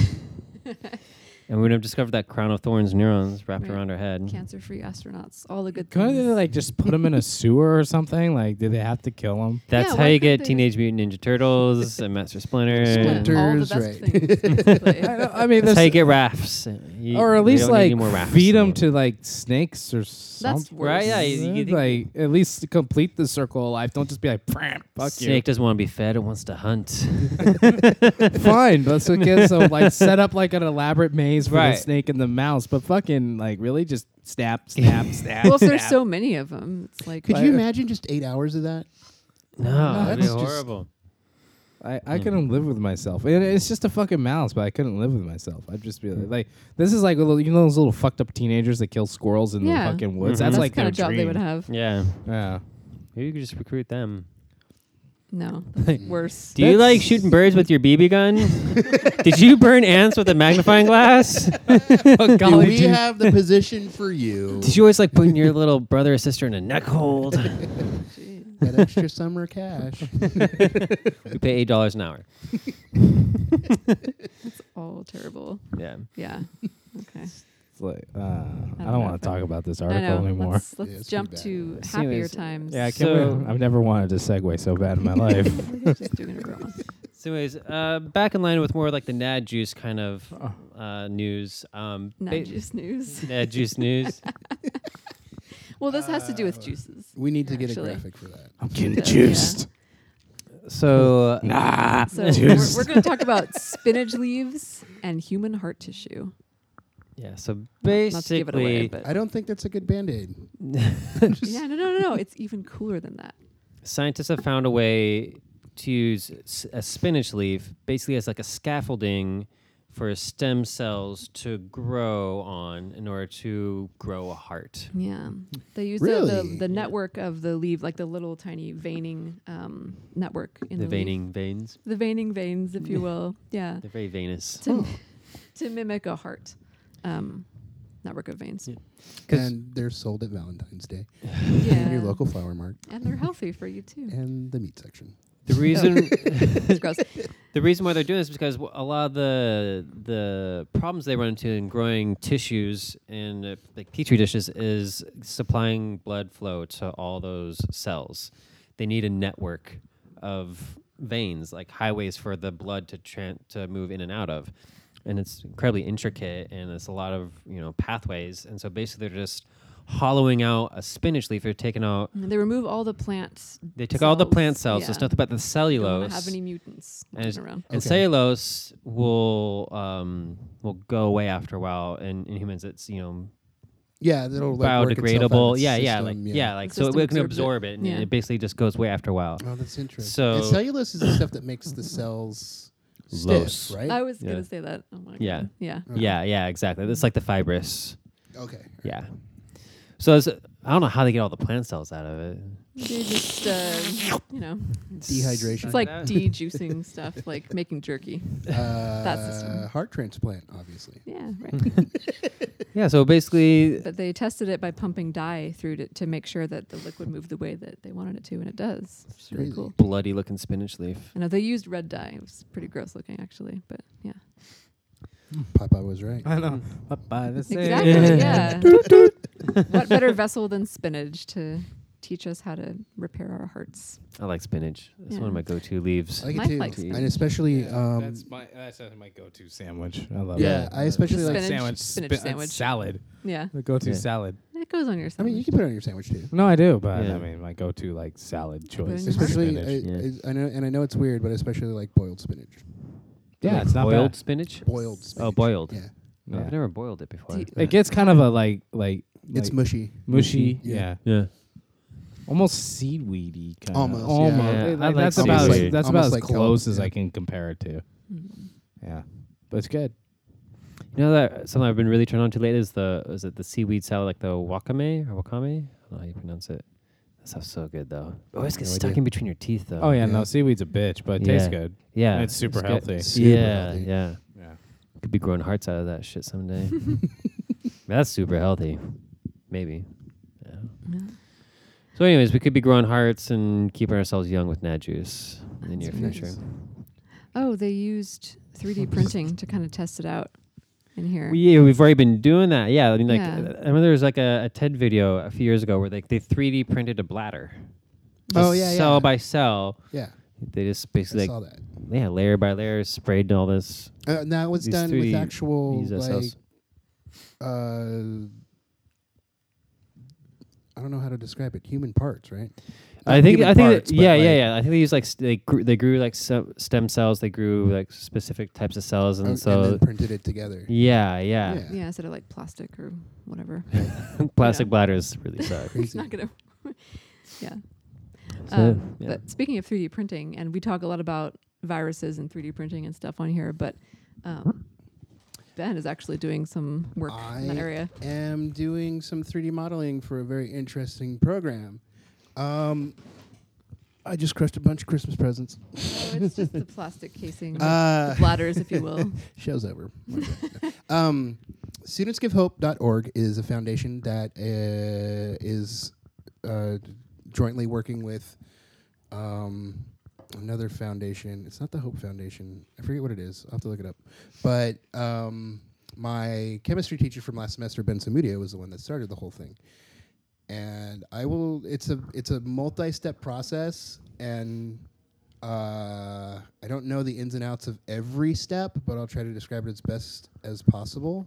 Speaker 2: and we would have discovered that crown of thorns neurons wrapped
Speaker 1: Right.
Speaker 2: around our head.
Speaker 1: Cancer-free astronauts, all the good
Speaker 3: Couldn't they
Speaker 1: things.
Speaker 3: like just put them in a sewer or something? Like, did they have to kill them?
Speaker 2: That's
Speaker 1: Yeah,
Speaker 2: how
Speaker 1: why
Speaker 2: you
Speaker 1: couldn't they
Speaker 2: get Teenage Mutant Ninja Turtles and Master Splinter.
Speaker 1: Yeah,
Speaker 2: and
Speaker 4: Splinter.
Speaker 1: all the
Speaker 4: Printers,
Speaker 1: best
Speaker 4: right.
Speaker 1: things. basically.
Speaker 3: I
Speaker 2: That's
Speaker 3: mean, there's
Speaker 2: how you get rafts. You-
Speaker 3: or at
Speaker 2: we
Speaker 3: least
Speaker 2: don't need any
Speaker 3: like
Speaker 2: more rafts
Speaker 3: feed
Speaker 2: in
Speaker 3: them
Speaker 2: the
Speaker 3: to like snakes or something.
Speaker 1: worse.
Speaker 2: Right, yeah, you- you think-
Speaker 3: like at least complete the circle of life. Don't just be like, "Pram, fuck
Speaker 2: Snake doesn't want to be fed; it wants to hunt.
Speaker 3: you. Fine, but so get so like set up like an elaborate maze for
Speaker 2: Right.
Speaker 3: the snake and the mouse. But fucking like really just snap, snap, snap.
Speaker 1: well, if there's
Speaker 3: snap.
Speaker 1: so many of them, it's like.
Speaker 4: Could you imagine just eight hours of that?
Speaker 2: No, that'd be
Speaker 3: that's just-
Speaker 2: horrible.
Speaker 3: I, I couldn't live with myself. And it's just a fucking mouse, but I couldn't live with myself. I'd just be like, like this is like a little, you know those little fucked up teenagers that kill squirrels in
Speaker 1: Yeah.
Speaker 3: the fucking woods.
Speaker 2: Mhm.
Speaker 3: That's,
Speaker 1: that's
Speaker 3: like
Speaker 1: the kind
Speaker 3: their
Speaker 1: of job they would
Speaker 3: dream.
Speaker 1: have.
Speaker 2: Yeah,
Speaker 3: Yeah.
Speaker 2: maybe you could just recruit them.
Speaker 1: No, worse.
Speaker 2: Do you like shooting birds with your BB gun? Did you burn ants with a magnifying glass?
Speaker 3: Oh,
Speaker 4: Do
Speaker 3: golly,
Speaker 4: we
Speaker 3: dude.
Speaker 4: have the position for you?
Speaker 2: Did you always like putting your little brother or sister in a neck hold?
Speaker 1: Gee.
Speaker 4: that extra summer cash.
Speaker 2: we pay eight dollars an hour.
Speaker 1: all terrible.
Speaker 2: Yeah.
Speaker 1: Yeah. Okay.
Speaker 3: It's like, uh, I
Speaker 1: know
Speaker 3: don't, want
Speaker 1: if
Speaker 3: to talk about this
Speaker 1: I
Speaker 3: article
Speaker 1: know.
Speaker 3: anymore.
Speaker 1: Let's,
Speaker 4: Yeah,
Speaker 1: let's
Speaker 4: it's pretty
Speaker 1: jump
Speaker 4: bad.
Speaker 1: to
Speaker 2: So
Speaker 1: happier
Speaker 2: anyways,
Speaker 1: times.
Speaker 3: Yeah, I can't
Speaker 2: So-
Speaker 3: believe I've never wanted to segue so bad in my life.
Speaker 1: Look at just doing it wrong.
Speaker 2: So, anyways, uh, back in line with more like the Nad Juice kind of uh, news. Um,
Speaker 1: Not
Speaker 2: ba-
Speaker 1: juice news.
Speaker 2: Nad Juice news.
Speaker 1: Well, this has to do with juices.
Speaker 4: Uh, We need to get a
Speaker 1: Actually.
Speaker 4: graphic for that.
Speaker 3: I'm getting
Speaker 1: Yeah.
Speaker 3: juiced.
Speaker 2: So,
Speaker 3: Nah.
Speaker 1: So we're,
Speaker 3: juiced.
Speaker 1: we're going to talk about spinach leaves and human heart tissue.
Speaker 2: yeah. So
Speaker 1: Not to give it away,
Speaker 2: basically,
Speaker 1: but
Speaker 4: I don't think that's a good band aid.
Speaker 1: yeah, no, no, no, no. It's even cooler than that.
Speaker 2: scientists have found a way to use s- a spinach leaf basically as like a scaffolding for stem cells to grow on in order to grow a heart.
Speaker 1: Yeah, they use the,
Speaker 4: Really?
Speaker 1: the, the network of the leaf, like the little tiny veining um, network in the, leaf.
Speaker 2: the veining veins.
Speaker 1: the veining veins, if you will. Yeah,
Speaker 2: They're very venous.
Speaker 1: to, to mimic a heart um, network of veins.
Speaker 2: Yeah. 'Cause-
Speaker 4: And they're sold at Valentine's Day
Speaker 1: Yeah.
Speaker 4: in your local flower mart
Speaker 1: and they're healthy for you too.
Speaker 4: and the meat section.
Speaker 2: The reason
Speaker 1: It's gross.
Speaker 2: the reason why they're doing this is because wh- a lot of the the problems they run into in growing tissues in uh, like petri dishes is supplying blood flow to all those cells. They need a network of veins, like highways for the blood to tran to move in and out of. And it's incredibly intricate and it's a lot of, you know, pathways. And so basically they're just hollowing out a spinach leaf. They're taking out.
Speaker 1: They remove all the plants.
Speaker 2: They took all the plant cells.
Speaker 1: Cells,
Speaker 2: So it's
Speaker 1: yeah.
Speaker 2: nothing but the
Speaker 1: Don't
Speaker 2: cellulose.
Speaker 1: have any mutants
Speaker 2: and, it's-
Speaker 1: walking around.
Speaker 2: and
Speaker 4: Okay.
Speaker 2: cellulose will um, will go away after a while. And in humans, it's you know
Speaker 4: Yeah, that'll like work itself out in
Speaker 2: biodegradable.
Speaker 4: the
Speaker 2: Yeah, yeah, like
Speaker 4: system,
Speaker 2: yeah, like
Speaker 1: The
Speaker 2: so it
Speaker 1: system
Speaker 2: we can absorb
Speaker 1: absorbs
Speaker 2: it,
Speaker 1: it.
Speaker 2: and
Speaker 1: Yeah.
Speaker 2: it basically just goes away after a while.
Speaker 4: Oh, that's interesting.
Speaker 2: So-
Speaker 4: and cellulose is the stuff that makes the cells
Speaker 2: Lose.
Speaker 4: stiff, right?
Speaker 1: I was
Speaker 2: Yeah.
Speaker 1: gonna say that. Oh my
Speaker 2: Yeah.
Speaker 1: God. Yeah.
Speaker 2: Yeah, yeah, exactly. It's like the fibrous.
Speaker 4: okay.
Speaker 2: Yeah. So it's, I don't know how they get all the plant cells out of it.
Speaker 1: They just, uh, you know,
Speaker 4: Dehydration.
Speaker 1: it's like de-juicing stuff, like making jerky.
Speaker 4: Uh,
Speaker 1: system.
Speaker 4: heart transplant, obviously.
Speaker 1: Yeah, right.
Speaker 2: yeah. So basically,
Speaker 1: but they tested it by pumping dye through to, to make sure that the liquid moved the way that they wanted it to, and it does. It's really
Speaker 4: Crazy.
Speaker 1: cool.
Speaker 2: bloody looking spinach leaf.
Speaker 1: I know they used red dye. It was pretty gross looking, actually, but yeah.
Speaker 4: Popeye was right.
Speaker 3: I know. Bye-bye, that's it.
Speaker 1: Exactly. Yeah. what better vessel than spinach to teach us how to repair our hearts?
Speaker 2: I like spinach. It's one
Speaker 1: Yeah.
Speaker 2: of my go-to leaves.
Speaker 4: I like
Speaker 1: Mike
Speaker 4: it
Speaker 1: likes
Speaker 4: too,
Speaker 1: it.
Speaker 4: and especially um,
Speaker 3: that's my that's my go-to sandwich. I love
Speaker 4: yeah,
Speaker 3: it.
Speaker 4: I especially
Speaker 1: The
Speaker 4: like.
Speaker 1: spinach-
Speaker 3: sandwich,
Speaker 1: spinach
Speaker 3: spin-
Speaker 1: sandwich.
Speaker 3: salad.
Speaker 1: Yeah,
Speaker 3: The go-to
Speaker 2: Yeah.
Speaker 3: salad.
Speaker 1: that goes on your.
Speaker 4: I mean, you
Speaker 1: sandwich.
Speaker 4: can put it on your sandwich too.
Speaker 3: No, I do, but
Speaker 2: Yeah.
Speaker 3: I mean, my go-to like salad choice. is
Speaker 4: Especially,
Speaker 3: spinach.
Speaker 4: I,
Speaker 2: Yeah.
Speaker 4: I, I know, and I know it's weird, but especially like boiled spinach.
Speaker 3: yeah, it's not
Speaker 2: boiled
Speaker 3: bad.
Speaker 2: spinach.
Speaker 4: Boiled. Spinach.
Speaker 2: Oh, boiled.
Speaker 4: Yeah,
Speaker 2: No,
Speaker 3: Yeah.
Speaker 2: I've never boiled it before.
Speaker 1: Do you-
Speaker 3: It gets kind of a like like
Speaker 4: it's
Speaker 3: like
Speaker 4: mushy.
Speaker 3: mushy.
Speaker 4: Yeah.
Speaker 3: Yeah.
Speaker 2: Yeah.
Speaker 3: almost seaweedy kind
Speaker 4: Almost, yeah.
Speaker 3: of. Almost,
Speaker 2: Yeah,
Speaker 3: It-
Speaker 2: I like
Speaker 3: that's about
Speaker 2: seaweed.
Speaker 3: as, that's
Speaker 4: Almost
Speaker 3: about
Speaker 4: like
Speaker 3: as close
Speaker 4: kelp,
Speaker 3: as
Speaker 4: yeah.
Speaker 3: I can compare it to.
Speaker 1: Mm.
Speaker 3: Yeah, but it's good.
Speaker 2: You know that something I've been really turned on to lately is the is it the seaweed salad like the wakame or wakame? I don't know how you pronounce it. That stuff's so good though. It always gets
Speaker 4: No
Speaker 2: stuck
Speaker 4: idea.
Speaker 2: in between your teeth though.
Speaker 3: Oh yeah, Oh,
Speaker 4: Yeah.
Speaker 3: no, seaweed's a bitch, but it tastes
Speaker 2: Yeah.
Speaker 3: good.
Speaker 2: yeah,
Speaker 3: And it's super
Speaker 2: good.
Speaker 3: healthy.
Speaker 4: Super
Speaker 2: yeah,
Speaker 4: healthy.
Speaker 2: yeah.
Speaker 3: Yeah.
Speaker 2: Could be growing hearts out of that shit someday. That's super healthy. Maybe. Yeah.
Speaker 1: Yeah.
Speaker 2: So, anyways, we could be growing hearts and keeping ourselves young with Nat Juice in the near
Speaker 1: That's
Speaker 2: future.
Speaker 4: nice.
Speaker 1: Oh, they used 3D printing to kind of test it out in here.
Speaker 2: We, yeah, we've already been doing that. Yeah, I mean, like
Speaker 1: Yeah.
Speaker 2: uh, I remember there was like a, a TED video a few years ago where like they 3D printed a bladder.
Speaker 4: Oh,
Speaker 2: Just
Speaker 4: yeah,
Speaker 2: Cell
Speaker 4: yeah.
Speaker 2: by cell,
Speaker 4: Yeah,
Speaker 2: they just
Speaker 4: I
Speaker 2: basically
Speaker 4: saw
Speaker 2: like
Speaker 4: that.
Speaker 2: yeah, layer by layer, sprayed all this.
Speaker 4: Uh, now it's
Speaker 2: These
Speaker 4: done
Speaker 2: 3D
Speaker 4: with actual
Speaker 2: these, uh,
Speaker 4: like.
Speaker 2: cells.
Speaker 4: Uh, I don't know how to describe it. Human parts, right?
Speaker 2: I
Speaker 4: Not
Speaker 2: think
Speaker 4: human
Speaker 2: I think
Speaker 4: parts,
Speaker 2: that-
Speaker 4: but,
Speaker 2: yeah, yeah,
Speaker 4: like-
Speaker 2: yeah. I think they used like st- they grew, they grew like se- stem cells. They grew like specific types of cells, and
Speaker 4: Oh, And,
Speaker 2: so
Speaker 4: and then printed it together.
Speaker 2: yeah, yeah,
Speaker 4: Yeah.
Speaker 1: yeah, instead of like plastic or whatever.
Speaker 2: Plastic
Speaker 1: Yeah.
Speaker 2: bladders really suck.
Speaker 1: it's
Speaker 4: Crazy.
Speaker 1: not gonna. yeah.
Speaker 2: So,
Speaker 1: Um,
Speaker 2: yeah.
Speaker 1: But speaking of 3D printing, and we talk a lot about viruses and 3D printing and stuff on here, but um, Ben is actually doing some work in that
Speaker 4: I
Speaker 1: area.
Speaker 4: am doing some 3D modeling for a very interesting program. Um, I just crushed a bunch of Christmas presents.
Speaker 1: Oh, it's just the plastic casing,
Speaker 4: Uh,
Speaker 1: the bladders, if you will.
Speaker 4: Show's over. um, Students.GiveHope.org is a foundation that uh, is uh, jointly working with um, another foundation. It's not the Hope Foundation. I forget what it is. I'll have to look it up. But um, my chemistry teacher from last semester, Ben Samudio, was the one that started the whole thing. And I will. It's a it's a multi-step process, and uh, I don't know the ins and outs of every step, but I'll try to describe it as best as possible.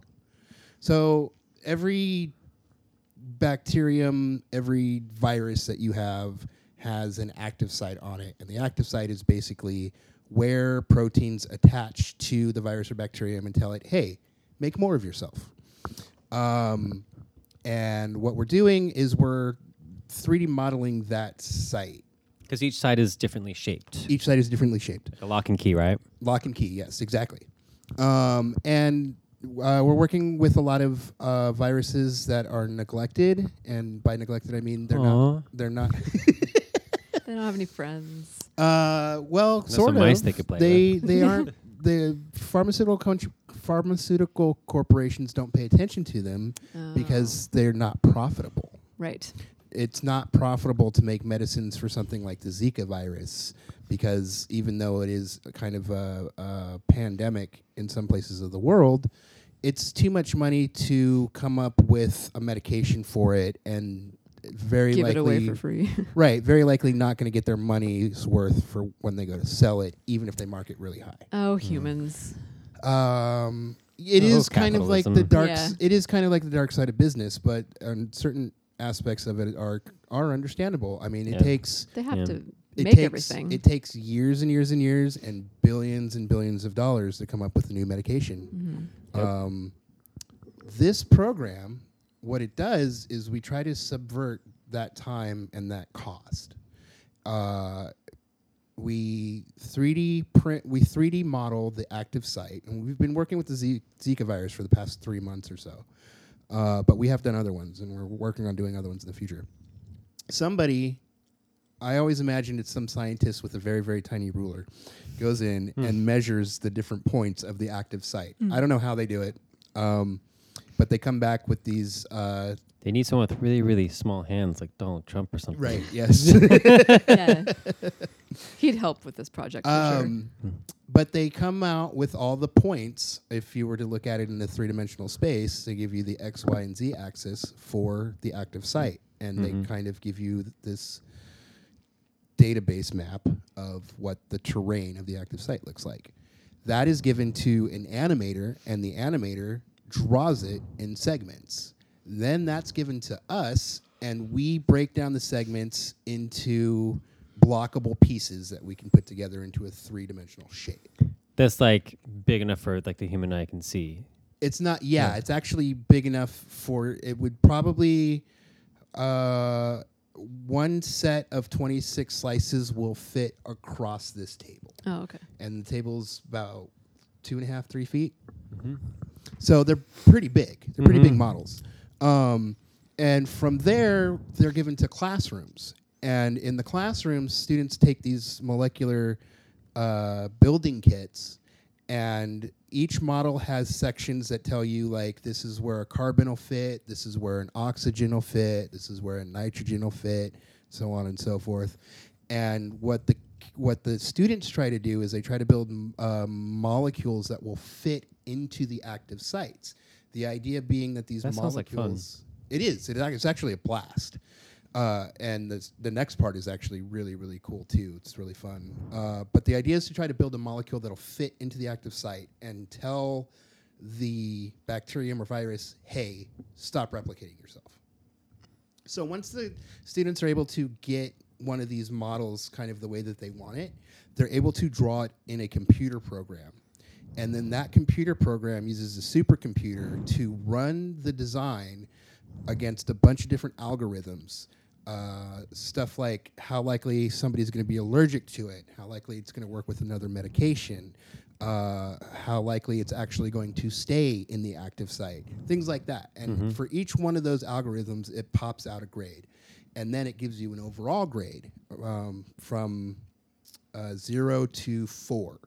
Speaker 4: So every bacterium, every virus that you have has an active site on it. And the active site is basically where proteins attach to the virus or bacterium and tell it, hey, make more of yourself. Um, and what we're doing is we're 3D modeling that site.
Speaker 2: Because each side is differently shaped.
Speaker 4: Each site is differently shaped.
Speaker 2: a lock and key, right?
Speaker 4: Lock and key, yes, exactly. Um, and uh, we're working with a lot of uh, viruses that are neglected, and by neglected I mean they're
Speaker 2: Aw.
Speaker 4: not. They're not.
Speaker 1: they don't have any friends.
Speaker 4: uh, well,
Speaker 2: There's
Speaker 4: sort
Speaker 2: some
Speaker 4: of.
Speaker 2: mice they could play
Speaker 4: they they aren't. The pharmaceutical con- pharmaceutical corporations don't pay attention to them
Speaker 1: Oh.
Speaker 4: because they're not profitable.
Speaker 1: Um, Right.
Speaker 4: it's not profitable to make medicines for something like the Zika virus because even though it is a kind of a, a pandemic in some places of the world, it's too much money to come up with a medication for it and very
Speaker 1: Give it
Speaker 4: likely Hmm.
Speaker 1: away for free.
Speaker 4: right very likely not going to get their money's worth for when they go to sell it even if they market really high
Speaker 1: oh, humans.
Speaker 4: um, It
Speaker 2: Oh,
Speaker 4: is kind of like the
Speaker 2: capitalism.
Speaker 4: dark.
Speaker 1: Yeah.
Speaker 4: s It is kind of like the dark side of business, but um, certain aspects of it are are understandable. I mean, it
Speaker 2: Yeah.
Speaker 4: takes
Speaker 1: They have
Speaker 2: Yeah.
Speaker 1: to
Speaker 4: it
Speaker 1: make
Speaker 4: takes
Speaker 1: everything.
Speaker 4: it takes years and years and years and billions and billions of dollars to come up with a new medication.
Speaker 1: Mhm.
Speaker 2: Yep.
Speaker 4: Um, this program, what it does is we try to subvert that time and that cost. Uh, we 3D print, we 3D model the active site, and we've been working with the Ze- Zika virus for the past three months or so. Uh, but we have done other ones, and we're working on doing other ones in the future. Somebody, I always imagined it's some scientist with a very, very tiny ruler, goes in and measures the different points of the active site. I don't know how they do it, um, but they come back with these. Uh,
Speaker 2: They need someone with really, really small hands, like Donald Trump or something.
Speaker 4: right. Yes.
Speaker 1: yeah. He'd help with this project for sure.
Speaker 4: Um, But they come out with all the points, if you were to look at it in a three dimensional space, they give you the X, Y, and Z axis for the active site. And they kind of give you th- this database map of what the terrain of the active site looks like. That is given to an animator, and the animator draws it in segments. Then that's given to us, and we break down the segments into blockable pieces that we can put together into a three dimensional shape.
Speaker 2: That's like big enough for like the human eye can see.
Speaker 4: It's not, yeah, it's actually big enough for it would probably uh, one set of 26 slices will fit across this table.
Speaker 1: Oh, okay.
Speaker 4: and the table's about two and a half, three feet. So they're pretty big. They're pretty big models. Um, and from there, they're given to classrooms. And in the classrooms, students take these molecular uh, building kits, and each model has sections that tell you, like, this is where a carbon will fit, this is where an oxygen will fit, this is where a nitrogen will fit, so on and so forth. And what the what the students try to do is they try to build m- um, molecules that will fit into the active sites. The idea being that these
Speaker 2: That sounds
Speaker 4: molecules
Speaker 2: like fun.
Speaker 4: it is. It is ac- it's actually a blast. Uh, and this, the next part is actually really, really cool too. It's really fun. Uh, but the idea is to try to build a molecule that'll fit into the active site and tell the bacterium or virus, hey, stop replicating yourself. So once the students are able to get one of these models kind of the way that they want it, they're able to draw it in a computer program. And then that computer program uses a supercomputer to run the design against a bunch of different algorithms. Uh, stuff like how likely somebody's going to be allergic to it, how likely it's going to work with another medication, uh, how likely it's actually going to stay in the active site, things like that. And for each one of those algorithms, it pops out a grade. And then it gives you an overall grade um, from uh, zero to four.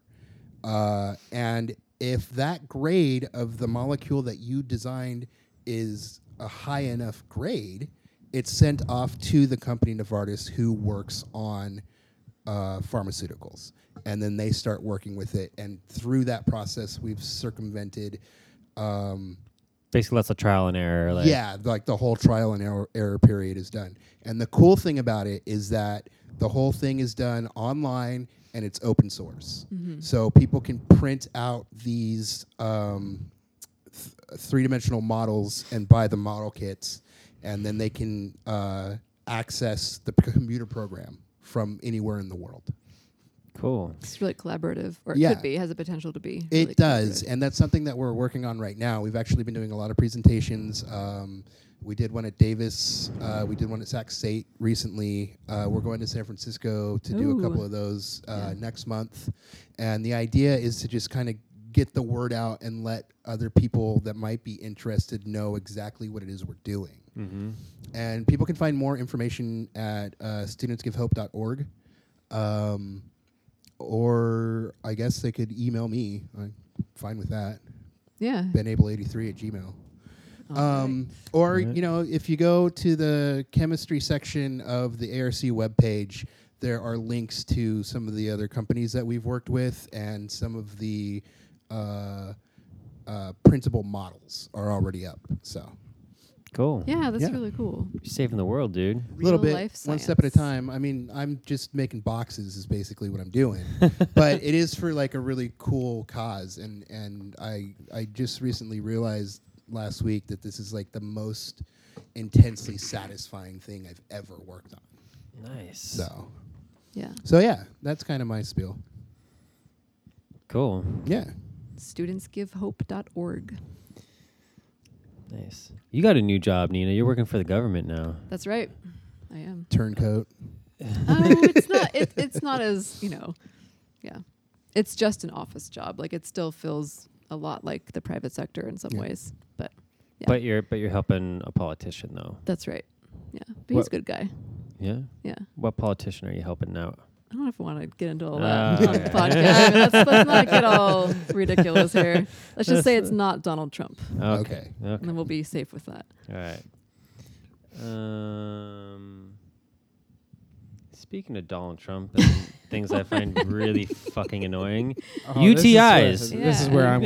Speaker 4: Uh, and if that grade of the molecule that you designed is a high enough grade, it's sent off to the company Novartis who works on uh, pharmaceuticals. And then they start working with it. And through that process, we've circumvented. Um,
Speaker 2: Basically, lots of trial and error. Like,
Speaker 4: yeah, like the whole trial and error, error period is done. And the cool thing about it is that the whole thing is done online and it's open source. So people can print out these um, th- three dimensional models and buy the model kits, and then they can uh, access the p- computer program from anywhere in the world.
Speaker 2: Cool.
Speaker 1: It's really collaborative, or it
Speaker 4: Yeah.
Speaker 1: could be. Has the potential to be.
Speaker 4: It
Speaker 1: really
Speaker 4: does,
Speaker 1: collaborative.
Speaker 4: and that's something that we're working on right now. We've actually been doing a lot of presentations. Um, we did one at Davis. Uh, we did one at Sac State recently. Uh, we're going to San Francisco to do a
Speaker 1: Ooh.
Speaker 4: couple of those uh,
Speaker 1: Yeah.
Speaker 4: next month, and the idea is to just kind of get the word out and let other people that might be interested know exactly what it is we're doing.
Speaker 2: Mm-hmm.
Speaker 4: And people can find more information at uh, studentsgivehope.org. Um, or I guess they could email me. I'm fine with that.
Speaker 1: Yeah.
Speaker 4: BenAble83 at Gmail.
Speaker 1: All
Speaker 4: Um,
Speaker 1: right.
Speaker 4: or,
Speaker 2: Alright.
Speaker 4: you know, if you go to the chemistry section of the ARC webpage, there are links to some of the other companies that we've worked with and some of the uh, uh, printable models are already up. So
Speaker 2: Cool.
Speaker 1: Yeah, that's
Speaker 4: Yeah.
Speaker 1: really cool.
Speaker 2: You're saving the world, dude.
Speaker 4: A
Speaker 1: Real
Speaker 4: little bit,
Speaker 1: life
Speaker 4: one step at a
Speaker 1: science.
Speaker 4: time. I mean, I'm just making boxes is basically what I'm doing, but it is for like a really cool cause, and and I I just recently realized last week that this is like the most intensely satisfying thing I've ever worked on.
Speaker 2: Nice.
Speaker 4: So
Speaker 1: Yeah.
Speaker 4: so yeah, that's kind of my spiel.
Speaker 2: Cool.
Speaker 4: Yeah,
Speaker 1: Studentsgivehope.org.
Speaker 2: Nice. You got a new job, Nina. You're working for the government now.
Speaker 1: That's right. I am. oh,
Speaker 4: turncoat.
Speaker 1: it's not. It, it's not as you know. Yeah, it's just an office job. Like it still feels a lot like the private sector in some
Speaker 4: Yeah.
Speaker 1: ways. But Yeah.
Speaker 2: But you're but you're helping a politician though.
Speaker 1: that's right. Yeah, but he's
Speaker 2: What-
Speaker 1: a good guy.
Speaker 2: Yeah.
Speaker 1: Yeah,
Speaker 2: What politician are you helping out?
Speaker 1: I don't know if I want to get into all that
Speaker 4: Uh,
Speaker 2: Ah,
Speaker 1: on the
Speaker 2: okay.
Speaker 1: podcast. I mean, let's, let's not get all ridiculous here. Let's just say it's not Donald Trump,
Speaker 4: Okay.
Speaker 2: Okay.
Speaker 1: and then we'll be safe with that.
Speaker 2: All right. Um, speaking of Donald Trump and things I find really fucking annoying.
Speaker 3: This is
Speaker 2: UTIs.
Speaker 3: where, this is
Speaker 1: Yeah.
Speaker 3: where I'm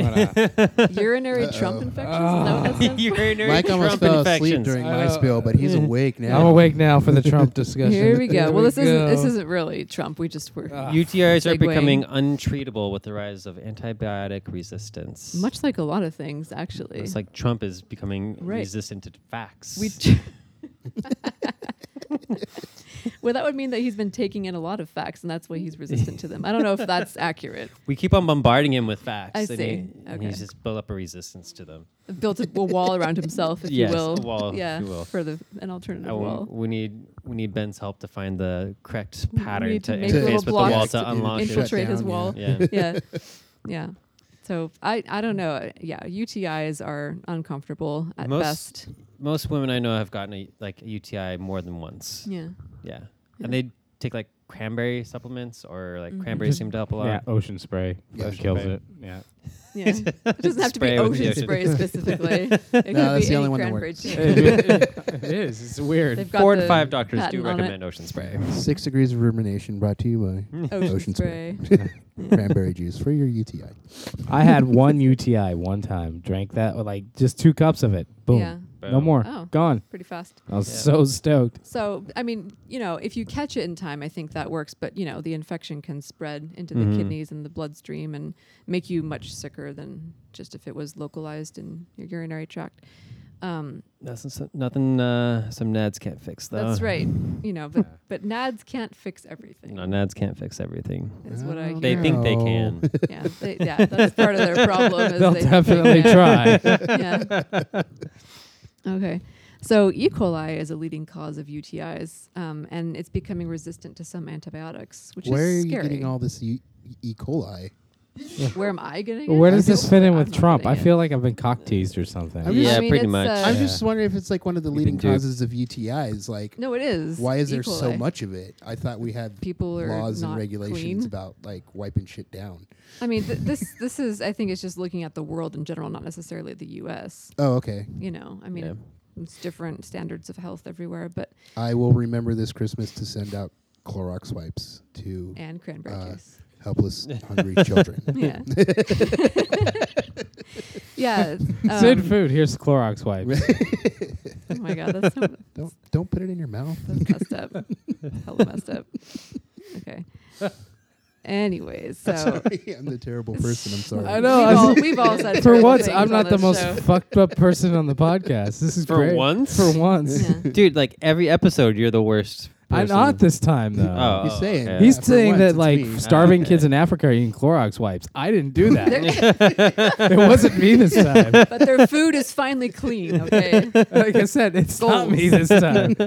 Speaker 3: gonna.
Speaker 1: Urinary Trump
Speaker 4: Uh-oh.
Speaker 1: infections. Is that what that stands for?
Speaker 2: Urinary
Speaker 4: Mike almost
Speaker 2: Trump
Speaker 4: fell asleep
Speaker 2: infections.
Speaker 4: during
Speaker 3: I
Speaker 4: my
Speaker 3: know.
Speaker 4: spiel, but he's awake now.
Speaker 3: I'm awake now for the Trump discussion.
Speaker 1: Here we go.
Speaker 3: There
Speaker 1: Well, this isn't this
Speaker 3: go.
Speaker 1: isn't really Trump. We just were
Speaker 3: Ah.
Speaker 2: UTIs are
Speaker 1: Segueing.
Speaker 2: becoming untreatable with the rise of antibiotic resistance.
Speaker 1: much like a lot of things, actually.
Speaker 2: it's like Trump is becoming
Speaker 1: Right.
Speaker 2: resistant to facts.
Speaker 1: We. Tr- well, that would mean that he's been taking in a lot of facts, and that's why he's resistant to them. I don't know if that's accurate.
Speaker 2: we keep on bombarding him with facts.
Speaker 1: I
Speaker 2: and
Speaker 1: see.
Speaker 2: He, and
Speaker 1: Okay.
Speaker 2: He's just built up a resistance to them.
Speaker 1: Built a, a wall around himself, if
Speaker 2: Yes,
Speaker 1: you will.
Speaker 2: a wall, if
Speaker 1: yeah,
Speaker 2: you will.
Speaker 1: for the an alternative
Speaker 2: I will-
Speaker 1: wall.
Speaker 2: we need we need Ben's help to find the correct
Speaker 1: We
Speaker 2: pattern
Speaker 1: need to
Speaker 2: to
Speaker 1: make
Speaker 2: interface
Speaker 1: little
Speaker 2: with the
Speaker 1: blocks
Speaker 2: wall
Speaker 1: to
Speaker 2: to unlock it.
Speaker 1: infiltrate his wall.
Speaker 2: Yeah.
Speaker 1: yeah, yeah. So I I don't know. Yeah, UTIs are uncomfortable at
Speaker 2: Most-
Speaker 1: best.
Speaker 2: Most women I know have gotten a, like a UTI more than once.
Speaker 1: Yeah.
Speaker 2: Yeah.
Speaker 1: Yeah. Mm-hmm.
Speaker 2: And they take like cranberry supplements or like cranberries
Speaker 3: Just-
Speaker 2: seem to help a lot.
Speaker 3: Yeah, ocean spray
Speaker 4: Yeah.
Speaker 2: Ocean
Speaker 3: kills
Speaker 2: spray.
Speaker 3: it. Yeah.
Speaker 1: Yeah. It doesn't have to be
Speaker 2: Spray with the
Speaker 1: ocean
Speaker 2: ocean.
Speaker 1: spray specifically. It could
Speaker 4: that's
Speaker 1: be
Speaker 4: the
Speaker 1: any
Speaker 4: only one that
Speaker 1: cranberry
Speaker 4: works.
Speaker 1: juice.
Speaker 3: it is. It's weird.
Speaker 1: They've got
Speaker 2: Four
Speaker 1: the
Speaker 2: to five doctors do
Speaker 1: patent on it.
Speaker 2: recommend ocean spray.
Speaker 4: Six degrees of rumination brought to you by
Speaker 1: ocean,
Speaker 4: Ocean
Speaker 1: spray.
Speaker 4: spray. cranberry juice for your UTI.
Speaker 3: I had one UTI one time. Drank that with like just two cups of it. Boom.
Speaker 1: Yeah,
Speaker 3: No
Speaker 2: Boom.
Speaker 3: more.
Speaker 1: Oh.
Speaker 3: Gone.
Speaker 1: pretty fast.
Speaker 3: I was
Speaker 2: Yeah.
Speaker 3: so stoked.
Speaker 1: So, I mean, you know, if you catch it in time, I think that works. But, you know, the infection can spread into the
Speaker 2: Mhm.
Speaker 1: kidneys and the bloodstream and make you much sicker than just if it was localized in your urinary tract. Um,
Speaker 2: Nothing, so- nothing uh, some NADS can't fix though.
Speaker 1: That's right. You know, but, but NADS can't fix everything.
Speaker 2: No, NADS can't fix everything.
Speaker 1: Is what I
Speaker 4: Oh,
Speaker 2: They
Speaker 1: hear.
Speaker 2: think they
Speaker 4: No.
Speaker 2: can.
Speaker 1: Yeah, they, yeah, that's part of their problem. Is
Speaker 3: They'll
Speaker 1: they think
Speaker 3: definitely
Speaker 1: can.
Speaker 3: try.
Speaker 1: yeah. Okay. So E. coli is a leading cause of UTIs, um, and it's becoming resistant to some antibiotics, which
Speaker 4: Where
Speaker 1: is
Speaker 4: are you
Speaker 1: scary.
Speaker 4: getting all this E. E. coli?
Speaker 1: Where am I getting
Speaker 3: Well,
Speaker 1: it?
Speaker 3: where
Speaker 1: I
Speaker 3: does this
Speaker 1: don't-
Speaker 3: fit in
Speaker 1: I'm
Speaker 3: with
Speaker 1: not
Speaker 3: Trump? I
Speaker 1: getting it.
Speaker 3: feel like I've been cock teased or something.
Speaker 4: I'm
Speaker 2: yeah,
Speaker 1: I mean,
Speaker 2: pretty
Speaker 1: it's,
Speaker 2: much.
Speaker 1: uh,
Speaker 4: I'm
Speaker 3: Yeah.
Speaker 4: just wondering if it's like one of the
Speaker 2: You've
Speaker 4: leading
Speaker 2: been duped.
Speaker 4: causes of UTIs. Like,
Speaker 1: No, it is.
Speaker 4: why is
Speaker 1: E.
Speaker 4: there so
Speaker 1: coli.
Speaker 4: much of it? I thought we had
Speaker 1: People are
Speaker 4: laws and
Speaker 1: not
Speaker 4: regulations
Speaker 1: clean.
Speaker 4: about like wiping shit down.
Speaker 1: I mean, th- this this is. I think it's just looking at the world in general, not necessarily the U.S.
Speaker 4: Oh, okay.
Speaker 1: You know, I mean,
Speaker 2: Yeah.
Speaker 1: it's different standards of health everywhere, but
Speaker 4: I will remember this Christmas to send out Clorox wipes to
Speaker 1: and cranberry
Speaker 4: Uh,
Speaker 1: juice.
Speaker 4: helpless, hungry children.
Speaker 1: Yeah. yeah.
Speaker 3: Good
Speaker 1: um,
Speaker 3: food. Here's Clorox wipes.
Speaker 1: Oh my god, that's so
Speaker 4: Don't don't put it in your mouth.
Speaker 1: that's messed up. Hella messed up. Okay. Anyways, so
Speaker 4: Sorry, I'm the terrible person. I'm sorry.
Speaker 3: I know, I
Speaker 1: We've
Speaker 3: was-
Speaker 1: all, we've all said
Speaker 3: For
Speaker 1: terrible
Speaker 3: once,
Speaker 1: things
Speaker 3: I'm not
Speaker 1: on
Speaker 3: the
Speaker 1: this
Speaker 3: most
Speaker 1: show.
Speaker 3: fucked up person on the podcast. This is
Speaker 2: For
Speaker 3: great.
Speaker 2: once?
Speaker 3: For once.
Speaker 1: Yeah.
Speaker 2: Dude, like every episode, you're the worst.
Speaker 3: I'm
Speaker 2: person.
Speaker 3: not this time though.
Speaker 2: Oh,
Speaker 4: He's saying
Speaker 2: okay.
Speaker 4: Yeah,
Speaker 3: He's
Speaker 4: for
Speaker 3: saying
Speaker 4: once,
Speaker 3: that
Speaker 4: it's
Speaker 3: like
Speaker 4: me.
Speaker 3: starving
Speaker 2: Okay.
Speaker 3: kids in Africa are eating Clorox wipes. I didn't do that. it wasn't me this time.
Speaker 1: But their food is finally clean. Okay. Oh
Speaker 3: Like I said, it's not
Speaker 1: Goals.
Speaker 3: me this time.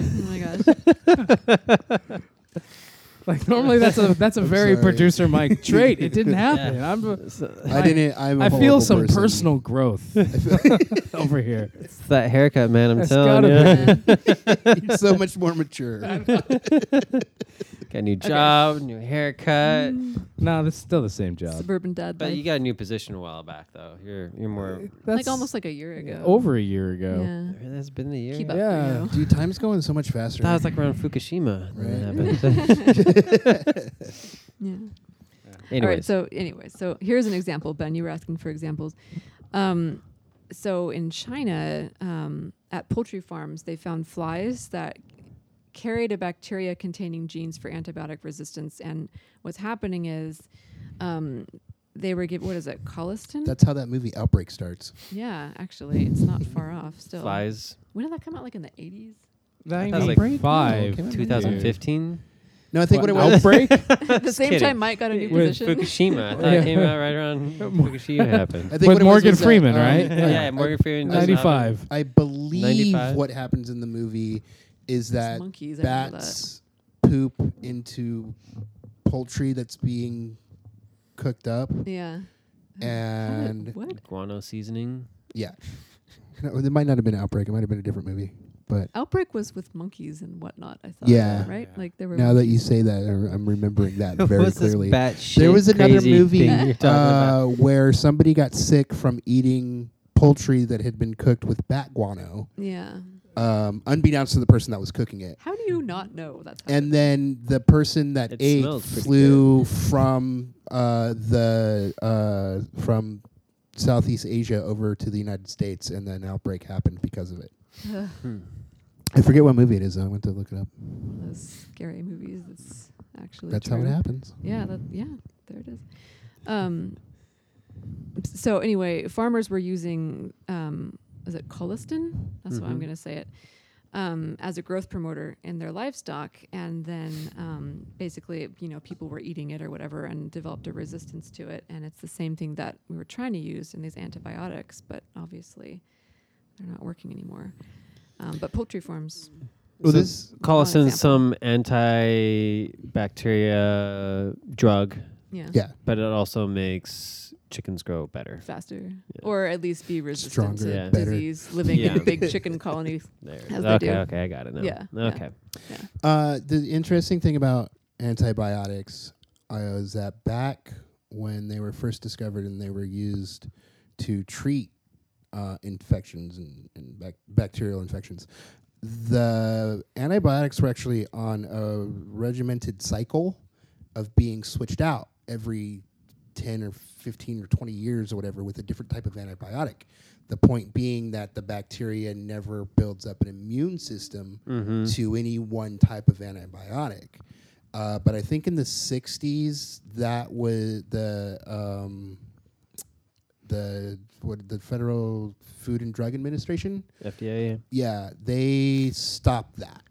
Speaker 1: Oh my gosh.
Speaker 3: Like normally, that's a that's a very
Speaker 4: sorry.
Speaker 3: producer Mike trait. It didn't happen.
Speaker 2: Yeah.
Speaker 3: I'm.
Speaker 2: So-
Speaker 4: I didn't. I'm a
Speaker 3: I feel
Speaker 4: horrible
Speaker 3: some
Speaker 4: person.
Speaker 3: personal growth over here.
Speaker 2: It's that haircut, man. I'm
Speaker 3: That's
Speaker 2: telling
Speaker 3: gotta
Speaker 2: you.
Speaker 3: be-
Speaker 1: Yeah.
Speaker 4: You're so much more mature.
Speaker 2: Got a new job, new haircut.
Speaker 1: Mm-hmm.
Speaker 3: No, that's still the same job.
Speaker 1: Suburban dad
Speaker 2: But
Speaker 1: life.
Speaker 2: you got a new position a while back, though. You're you're more.
Speaker 1: like
Speaker 3: That's
Speaker 1: almost like a year ago.
Speaker 3: over a year ago.
Speaker 1: Yeah.
Speaker 2: That's been the year.
Speaker 1: Uh, Keep up.
Speaker 3: Yeah.
Speaker 1: You know.
Speaker 4: Dude, time's going so much faster.
Speaker 2: That was like around Fukushima. Right.
Speaker 4: Right.
Speaker 1: Yeah.
Speaker 2: Anyways,
Speaker 1: All right. So, anyway, so here's an example, Ben. You were asking for examples. Um, so in China, um, at poultry farms, they found flies that carried a bacteria containing genes for antibiotic resistance. And what's happening is um, they were given, what is it, colistin?
Speaker 4: That's how that movie Outbreak starts.
Speaker 1: yeah, actually, it's not far off still.
Speaker 2: Flies.
Speaker 1: When did that come out? Like in the 80s?
Speaker 2: That
Speaker 3: was
Speaker 2: was
Speaker 3: like
Speaker 2: like
Speaker 3: five.
Speaker 4: came out in
Speaker 3: dude.
Speaker 2: 2015.
Speaker 4: No, I think what, it was.
Speaker 3: outbreak?
Speaker 1: At the same
Speaker 2: kidding.
Speaker 1: time, Mike got a new
Speaker 3: With
Speaker 1: position.
Speaker 2: Fukushima. I thought
Speaker 3: Yeah.
Speaker 2: it came out right around Fukushima happened.
Speaker 4: I think
Speaker 3: With
Speaker 4: what it was
Speaker 3: Morgan
Speaker 4: was that,
Speaker 3: Freeman,
Speaker 4: um,
Speaker 3: right?
Speaker 2: yeah,
Speaker 3: Yeah.
Speaker 4: I-
Speaker 2: Morgan Freeman. uh, just happened.
Speaker 3: Ninety-five.
Speaker 4: I believe
Speaker 2: 95?
Speaker 4: what happens in the movie is that
Speaker 1: monkeys, I remember
Speaker 4: bats poop into poultry that's being cooked up,
Speaker 1: yeah.
Speaker 4: and
Speaker 1: what?
Speaker 2: Guano seasoning.
Speaker 4: yeah, No, it might not have been Outbreak. It might have been a different movie. But
Speaker 1: Outbreak was with monkeys and whatnot. I thought.
Speaker 4: Yeah.
Speaker 1: Right. Like there were.
Speaker 4: now that you say that, I- I'm remembering that very
Speaker 5: What's this
Speaker 4: clearly.
Speaker 5: batshit
Speaker 4: There was another
Speaker 5: crazy
Speaker 4: movie
Speaker 5: thing you're talking about?
Speaker 4: uh, where somebody got sick from eating poultry that had been cooked with bat guano,
Speaker 1: yeah.
Speaker 4: um, unbeknownst to the person that was cooking it.
Speaker 1: How do you not know that's?
Speaker 4: and
Speaker 1: happened?
Speaker 4: then the person that
Speaker 2: It
Speaker 4: ate
Speaker 2: smells pretty
Speaker 4: flew from uh, the uh, from Southeast Asia over to the United States, and then outbreak happened because of it.
Speaker 1: Ugh,
Speaker 2: Hmm.
Speaker 4: I forget what movie it is. though. I went to look it up.
Speaker 1: those scary movies. That's actually.
Speaker 4: That's
Speaker 1: true.
Speaker 4: how it happens.
Speaker 1: Yeah, that, yeah, there it is. Um, so anyway, farmers were using um, is it colistin? That's what I'm
Speaker 2: Mhm.
Speaker 1: going to say it um, as a growth promoter in their livestock, and then um, basically, you know, people were eating it or whatever, and developed a resistance to it. And it's the same thing that we were trying to use in these antibiotics, but obviously, they're not working anymore. Um, but poultry farms,
Speaker 4: Well,
Speaker 2: So
Speaker 4: this
Speaker 1: example.
Speaker 2: Colistin is some antibacteria drug,
Speaker 1: yeah,
Speaker 4: yeah,
Speaker 2: but it also makes chickens grow better.
Speaker 1: faster or at least be resistant
Speaker 4: Stronger,
Speaker 1: to
Speaker 2: Yeah.
Speaker 4: better.
Speaker 1: disease living in
Speaker 2: Yeah.
Speaker 1: big chicken colonies.
Speaker 2: There.
Speaker 1: As they
Speaker 2: okay,
Speaker 1: do.
Speaker 2: okay, I got it now.
Speaker 1: Yeah, yeah.
Speaker 2: Okay.
Speaker 4: uh, the interesting thing about antibiotics uh, is that back when they were first discovered and they were used to treat uh, infections and, and bac- bacterial infections. The antibiotics were actually on a regimented cycle of being switched out every 10 or 15 or 20 years or whatever with a different type of antibiotic. The point being that the bacteria never builds up an immune system
Speaker 2: mm-hmm.
Speaker 4: to any one type of antibiotic. Uh, but I think in the 60s, that was the. Um, the what the Federal Food and Drug Administration.
Speaker 2: FDA. yeah.
Speaker 4: Yeah, they stopped that,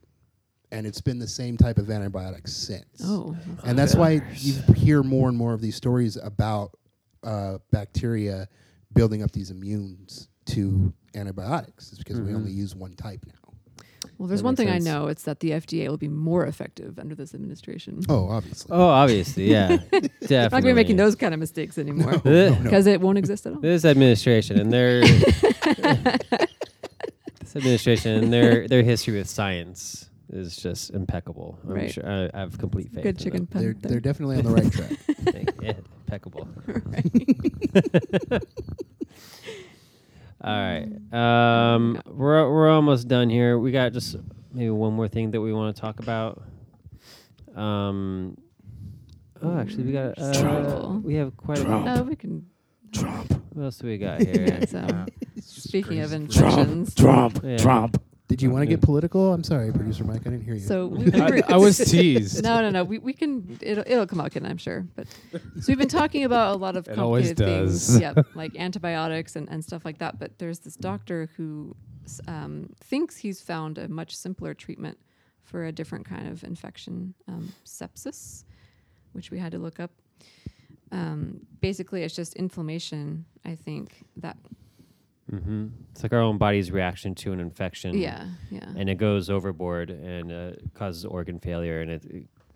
Speaker 4: and it's been the same type of antibiotics since.
Speaker 1: Oh, that's
Speaker 4: and that's why you hear more and more of these stories about uh, bacteria building up these immunes to antibiotics. It's because we only use one type now.
Speaker 1: Well, there's
Speaker 2: That
Speaker 1: one
Speaker 2: makes
Speaker 1: thing
Speaker 2: sense.
Speaker 1: I know. It's that the FDA will be more effective under this administration.
Speaker 4: Oh, obviously.
Speaker 2: Oh, obviously, yeah, definitely.
Speaker 1: We're not going to be making those kind of mistakes anymore
Speaker 2: Th-
Speaker 1: because it won't exist at all.
Speaker 2: This administration and their this administration and their their history with science is just impeccable. I'm
Speaker 1: Right.
Speaker 2: sure I, I have complete faith. in
Speaker 1: Good chicken
Speaker 4: they're
Speaker 1: pun.
Speaker 4: they're
Speaker 1: there.
Speaker 4: definitely on the right track.
Speaker 2: them. yeah, impeccable. All right.
Speaker 1: Mm.
Speaker 2: Um, we're we're almost done here. We got just maybe one more thing that we want to talk about. Um. Oh, actually, we got uh,
Speaker 1: Trump.
Speaker 2: we have quite a.
Speaker 1: Oh, we can.
Speaker 2: What else do we got here?
Speaker 1: Yeah, so speaking of
Speaker 4: Crazy.
Speaker 1: infections,
Speaker 2: Yeah.
Speaker 4: Did you want to
Speaker 2: Yeah.
Speaker 4: get political? I'm sorry, producer Mike, I didn't hear you.
Speaker 1: so we've been
Speaker 3: I,
Speaker 1: re-
Speaker 3: I was teased.
Speaker 1: No, no, no. We, we can. It'll, it'll come out again, I'm sure. But so we've been talking about a lot of
Speaker 3: It always
Speaker 1: complicated things.
Speaker 3: does.
Speaker 1: Yep, like antibiotics and, and stuff like that. But there's this doctor who s- um, thinks he's found a much simpler treatment for a different kind of infection, um, sepsis, which we had to look up. Um, basically, it's just inflammation. I think that.
Speaker 2: Mm-hmm. It's like our own body's reaction to an infection.
Speaker 1: Yeah, yeah.
Speaker 2: And it goes overboard and uh, causes organ failure, and it,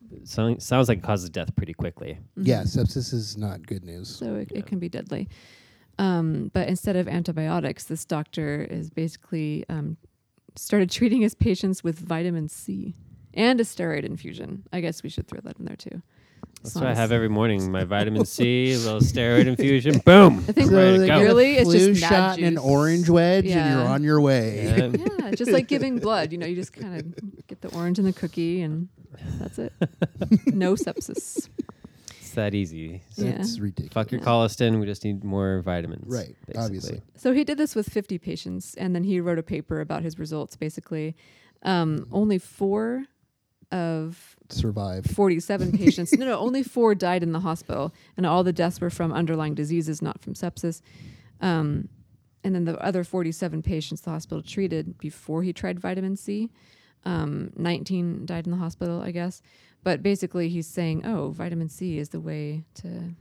Speaker 2: it sound- sounds like it causes death pretty quickly.
Speaker 1: Mm-hmm.
Speaker 4: yeah, sepsis is not good news.
Speaker 1: so it, it can be deadly. Um, but instead of antibiotics, this doctor is basically um, started treating his patients with vitamin C and a steroid infusion. I guess we should throw that in there too.
Speaker 2: That's
Speaker 1: So
Speaker 2: what I
Speaker 1: it's-
Speaker 2: have every morning: my vitamin C, a little steroid infusion. Boom.
Speaker 1: I think
Speaker 2: So Ready to
Speaker 4: they
Speaker 2: go.
Speaker 4: get a
Speaker 1: Really? It's
Speaker 4: flu
Speaker 1: just mad
Speaker 4: shot and an
Speaker 1: juice.
Speaker 4: orange wedge, and
Speaker 1: Yeah.
Speaker 4: you're on your way.
Speaker 2: Yeah.
Speaker 1: Yeah, it's just like giving blood. You know, you just kind of get the orange and the cookie, and that's it. No sepsis.
Speaker 2: It's that easy. So
Speaker 1: Yeah.
Speaker 4: That's ridiculous.
Speaker 2: Fuck your
Speaker 1: Yeah.
Speaker 2: colistin. We just need more vitamins.
Speaker 4: Right,
Speaker 2: basically.
Speaker 4: obviously.
Speaker 1: So he did this with 50 patients, and then he wrote a paper about his results. Basically, um, only four of
Speaker 4: Survive.
Speaker 1: 47 patients. No, no, only four died in the hospital, and all the deaths were from underlying diseases, not from sepsis. Um, and then the other 47 patients the hospital treated before he tried vitamin C. Um, 19 died in the hospital, I guess. But basically, he's saying, oh, vitamin C is the way to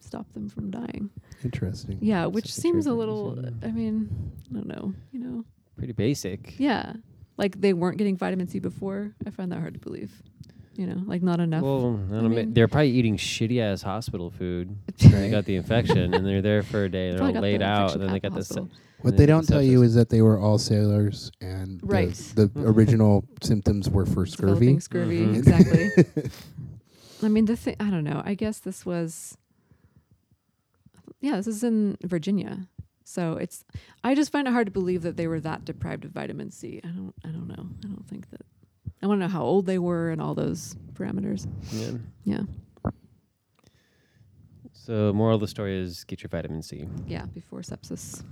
Speaker 1: stop them from dying.
Speaker 4: Interesting.
Speaker 1: Yeah, which
Speaker 2: Septic
Speaker 1: seems a
Speaker 2: treatment,
Speaker 1: little,
Speaker 2: yeah.
Speaker 1: I mean, I don't know, you know.
Speaker 2: Pretty basic.
Speaker 1: Yeah. Like they weren't getting vitamin C before. I find that hard to believe. You know, like not enough.
Speaker 2: Well, I
Speaker 1: I
Speaker 2: don't mean,
Speaker 1: mean-
Speaker 2: they're probably eating shitty ass hospital food. They
Speaker 4: Right.
Speaker 2: got the infection and they're there for a day. They're
Speaker 1: Probably
Speaker 2: all
Speaker 1: got
Speaker 2: laid
Speaker 1: the
Speaker 2: out.
Speaker 1: infection
Speaker 2: And then
Speaker 1: at
Speaker 2: they
Speaker 1: the
Speaker 2: got this.
Speaker 1: hospital.
Speaker 4: What they don't tell you is that they were all sailors and the-
Speaker 1: Right.
Speaker 4: the,
Speaker 2: Mm-hmm.
Speaker 4: original symptoms were for
Speaker 1: Developing
Speaker 4: scurvy.
Speaker 1: scurvy,
Speaker 2: Mhm.
Speaker 1: exactly. I mean, the thing, I don't know. I guess this was, yeah, this is in Virginia. So it's, I just find it hard to believe that they were that deprived of vitamin C. I don't, I don't know. I don't think that, I want to know how old they were and all those parameters.
Speaker 2: Yeah.
Speaker 1: Yeah.
Speaker 2: So, moral of the story is get your vitamin C.
Speaker 1: Yeah. Before sepsis.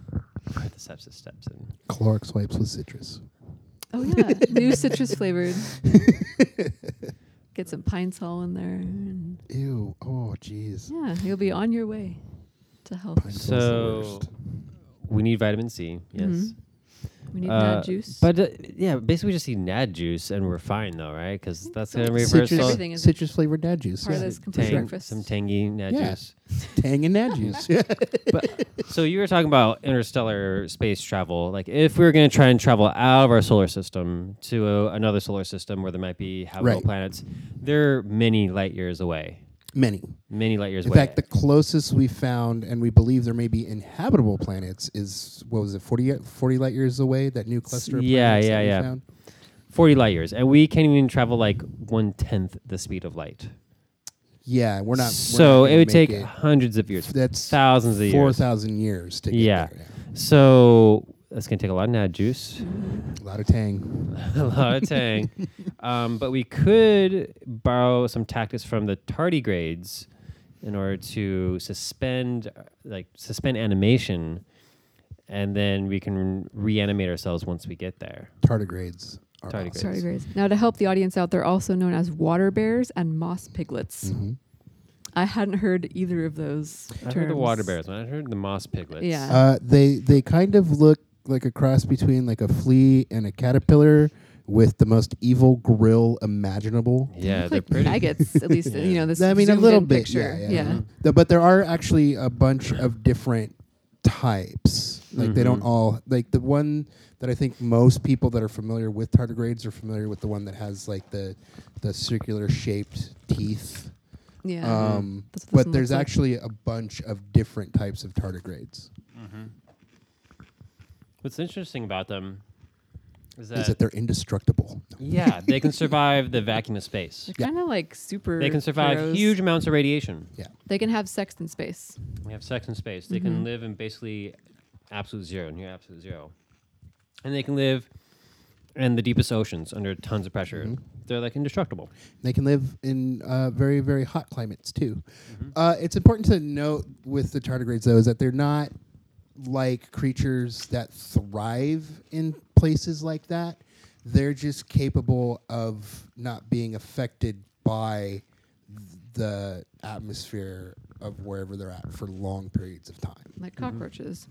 Speaker 2: Right, the sepsis steps in.
Speaker 4: Caloric swipes with citrus.
Speaker 1: Oh yeah, new citrus flavored. Get some pine sol in there, and
Speaker 4: Ew. Oh, jeez.
Speaker 1: yeah, you'll be on your way to health.
Speaker 4: Pine sol's the
Speaker 2: So,
Speaker 4: worst.
Speaker 2: we need vitamin C. Yes.
Speaker 1: Mhm. We need
Speaker 2: Uh,
Speaker 1: that juice.
Speaker 2: But uh, yeah, basically we just need nad juice and we're fine though, right? Because that's gonna reverse
Speaker 1: Citrus-
Speaker 2: all
Speaker 1: Everything is
Speaker 4: citrus flavored dad juice.
Speaker 1: part of
Speaker 4: yeah.
Speaker 1: this complete
Speaker 2: tang,
Speaker 1: breakfast.
Speaker 2: some tangy nad
Speaker 4: Yeah.
Speaker 2: juice.
Speaker 4: Tang and dad juice. Yeah.
Speaker 2: So you were talking about interstellar space travel. Like if we were going to try and travel out of our solar system to uh, another solar system where there might be habitable
Speaker 4: Right.
Speaker 2: planets, they're many light years away.
Speaker 4: Many.
Speaker 2: Many light years
Speaker 4: In
Speaker 2: away.
Speaker 4: fact, the closest we found, and we believe there may be inhabitable planets, is what was it, 40, 40 light years away? That new cluster. Of
Speaker 2: Yeah,
Speaker 4: planets
Speaker 2: yeah,
Speaker 4: that we
Speaker 2: yeah.
Speaker 4: Found?
Speaker 2: forty light years, and we can't even travel like one tenth the speed of light.
Speaker 4: Yeah, we're not. we're not
Speaker 2: so
Speaker 4: gonna
Speaker 2: it would
Speaker 4: make
Speaker 2: take
Speaker 4: it.
Speaker 2: hundreds of years.
Speaker 4: That's
Speaker 2: thousands of
Speaker 4: four
Speaker 2: years.
Speaker 4: thousand years to get
Speaker 2: Yeah.
Speaker 4: there.
Speaker 2: So that's going to take a lot of nad juice.
Speaker 1: Mm-hmm.
Speaker 4: A lot of tang.
Speaker 2: a lot of tang. um, but we could borrow some tactics from the tardigrades in order to suspend, uh, like suspend animation, and then we can reanimate ourselves once we get there.
Speaker 4: Tardigrades. Are
Speaker 2: Tardigrades.
Speaker 4: awesome.
Speaker 1: Sorry, Grace. Now to help the audience out, they're also known as water bears and moss piglets.
Speaker 4: Mhm.
Speaker 1: I hadn't heard either of those
Speaker 2: Mm. I
Speaker 1: terms.
Speaker 2: heard the water bears. and I heard the moss piglets.
Speaker 1: Yeah.
Speaker 4: Uh, they they kind of look like a cross between like a flea and a caterpillar with the most evil grill imaginable.
Speaker 2: Yeah,
Speaker 1: Look
Speaker 2: they're
Speaker 1: like
Speaker 2: pretty.
Speaker 1: maggots. At least you know this.
Speaker 4: I mean, a
Speaker 1: zoomed
Speaker 4: little
Speaker 1: in
Speaker 4: bit.
Speaker 1: Picture.
Speaker 4: Yeah, Uh-huh. yeah. Th- but there are actually a bunch of different types. Like they don't all like the one that I think most people that are familiar with tardigrades are familiar with the one that has like the the circular shaped teeth.
Speaker 1: Yeah.
Speaker 4: Um,
Speaker 1: That's what this
Speaker 4: but
Speaker 1: one looks
Speaker 4: there's
Speaker 1: like.
Speaker 4: actually a bunch of different types of tardigrades.
Speaker 2: What's interesting about them is that,
Speaker 4: Is that they're indestructible? No.
Speaker 2: yeah, they can survive the vacuum of space.
Speaker 1: They're
Speaker 4: yeah.
Speaker 1: kind of like super.
Speaker 2: They can survive
Speaker 1: heroes.
Speaker 2: huge amounts of radiation.
Speaker 1: They can have sex in space.
Speaker 2: We have sex in space. They
Speaker 4: Mm-hmm.
Speaker 2: can live in basically absolute zero, near absolute zero. And they can live in the deepest oceans under tons of pressure.
Speaker 4: Mm-hmm.
Speaker 2: They're like indestructible.
Speaker 4: They can live in uh, very, very hot climates too. Uh, it's important to note with the tardigrades, though, is that they're not like creatures that thrive in places like that. They're just capable of not being affected by th- the atmosphere of wherever they're at for long periods of time.
Speaker 1: Like cockroaches,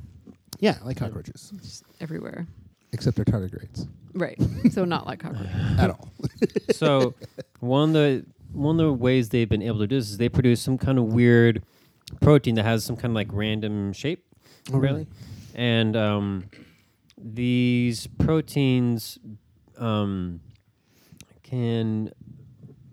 Speaker 4: Yeah, like cockroaches,
Speaker 1: just everywhere.
Speaker 4: except they're tardigrades
Speaker 1: Right. So not like cockroaches.
Speaker 4: at all.
Speaker 2: so one of the one of the ways they've been able to do this is they produce some kind of weird protein that has some kind of like random shape.
Speaker 4: Oh, really?
Speaker 2: And um, these proteins um, can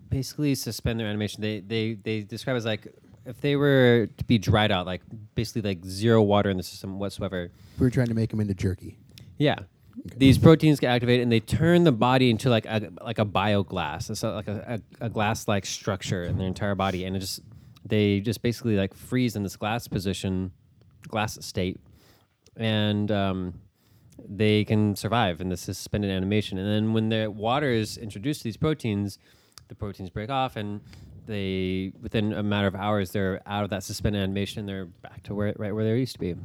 Speaker 2: basically suspend their animation. They they they describe it as like if they were to be dried out, like basically like zero water in the system whatsoever.
Speaker 4: We're trying to make them into jerky.
Speaker 2: Yeah. These proteins get activated and they turn the body into like a like a bioglass. It's a- like a, a, a glass like structure in their entire body and it just they just basically like freeze in this glass position, glass state, and um, they can survive in this suspended animation. And then when the water is introduced to these proteins, the proteins break off and they within a matter of hours they're out of that suspended animation and they're back to where right where they used to be.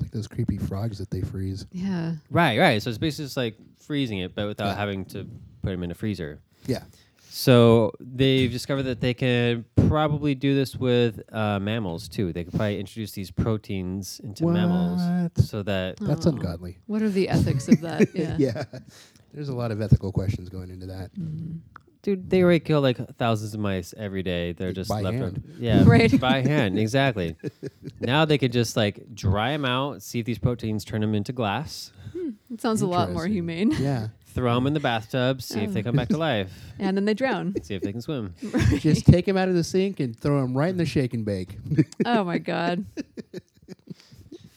Speaker 4: Like those creepy frogs that they freeze.
Speaker 1: Yeah.
Speaker 2: Right, right. So it's basically just like freezing it, but without having to put them in a freezer.
Speaker 4: Yeah.
Speaker 2: So they've discovered that they can probably do this with uh, mammals too. They could probably introduce these proteins into mammals
Speaker 4: What?
Speaker 2: so that
Speaker 4: That's
Speaker 1: Aw.
Speaker 4: ungodly.
Speaker 1: What are the ethics of that? Yeah.
Speaker 4: Oh. yeah. There's a lot of ethical questions going into that.
Speaker 1: Mm-hmm.
Speaker 2: Dude, they already kill like thousands of mice every day. They're
Speaker 4: Like,
Speaker 2: just
Speaker 4: by
Speaker 2: left
Speaker 4: hand.
Speaker 2: on- yeah,
Speaker 1: Right.
Speaker 2: by hand, exactly. now they could just like dry them out, see if these proteins turn them into glass,
Speaker 1: It sounds a lot more
Speaker 4: Interesting.
Speaker 1: humane.
Speaker 4: Yeah.
Speaker 2: throw them in the bathtub, see if they come back to life,
Speaker 1: and then they drown.
Speaker 2: see if they can swim.
Speaker 4: Just take them out of the sink and throw them right in the shake and bake.
Speaker 1: oh my god.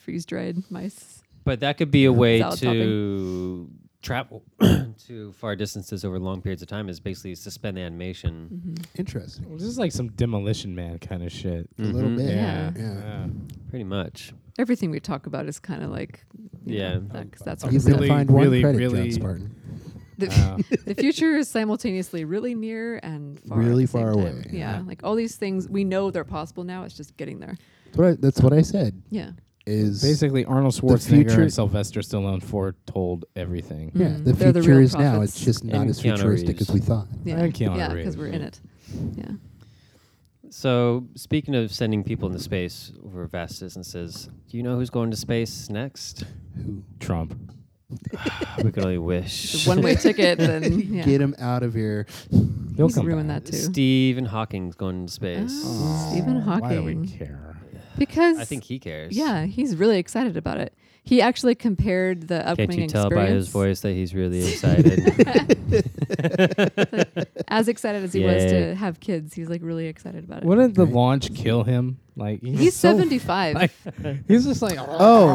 Speaker 1: Freeze dried mice.
Speaker 2: But that could be a way
Speaker 1: Salad
Speaker 2: to travel to far distances over long periods of time. Is basically suspend the animation.
Speaker 4: Interesting.
Speaker 3: Well, this is like some demolition man kind of shit.
Speaker 4: A little
Speaker 2: Mhm.
Speaker 4: bit.
Speaker 1: Yeah.
Speaker 4: Mm, Yeah.
Speaker 2: Pretty much.
Speaker 1: Everything we talk about is kind of like you
Speaker 2: Yeah.
Speaker 1: know, that- 'cause that's what
Speaker 3: You
Speaker 1: it's
Speaker 3: really-
Speaker 1: about.
Speaker 4: find one credit,
Speaker 3: really-
Speaker 4: John Spartan.
Speaker 1: the,
Speaker 3: Wow.
Speaker 1: the future is simultaneously really near and far at
Speaker 4: Really
Speaker 1: the same
Speaker 4: far
Speaker 1: time.
Speaker 4: away.
Speaker 1: Yeah, like all these things we know they're possible now. It's just getting there.
Speaker 4: That's what I, that's what I said.
Speaker 1: Yeah.
Speaker 4: Is
Speaker 3: Basically, Arnold
Speaker 4: The
Speaker 3: Schwarzenegger
Speaker 4: future-
Speaker 3: and Sylvester Stallone foretold everything.
Speaker 4: yeah,
Speaker 1: Mm.
Speaker 4: the
Speaker 1: They're the
Speaker 4: future
Speaker 1: real
Speaker 4: is now. It's
Speaker 1: prophets.
Speaker 4: just not
Speaker 2: And
Speaker 4: as
Speaker 2: Keanu
Speaker 4: futuristic
Speaker 2: Reeves.
Speaker 4: as we thought.
Speaker 1: Yeah.
Speaker 3: And Keanu
Speaker 1: yeah, because
Speaker 3: Reeves,
Speaker 1: we're in
Speaker 3: yeah.
Speaker 1: it. Yeah.
Speaker 2: So speaking of sending people into space over vast distances, do you know who's going to space next?
Speaker 4: Who
Speaker 3: Trump.
Speaker 2: we could only wish.
Speaker 1: It's a one way ticket, then yeah.
Speaker 4: Get him out of here.
Speaker 3: He'll
Speaker 1: He's
Speaker 3: come
Speaker 1: ruined
Speaker 3: back.
Speaker 1: that too.
Speaker 2: Stephen Hawking's going into space.
Speaker 1: Oh, Stephen
Speaker 3: Why do we
Speaker 1: Hawking.
Speaker 3: care?
Speaker 1: Because
Speaker 2: I think he cares.
Speaker 1: Yeah, he's really excited about it. He actually compared the upcoming
Speaker 2: Can't you tell
Speaker 1: experience
Speaker 2: by his voice that he's really excited?
Speaker 1: as excited as he was
Speaker 2: Yay.
Speaker 1: to have kids. He's like really excited about it.
Speaker 3: Wouldn't the
Speaker 4: Right.
Speaker 3: launch kill him? Like he's,
Speaker 1: he's
Speaker 3: so-
Speaker 1: 75.
Speaker 3: Like, he's just like
Speaker 4: Oh,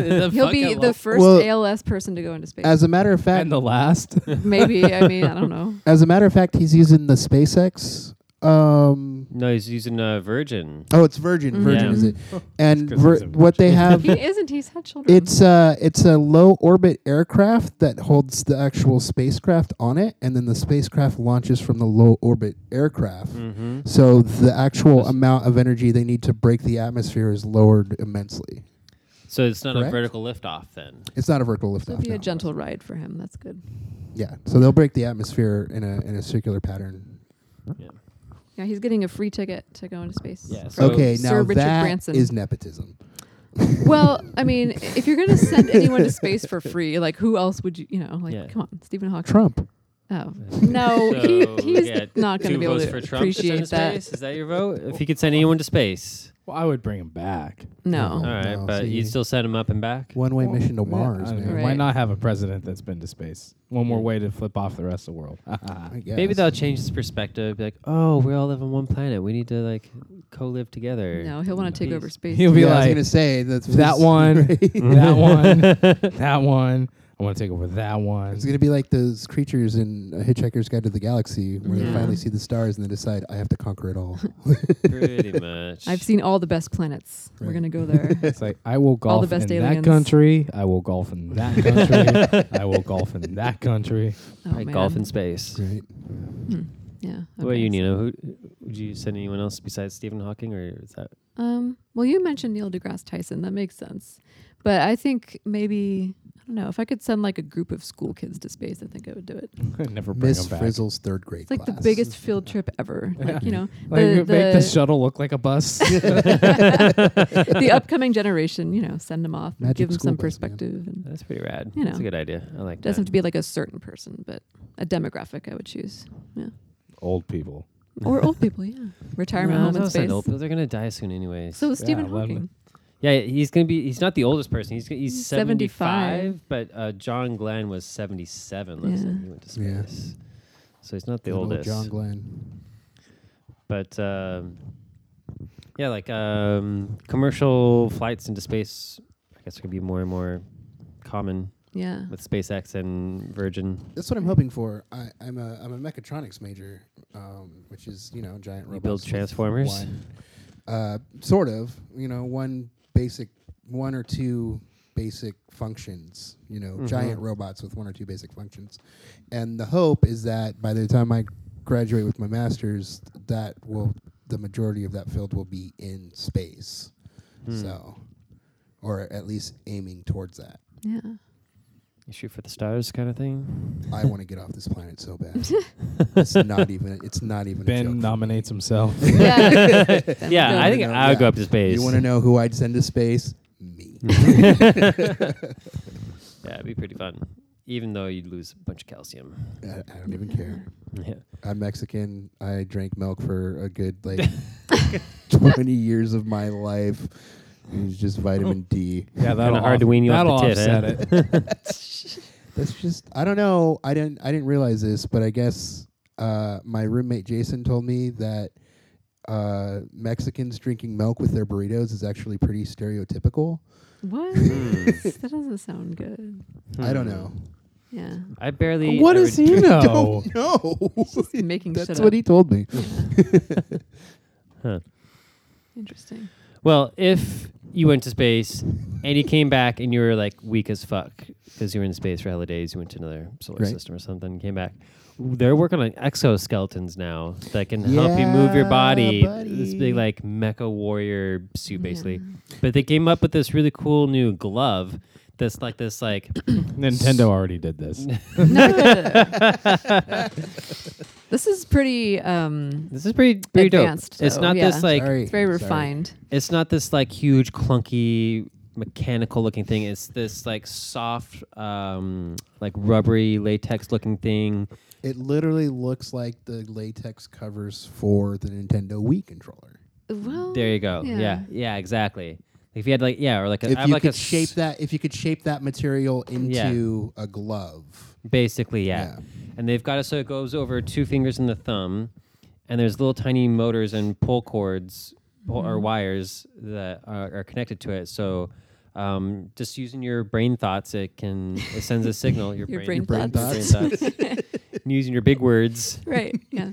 Speaker 3: the
Speaker 1: He'll be
Speaker 3: fucking
Speaker 1: the
Speaker 3: lo-
Speaker 1: first
Speaker 4: Well-
Speaker 1: ALS person to go into space.
Speaker 4: as a matter of fact,
Speaker 3: and the last.
Speaker 1: Maybe. I mean, I don't know.
Speaker 4: as a matter of fact, he's using the SpaceX. Um,
Speaker 2: no, he's using a Virgin.
Speaker 4: oh, it's Virgin. Virgin
Speaker 2: Yeah.
Speaker 4: is it? And
Speaker 3: 'cause
Speaker 4: vir-
Speaker 3: he's a
Speaker 4: what they have,
Speaker 1: Mm. He isn't. He's had children.
Speaker 4: it's a it's a low orbit aircraft that holds the actual spacecraft on it, and then the spacecraft launches from the low orbit aircraft.
Speaker 3: Mm.
Speaker 2: Mm-hmm.
Speaker 4: So the actual
Speaker 2: Just-
Speaker 4: amount of energy they need to break the atmosphere is lowered immensely.
Speaker 2: So it's not
Speaker 4: Correct?
Speaker 2: a vertical liftoff then.
Speaker 4: It's not a vertical
Speaker 1: so
Speaker 4: liftoff.
Speaker 1: it'd be
Speaker 4: no.
Speaker 1: a gentle ride for him. That's good.
Speaker 4: Yeah. So they'll break the atmosphere in a in a circular pattern.
Speaker 2: Yeah.
Speaker 1: Yeah, he's getting a free ticket to go into space.
Speaker 2: Yeah,
Speaker 1: from
Speaker 2: so-
Speaker 4: okay,
Speaker 1: Sir
Speaker 4: now
Speaker 1: Richard
Speaker 4: that
Speaker 1: Branson.
Speaker 4: is nepotism.
Speaker 1: well, I mean, if you're gonna send anyone to space for free, like who else would you? You know, like
Speaker 2: Yeah.
Speaker 1: come on, Stephen Hawking.
Speaker 4: Trump.
Speaker 1: Oh no, he,
Speaker 2: So,
Speaker 1: he's
Speaker 2: yeah,
Speaker 1: not going to
Speaker 2: two
Speaker 1: be able
Speaker 2: votes
Speaker 1: to
Speaker 2: for Trump to send
Speaker 1: appreciate
Speaker 2: to
Speaker 1: that.
Speaker 2: Space? Is that your vote? If he could send anyone to space,
Speaker 3: Well, I would bring him back.
Speaker 1: Oh, No,
Speaker 2: all right,
Speaker 4: no,
Speaker 2: but
Speaker 4: see.
Speaker 2: you'd still send him up and back.
Speaker 4: One way mission to
Speaker 3: Yeah,
Speaker 4: Mars,
Speaker 3: I mean,
Speaker 4: man.
Speaker 1: Right.
Speaker 3: Why not have a president that's been to space? One more way to flip off the rest of the world.
Speaker 4: I guess.
Speaker 2: Maybe they'll change his perspective. Be like, oh, we all live on one planet. We need to like co-live together.
Speaker 1: no, he'll want to take over
Speaker 2: He's-
Speaker 1: space.
Speaker 3: He'll be
Speaker 4: yeah, I was
Speaker 3: like
Speaker 4: gonna say that's
Speaker 3: that one, that one, that one. I want to take over that one.
Speaker 4: It's gonna be like those creatures in A Hitchhiker's Guide to the Galaxy, where
Speaker 1: Yeah.
Speaker 4: they finally see the stars and they decide, "I have to conquer it all."
Speaker 2: Pretty much.
Speaker 1: I've seen all the best planets. We're
Speaker 4: Right.
Speaker 1: going to go there.
Speaker 3: It's like I will golf
Speaker 1: the best
Speaker 3: in
Speaker 1: aliens.
Speaker 3: that country. I will golf in that country. I will golf in that country.
Speaker 1: oh,
Speaker 2: Probably
Speaker 1: man. Hmm.
Speaker 2: golf in space.
Speaker 4: right.
Speaker 1: Yeah.
Speaker 2: What about you,
Speaker 1: okay.
Speaker 2: Nino? Who would you send anyone else besides Stephen Hawking, or is that
Speaker 1: Um, well, you mentioned Neil deGrasse Tyson. That makes sense. But I think maybe I don't know if I could send like a group of school kids to space. I think I would do it.
Speaker 3: Never bring
Speaker 4: Miss
Speaker 3: them back.
Speaker 4: Frizzle's third grade
Speaker 1: It's like
Speaker 4: class.
Speaker 1: the biggest field trip ever. Like you know,
Speaker 3: Like
Speaker 1: the,
Speaker 3: make the
Speaker 1: the,
Speaker 3: shuttle look like a bus.
Speaker 1: the upcoming generation. You know, send them off, and
Speaker 4: Magic
Speaker 1: give them
Speaker 4: school
Speaker 1: some
Speaker 4: bus, man.
Speaker 1: perspective, and
Speaker 2: that's pretty rad?
Speaker 1: You
Speaker 2: That's a
Speaker 1: know.
Speaker 2: good idea. I like
Speaker 1: It doesn't have
Speaker 2: that.
Speaker 1: to be like a certain person, but a demographic I would choose. Yeah.
Speaker 3: Old people.
Speaker 1: Or old people, yeah. Retirement
Speaker 2: No,
Speaker 1: home in
Speaker 2: don't send
Speaker 1: space.
Speaker 2: old people. They're gonna die soon, anyways.
Speaker 1: So is
Speaker 3: Yeah,
Speaker 1: Stephen
Speaker 3: well,
Speaker 1: Hawking.
Speaker 2: Yeah, he's gonna be. He's not the oldest person. He's he's
Speaker 1: He's
Speaker 2: seventy
Speaker 1: 75.
Speaker 2: five, but uh, John Glenn was seventy seven last
Speaker 1: Yeah.
Speaker 2: time he went to
Speaker 4: Yeah.
Speaker 2: space. So he's not the
Speaker 4: Good old
Speaker 2: oldest.
Speaker 4: John Glenn.
Speaker 2: but um, yeah, like um, commercial flights into space, I guess are gonna be more and more common
Speaker 1: Yeah.
Speaker 2: with SpaceX and Virgin.
Speaker 4: That's what I'm hoping for. I, I'm a I'm a mechatronics major, um, which is you know giant
Speaker 2: You
Speaker 4: robots.
Speaker 2: build
Speaker 4: with
Speaker 2: transformers?
Speaker 4: one, uh, sort of. You know, one basic, one or two basic functions.
Speaker 2: Mm-hmm.
Speaker 4: You know, giant robots with one or two basic functions, and the hope is that by the time I graduate with my master's, that will the majority of that field will be in space.
Speaker 2: Hmm.
Speaker 4: So, or at least aiming towards that.
Speaker 1: Yeah.
Speaker 2: You shoot for the stars, kind of thing.
Speaker 4: I want to get off this planet so bad. it's not even. It's not even. a joke.
Speaker 3: Ben nominates himself.
Speaker 1: yeah.
Speaker 2: Yeah, I think
Speaker 4: No,
Speaker 2: I would
Speaker 4: yeah.
Speaker 2: go up to space.
Speaker 4: You want to know who I'd send to space? Me.
Speaker 2: Yeah, it'd be pretty fun. Even though you'd lose a bunch of calcium.
Speaker 4: I, I don't even care.
Speaker 2: Yeah.
Speaker 4: I'm Mexican. I drank milk for a good like 20 years of my life. It was just vitamin D.
Speaker 3: yeah,
Speaker 2: that'll hard to wean you off the
Speaker 3: that'll
Speaker 2: tit,
Speaker 3: offset
Speaker 2: eh?
Speaker 3: it.
Speaker 4: That's just I don't know. I didn't I didn't realize this, but I guess uh, my roommate Jason told me that uh, Mexicans drinking milk with their burritos is actually pretty stereotypical.
Speaker 1: What?
Speaker 4: Mm.
Speaker 1: that doesn't sound good.
Speaker 4: Hmm. I don't know.
Speaker 1: Yeah.
Speaker 2: Hmm. I barely.
Speaker 3: what
Speaker 2: ever
Speaker 3: does he
Speaker 2: drink-
Speaker 3: know?
Speaker 4: Don't know.
Speaker 1: Just making
Speaker 4: That's
Speaker 1: shit
Speaker 4: what
Speaker 1: up.
Speaker 4: he told me.
Speaker 1: Interesting.
Speaker 2: Well, if you went to space and you came back and you were like weak as fuck because you were in space for hella days, you went to another solar
Speaker 4: Right.
Speaker 2: system or something, came back. They're working on exoskeletons now that can help you move your
Speaker 4: Yeah,
Speaker 2: body. This
Speaker 4: buddy.
Speaker 2: big like mecha warrior suit, basically. But they came up with this really cool new glove that's like this like
Speaker 3: Nintendo already did this.
Speaker 1: This is pretty. Um,
Speaker 2: this is pretty pretty
Speaker 1: Advanced,
Speaker 2: dope. It's
Speaker 1: though,
Speaker 2: not
Speaker 1: yeah.
Speaker 2: this like
Speaker 4: Sorry.
Speaker 1: it's very
Speaker 4: Sorry.
Speaker 1: refined.
Speaker 2: it's not this like huge clunky mechanical looking thing it's this like soft um like rubbery latex looking thing
Speaker 4: It literally looks like the latex covers for the Nintendo Wii controller.
Speaker 1: Well,
Speaker 2: there you go yeah
Speaker 1: Oh, Yeah.
Speaker 2: yeah, exactly if you had like yeah or like a,
Speaker 4: if
Speaker 2: I have
Speaker 4: you
Speaker 2: like
Speaker 4: could
Speaker 2: a
Speaker 4: shape
Speaker 2: s-
Speaker 4: that, if you could shape that material into a glove,
Speaker 2: basically yeah.
Speaker 4: Yeah.
Speaker 2: and they've got it so it goes over two fingers and the thumb and there's little tiny motors and pull cords pull,
Speaker 1: Mm-hmm.
Speaker 2: or wires that are, are connected to it so um, just using your brain thoughts it can it sends a signal your,
Speaker 1: Your
Speaker 2: brain,
Speaker 1: brain
Speaker 4: brain
Speaker 1: thoughts.
Speaker 4: thoughts.
Speaker 2: and using your big words
Speaker 1: right. Yeah.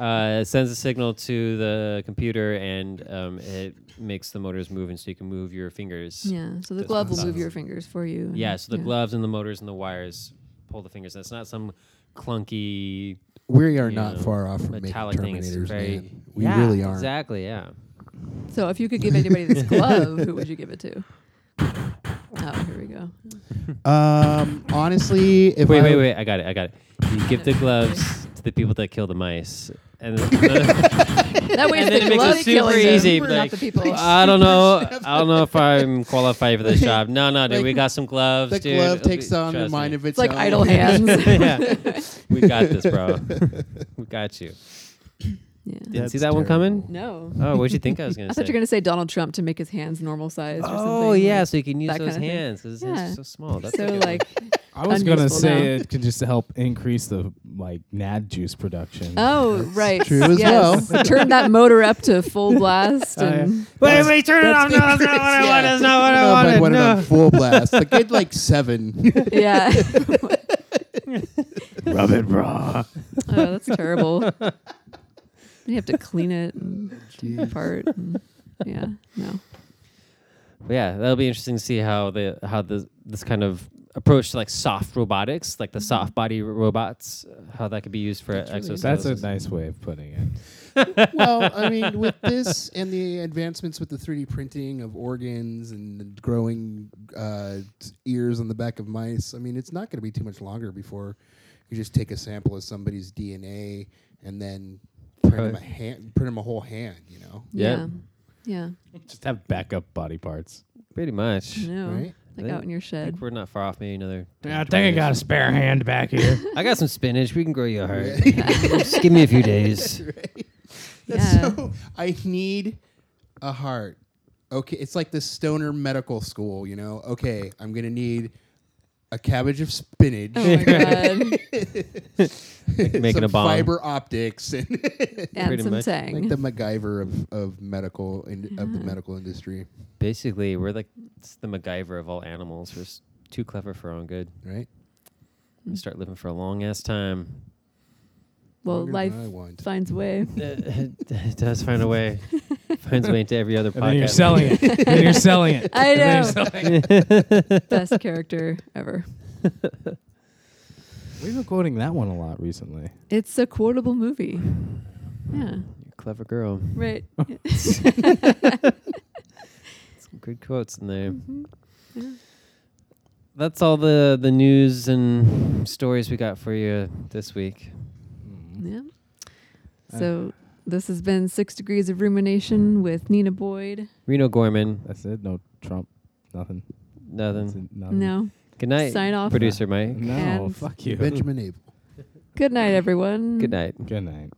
Speaker 2: uh, it sends a signal to the computer and um, it makes the motors move and so you can move your fingers
Speaker 1: Yeah. So the
Speaker 2: That's
Speaker 1: glove will
Speaker 2: awesome.
Speaker 1: move your fingers for you. and-
Speaker 2: Yeah, so the gloves and the motors and the wires pull the fingers that's not some clunky
Speaker 4: we are
Speaker 2: You
Speaker 4: not
Speaker 2: know,
Speaker 4: far off from making
Speaker 2: metallic thing it's
Speaker 4: Terminators,
Speaker 2: very
Speaker 4: man. We
Speaker 2: Yeah,
Speaker 4: really aren't.
Speaker 2: exactly yeah
Speaker 1: So if you could give anybody this glove, who would you give it to? Oh, here we go.
Speaker 4: Um, honestly, if
Speaker 2: wait
Speaker 4: I,
Speaker 2: wait wait i got it i got it you give the gloves to the people that kill the mice and the,
Speaker 1: That way,
Speaker 2: and
Speaker 1: it's
Speaker 2: then
Speaker 1: the
Speaker 2: it
Speaker 1: glove
Speaker 2: makes it super
Speaker 1: killing them,
Speaker 2: easy
Speaker 1: not
Speaker 2: like,
Speaker 1: the
Speaker 2: uh,
Speaker 1: people.
Speaker 2: i don't know i don't know if i'm qualified for this job no no dude
Speaker 4: Like,
Speaker 2: we got some gloves
Speaker 4: the
Speaker 2: dude.
Speaker 4: glove
Speaker 2: It'll be-
Speaker 4: takes on a
Speaker 2: trust
Speaker 4: mind
Speaker 2: me.
Speaker 4: of
Speaker 1: it's
Speaker 4: its,
Speaker 1: like
Speaker 4: own.
Speaker 1: idle hands.
Speaker 2: yeah. We got this, bro. we got you.
Speaker 1: yeah.
Speaker 2: Didn't see
Speaker 4: That's
Speaker 2: that one coming?
Speaker 1: No.
Speaker 2: Oh, what'd you think I was going
Speaker 1: I
Speaker 2: to say?
Speaker 1: thought you were gonna say Donald Trump to make his hands normal sized. or something.
Speaker 2: Oh, yeah, so you can use
Speaker 1: that
Speaker 2: those
Speaker 1: kinda thing.
Speaker 2: hands. Those hands
Speaker 1: Yeah.
Speaker 2: are so small. That's a
Speaker 1: so
Speaker 2: good one.
Speaker 1: like,
Speaker 3: I was gonna
Speaker 1: Unusable
Speaker 3: say
Speaker 1: now.
Speaker 3: it can just help increase the like nad juice production.
Speaker 1: oh right,
Speaker 4: true as
Speaker 1: yes.
Speaker 4: well.
Speaker 1: Turn that motor up to full blast,
Speaker 3: Oh, yeah.
Speaker 1: and
Speaker 2: Wait, wait, turn it off.
Speaker 4: that's
Speaker 2: No, that's not what I want. That's not what
Speaker 4: No,
Speaker 2: I wanted.
Speaker 4: but when it on
Speaker 2: No.
Speaker 4: full blast, like it like seven.
Speaker 1: yeah.
Speaker 3: Rub it raw.
Speaker 1: oh, that's terrible. Then you have to clean it and take it apart. and- yeah, no.
Speaker 2: But yeah, that'll be interesting to see how the how the this kind of approach to like soft robotics, like the soft body robots, how that could be used for exoskeletons.
Speaker 3: That's a nice way of putting it.
Speaker 4: well, I mean, with this and the advancements with the 3D printing of organs and the growing uh, t- ears on the back of mice, I mean, it's not going to be too much longer before you just take a sample of somebody's DNA and then print them a
Speaker 2: Right.
Speaker 4: hand, print 'em a whole hand. You know,
Speaker 2: Yeah.
Speaker 1: Yeah.
Speaker 3: Just have backup body parts.
Speaker 2: pretty much.
Speaker 1: Yeah. No.
Speaker 4: right?
Speaker 1: Like
Speaker 2: Yeah.
Speaker 1: out in your
Speaker 2: I
Speaker 1: shed.
Speaker 2: think we're not far off. Maybe another.
Speaker 3: I think I got a spare hand back here.
Speaker 2: I got some spinach. We can grow you a heart. Just give me a few days.
Speaker 4: That's
Speaker 1: Yeah.
Speaker 4: so. I need a heart. Okay, it's like the stoner medical school. You know, okay, I'm gonna need a cabbage of spinach.
Speaker 1: Oh my god.
Speaker 2: Making
Speaker 4: some
Speaker 2: a bomb.
Speaker 4: fiber optics and
Speaker 1: and
Speaker 2: Pretty
Speaker 1: some
Speaker 2: much.
Speaker 1: tang.
Speaker 4: like the MacGyver of, of medical in, of the
Speaker 1: Ah.
Speaker 4: medical industry,
Speaker 2: Basically, we're like it's the MacGyver of all animals. We're s- too clever for our own good.
Speaker 4: right?
Speaker 2: We start living for a long ass time.
Speaker 1: well,
Speaker 4: Longer than
Speaker 1: life
Speaker 4: I want.
Speaker 1: finds way.
Speaker 2: it does find a way. Finds a way into every other podcast.
Speaker 3: And then you're selling it. and then you're selling it.
Speaker 1: I
Speaker 3: And then you're
Speaker 1: know.
Speaker 3: selling it.
Speaker 1: Best character ever.
Speaker 3: We've been quoting that one a lot recently.
Speaker 1: It's a quotable movie. Yeah.
Speaker 2: Clever girl.
Speaker 1: Right.
Speaker 2: Some good quotes in there.
Speaker 1: Mhm.
Speaker 2: That's all the the news and stories we got for you this week.
Speaker 1: Yeah.
Speaker 2: Uh,
Speaker 1: So this has been Six Degrees of
Speaker 2: Mm.
Speaker 1: Rumination with Nina Boyd.
Speaker 2: Reno Gorman. uh,
Speaker 3: That's it. No Trump. Nothing. That's
Speaker 2: Nothing.
Speaker 3: it, nothing.
Speaker 1: No.
Speaker 2: Good Um, night,
Speaker 1: Sign off.
Speaker 2: producer Mike.
Speaker 3: No.
Speaker 1: And-
Speaker 3: fuck you.
Speaker 4: Benjamin Abel.
Speaker 1: Good night, everyone.
Speaker 2: Good night.
Speaker 3: Good night.